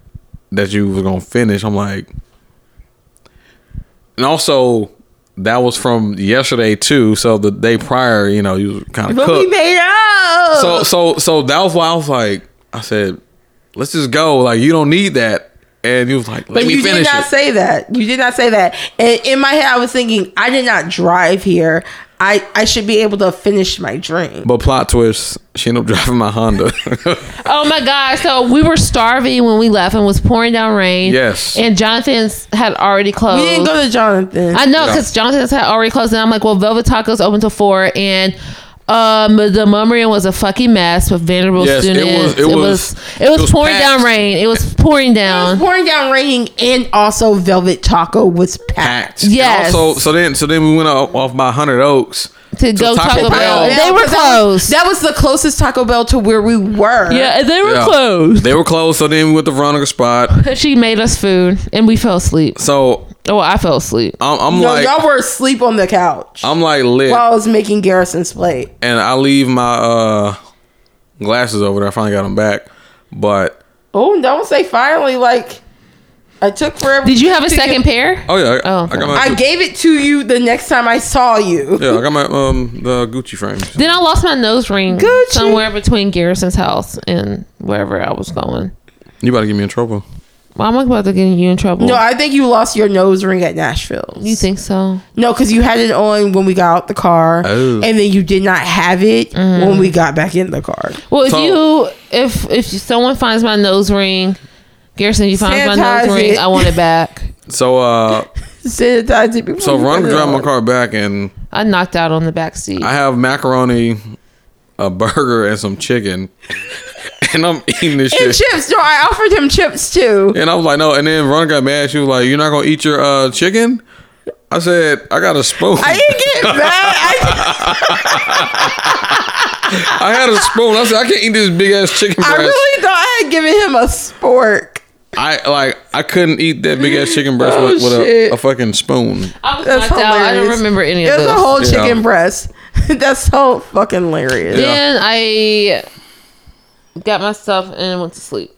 that you was gonna finish, I'm like, and also. That was from yesterday too. So the day prior, you know, you was kind of
but
cooked.
we made up.
So so so that was why I was like, I said, let's just go. Like you don't need that. and you was like, "Let
But
me
you did
finish
not
it."
say that. You did not say that. And in my head, I was thinking, I did not drive here. I, I should be able to finish my dream.
but plot twist, she ended up [LAUGHS] driving my
[LAUGHS]
Honda.
Oh my God. So we were starving when we left and was pouring down rain.
Yes.
And Jonathan's had already closed.
we didn't
uh,
go to Jonathan.
I know
Yeah.
because Jonathan's had already closed, and I'm like, well, Velvet Tacos open till four, and um, the Mumrian was a fucking mess with Vanderbilt
Yes, it
students.
was- it was-
it was
it was
pouring down
packed.
rain. It was pouring down.
pouring down raining and also Velvet Taco was packed.
Packed.
Yes.
And Also, so then, so then we went off, off by Hundred Oaks
To go Taco Bell. They were
'cause that was-
closed.
That was, the closest Taco Bell to where we were.
Yeah, and they were
Yeah.
closed.
They were closed. So then we went to Veronica Spot.
she made us food, and we fell asleep.
So
Oh, I fell asleep.
I'm, I'm
No,
like,
y'all were asleep on the couch
I'm like lit,
while I was making Garrison's plate.
and I leave my uh glasses over there. I finally got them back, but
Oh, don't say finally. Like, I took forever.
Did you have a
to
second
get-
pair?
oh yeah, I,
Oh,
I got my
I gave it to you the next time I saw you.
yeah, I got my um the Gucci frames.
Then I lost my nose ring
Gucci.
somewhere between Garrison's house and wherever I was going.
You about to get me in trouble?
Well, I'm about to get you in trouble.
No, I think you lost your nose ring at Nashville.
you think so?
No, because you had it on when we got out the car,
Oh.
and then you did not have it
Mm-hmm.
when we got back in the car.
Well, if
So-
you if if someone finds my nose ring, Garrison, you find my
Sanitize
nose ring,
it.
I want
[LAUGHS]
it back.
So uh,
Sanitize it before
so
you
Veronica
put it
drive my
on.
car back, and
I knocked out on the back seat.
I have macaroni, a burger, and some chicken, [LAUGHS] and I'm eating this
And
shit.
chips. No, I offered him chips too.
And I was like, no. And then Veronica got mad. She was like, "You're not gonna eat your uh chicken." I said, "I got a spoon.
I
I,
didn't get mad. I,
had a spoon. [LAUGHS] I said, I can't eat this big ass chicken
I
breast. I,
really thought I had given him a spork.
like, I couldn't eat that big ass chicken breast with, with a,
Oh, shit.
a fucking spoon.
I was
That's
knocked out. I don't
hilarious.
remember any of
It was
this.
a whole
Yeah.
chicken breast. [LAUGHS] That's so fucking hilarious.
Yeah.
then I got my stuff and went to sleep.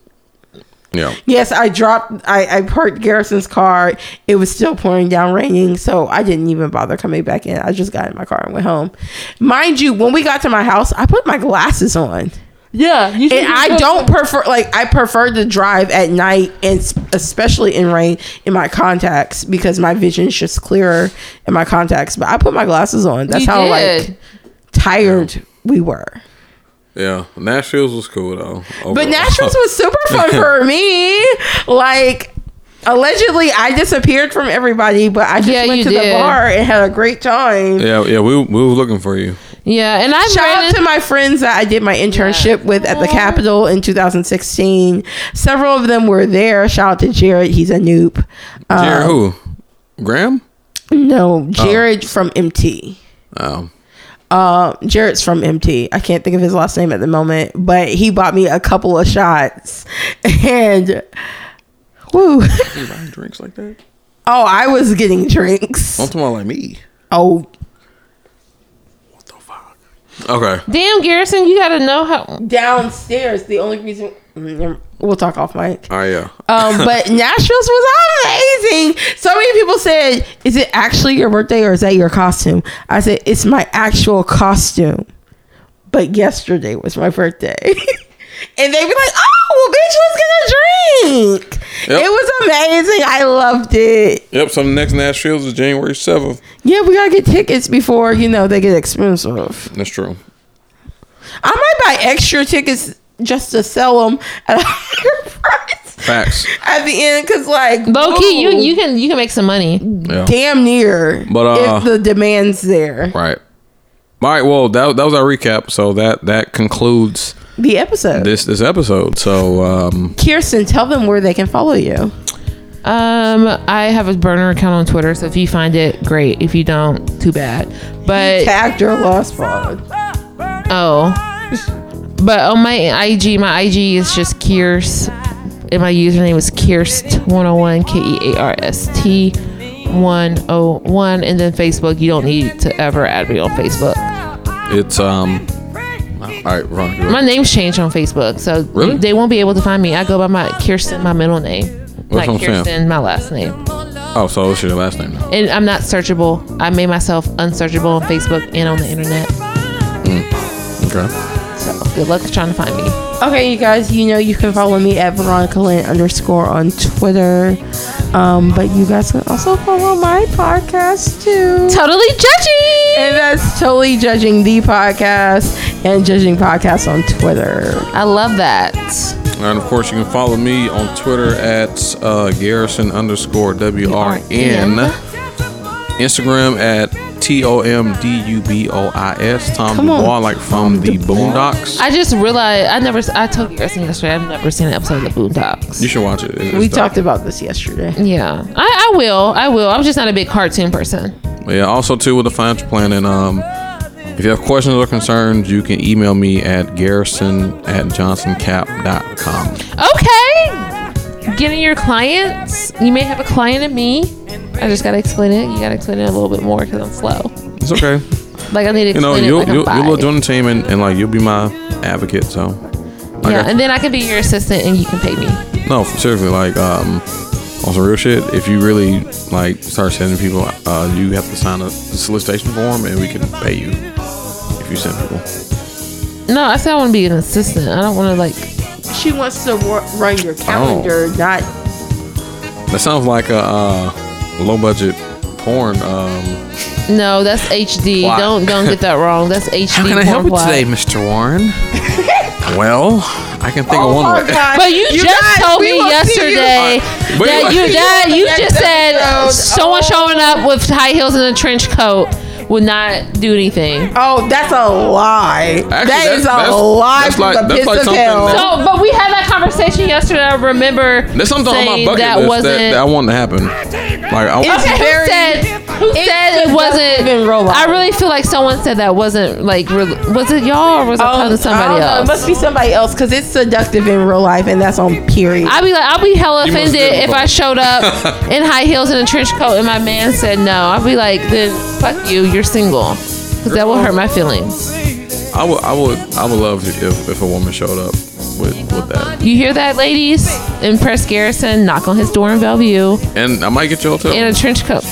Yeah,
Yes, I dropped. I, I parked Garrison's car. It was still pouring down, raining, so I didn't even bother coming back in. I just got in my car and went home. Mind you, when we got to my house, I put my glasses on,
Yeah, you
and I don't prefer like I prefer to drive at night, and s- especially in rain, in my contacts because my vision is just clearer in my contacts. But I put my glasses on. That's how like tired we were.
yeah. Nashville's was cool though.
But
Overall.
Nashville's was super fun for me. Like, allegedly, I disappeared from everybody, but I just
Yeah,
went
you
to
did.
the bar and had a great
[LAUGHS]
time.
yeah, yeah. We we was looking for you.
Yeah, and I
Shout
ran
out
into
to my friends that I did my internship with at the Capitol in 2016. Several of them were there. Shout out to Jared. He's a noob. Um,
Jared, who? Oh. Graham?
No, Jared from MT.
Oh,
Uh, Jared's from MT. I can't think of his last name at the moment, but he bought me a couple of shots. [LAUGHS] And, woo.
everybody drinks like that.
[LAUGHS] Oh, I was getting drinks.
Don't talk like me.
Oh,
Okay.
damn Garrison. You gotta know how.
downstairs. The only reason Mm, we'll talk off mic.
All right. Yeah. [LAUGHS]
Um, but Nashville's was amazing. So many people said, "Is it actually your birthday or is that your costume?" I said, "It's my actual costume." But yesterday was my birthday. [LAUGHS] And they be like, "Oh, well, bitch, let's get a drink."
Yep.
It was amazing. I loved it.
Yep. So the next Nashville's is January seventh.
Yeah, we gotta get tickets before you know they get expensive.
That's true.
I might buy extra tickets just to sell them at a higher [LAUGHS] price
Facts.
at the end because, like,
Low key, you
whoa,
you can you can make some money.
Yeah.
damn near,
But, uh,
if the demand's there,
Right. All right. Well, that that was our recap. So that that concludes
the episode.
this this episode. So um,
Kirsten, tell them where they can follow you.
Um, I have a burner account on Twitter, so if you find it, great. If you don't, too bad. But
Tagged your lost pod.
Oh. But on my IG, my IG is just Kears. And my username is Kirst101, K E A R S T 101. And then Facebook, you don't need to ever add me on Facebook.
it's um. All right, Veronica.
My name's changed on Facebook, so
Really?
they won't be able to find me. I go by my Kirsten, my middle name.
That's
not
what I'm saying.
Kirsten, my last name.
Oh, so what's your last name now?
And I'm not searchable. I made myself unsearchable on Facebook and on the internet.
Okay.
So good luck trying to find me.
Okay, you guys, you know you can follow me at Veronica Lynn underscore on Twitter. Um, but you guys can also follow my podcast too.
Totally judgy.
And that's totally judging the podcast and judging podcasts on Twitter.
I love that.
And of course, you can follow me on Twitter at uh, Garrison underscore WRN. Instagram at T O M D U B O I S. Tom
Come on.
Dubois, like from the Boondocks.
I just realized I never I told you guys yesterday I've never seen an episode of the Boondocks.
you should watch it. It's
We
dope.
talked about this yesterday.
Yeah, I, I will. I will. I'm just not a big cartoon person.
Yeah, also too with the financial planning. Um, if you have questions or concerns, you can email me at garrison at johnsoncap.com.
Okay, getting your clients. You may have a client in me. I just gotta explain it. You gotta explain it a little bit more because I'm slow.
It's
[LAUGHS]
okay.
Like I need to
You know,
explain
you'll,
it. Like
you'll,
I'm
you'll
five.
join the team and, and like you'll be my advocate. So, like,
yeah,
I-
and then I can be your assistant and you can pay me.
no, seriously, like um, on some real shit. If you really like start sending people, uh, you have to sign a solicitation form and we can pay you if you send people.
No, I said I want to be an assistant. I don't want to like.
She wants to wa- run your
Oh.
calendar, not
That sounds like a uh, low budget porn. Um,
No, that's HD.
Plot.
Don't don't get that wrong. That's HD. porn plot.
Mr. Warren? well, I can think
Oh
of one. way.
[LAUGHS]
But you, just
guys,
told
we
me
will see
yesterday
Wait,
that
wait.
you that
you
you
on the
just
next
said
episode.
someone
Oh.
showing up with high heels and a trench coat would not do anything.
Oh, that's a lie. that
that's-
is a
that's-
lie
that's
from
like-
the
that's
pits
like
of
something
hell.
that-
[LAUGHS]
So, but we had that conversation yesterday. I remember
There's something on my
saying
bucket
that
list
wasn't.
that, that I want to happen. Like, I,
It's-
Okay,
very-
who said who
it
said
just
it wasn't?
doesn't even roll
I
out.
really feel like someone said that wasn't like re- was it y'all or was it talking
Oh,
to
I don't
somebody
know.
else?
It must be somebody else because it's seductive in real life, and that's on period.
I'd be like, I'd be hella
You must
offended
be
if I
broke.
showed up
[LAUGHS]
in high heels and a trench coat and my man said no. I'd be like, then fuck you, you're single. Because that will hurt my feelings.
I would, I would, I would love if, if a woman showed up with with that,
You hear that, ladies? In Press Garrison, knock on his door in Bellevue
and I might get you a hotel.
in a trench coat.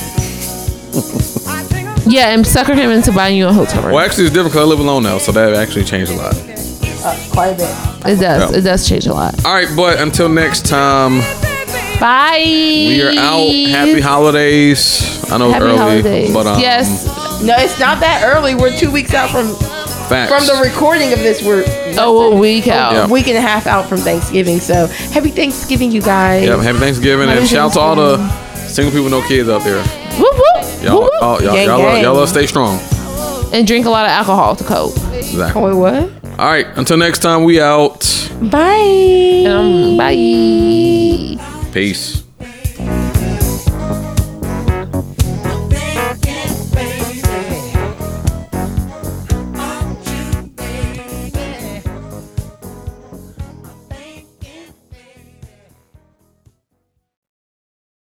Yeah, and sucker him into buying you a hotel room.
well, actually, it's different because I live alone now, so that actually changed a lot.
Uh, quite a bit.
It does.
Yeah.
It does change a lot.
All right, but until next time,
Bye.
we are out. Happy holidays. I know it's
Happy
early,
holidays.
but um,
yes.
No, it's not that early. We're two weeks out from
facts.
from the recording of this. We're
Oh, a week out.
Yeah.
a week and a half out from Thanksgiving. So happy Thanksgiving, you guys.
Yep, happy Thanksgiving,
Happy
and shout out to all the single people, no kids out there.
Whoop, whoop.
Y'all,
Whoop, whoop.
all, y'all,
Gang,
y'all, y'all,
gang.
y'all stay strong.
And drink a lot of alcohol to cope.
Exactly.
Oh, what?
All right, until next time, we out.
Bye.
Um, bye.
Peace.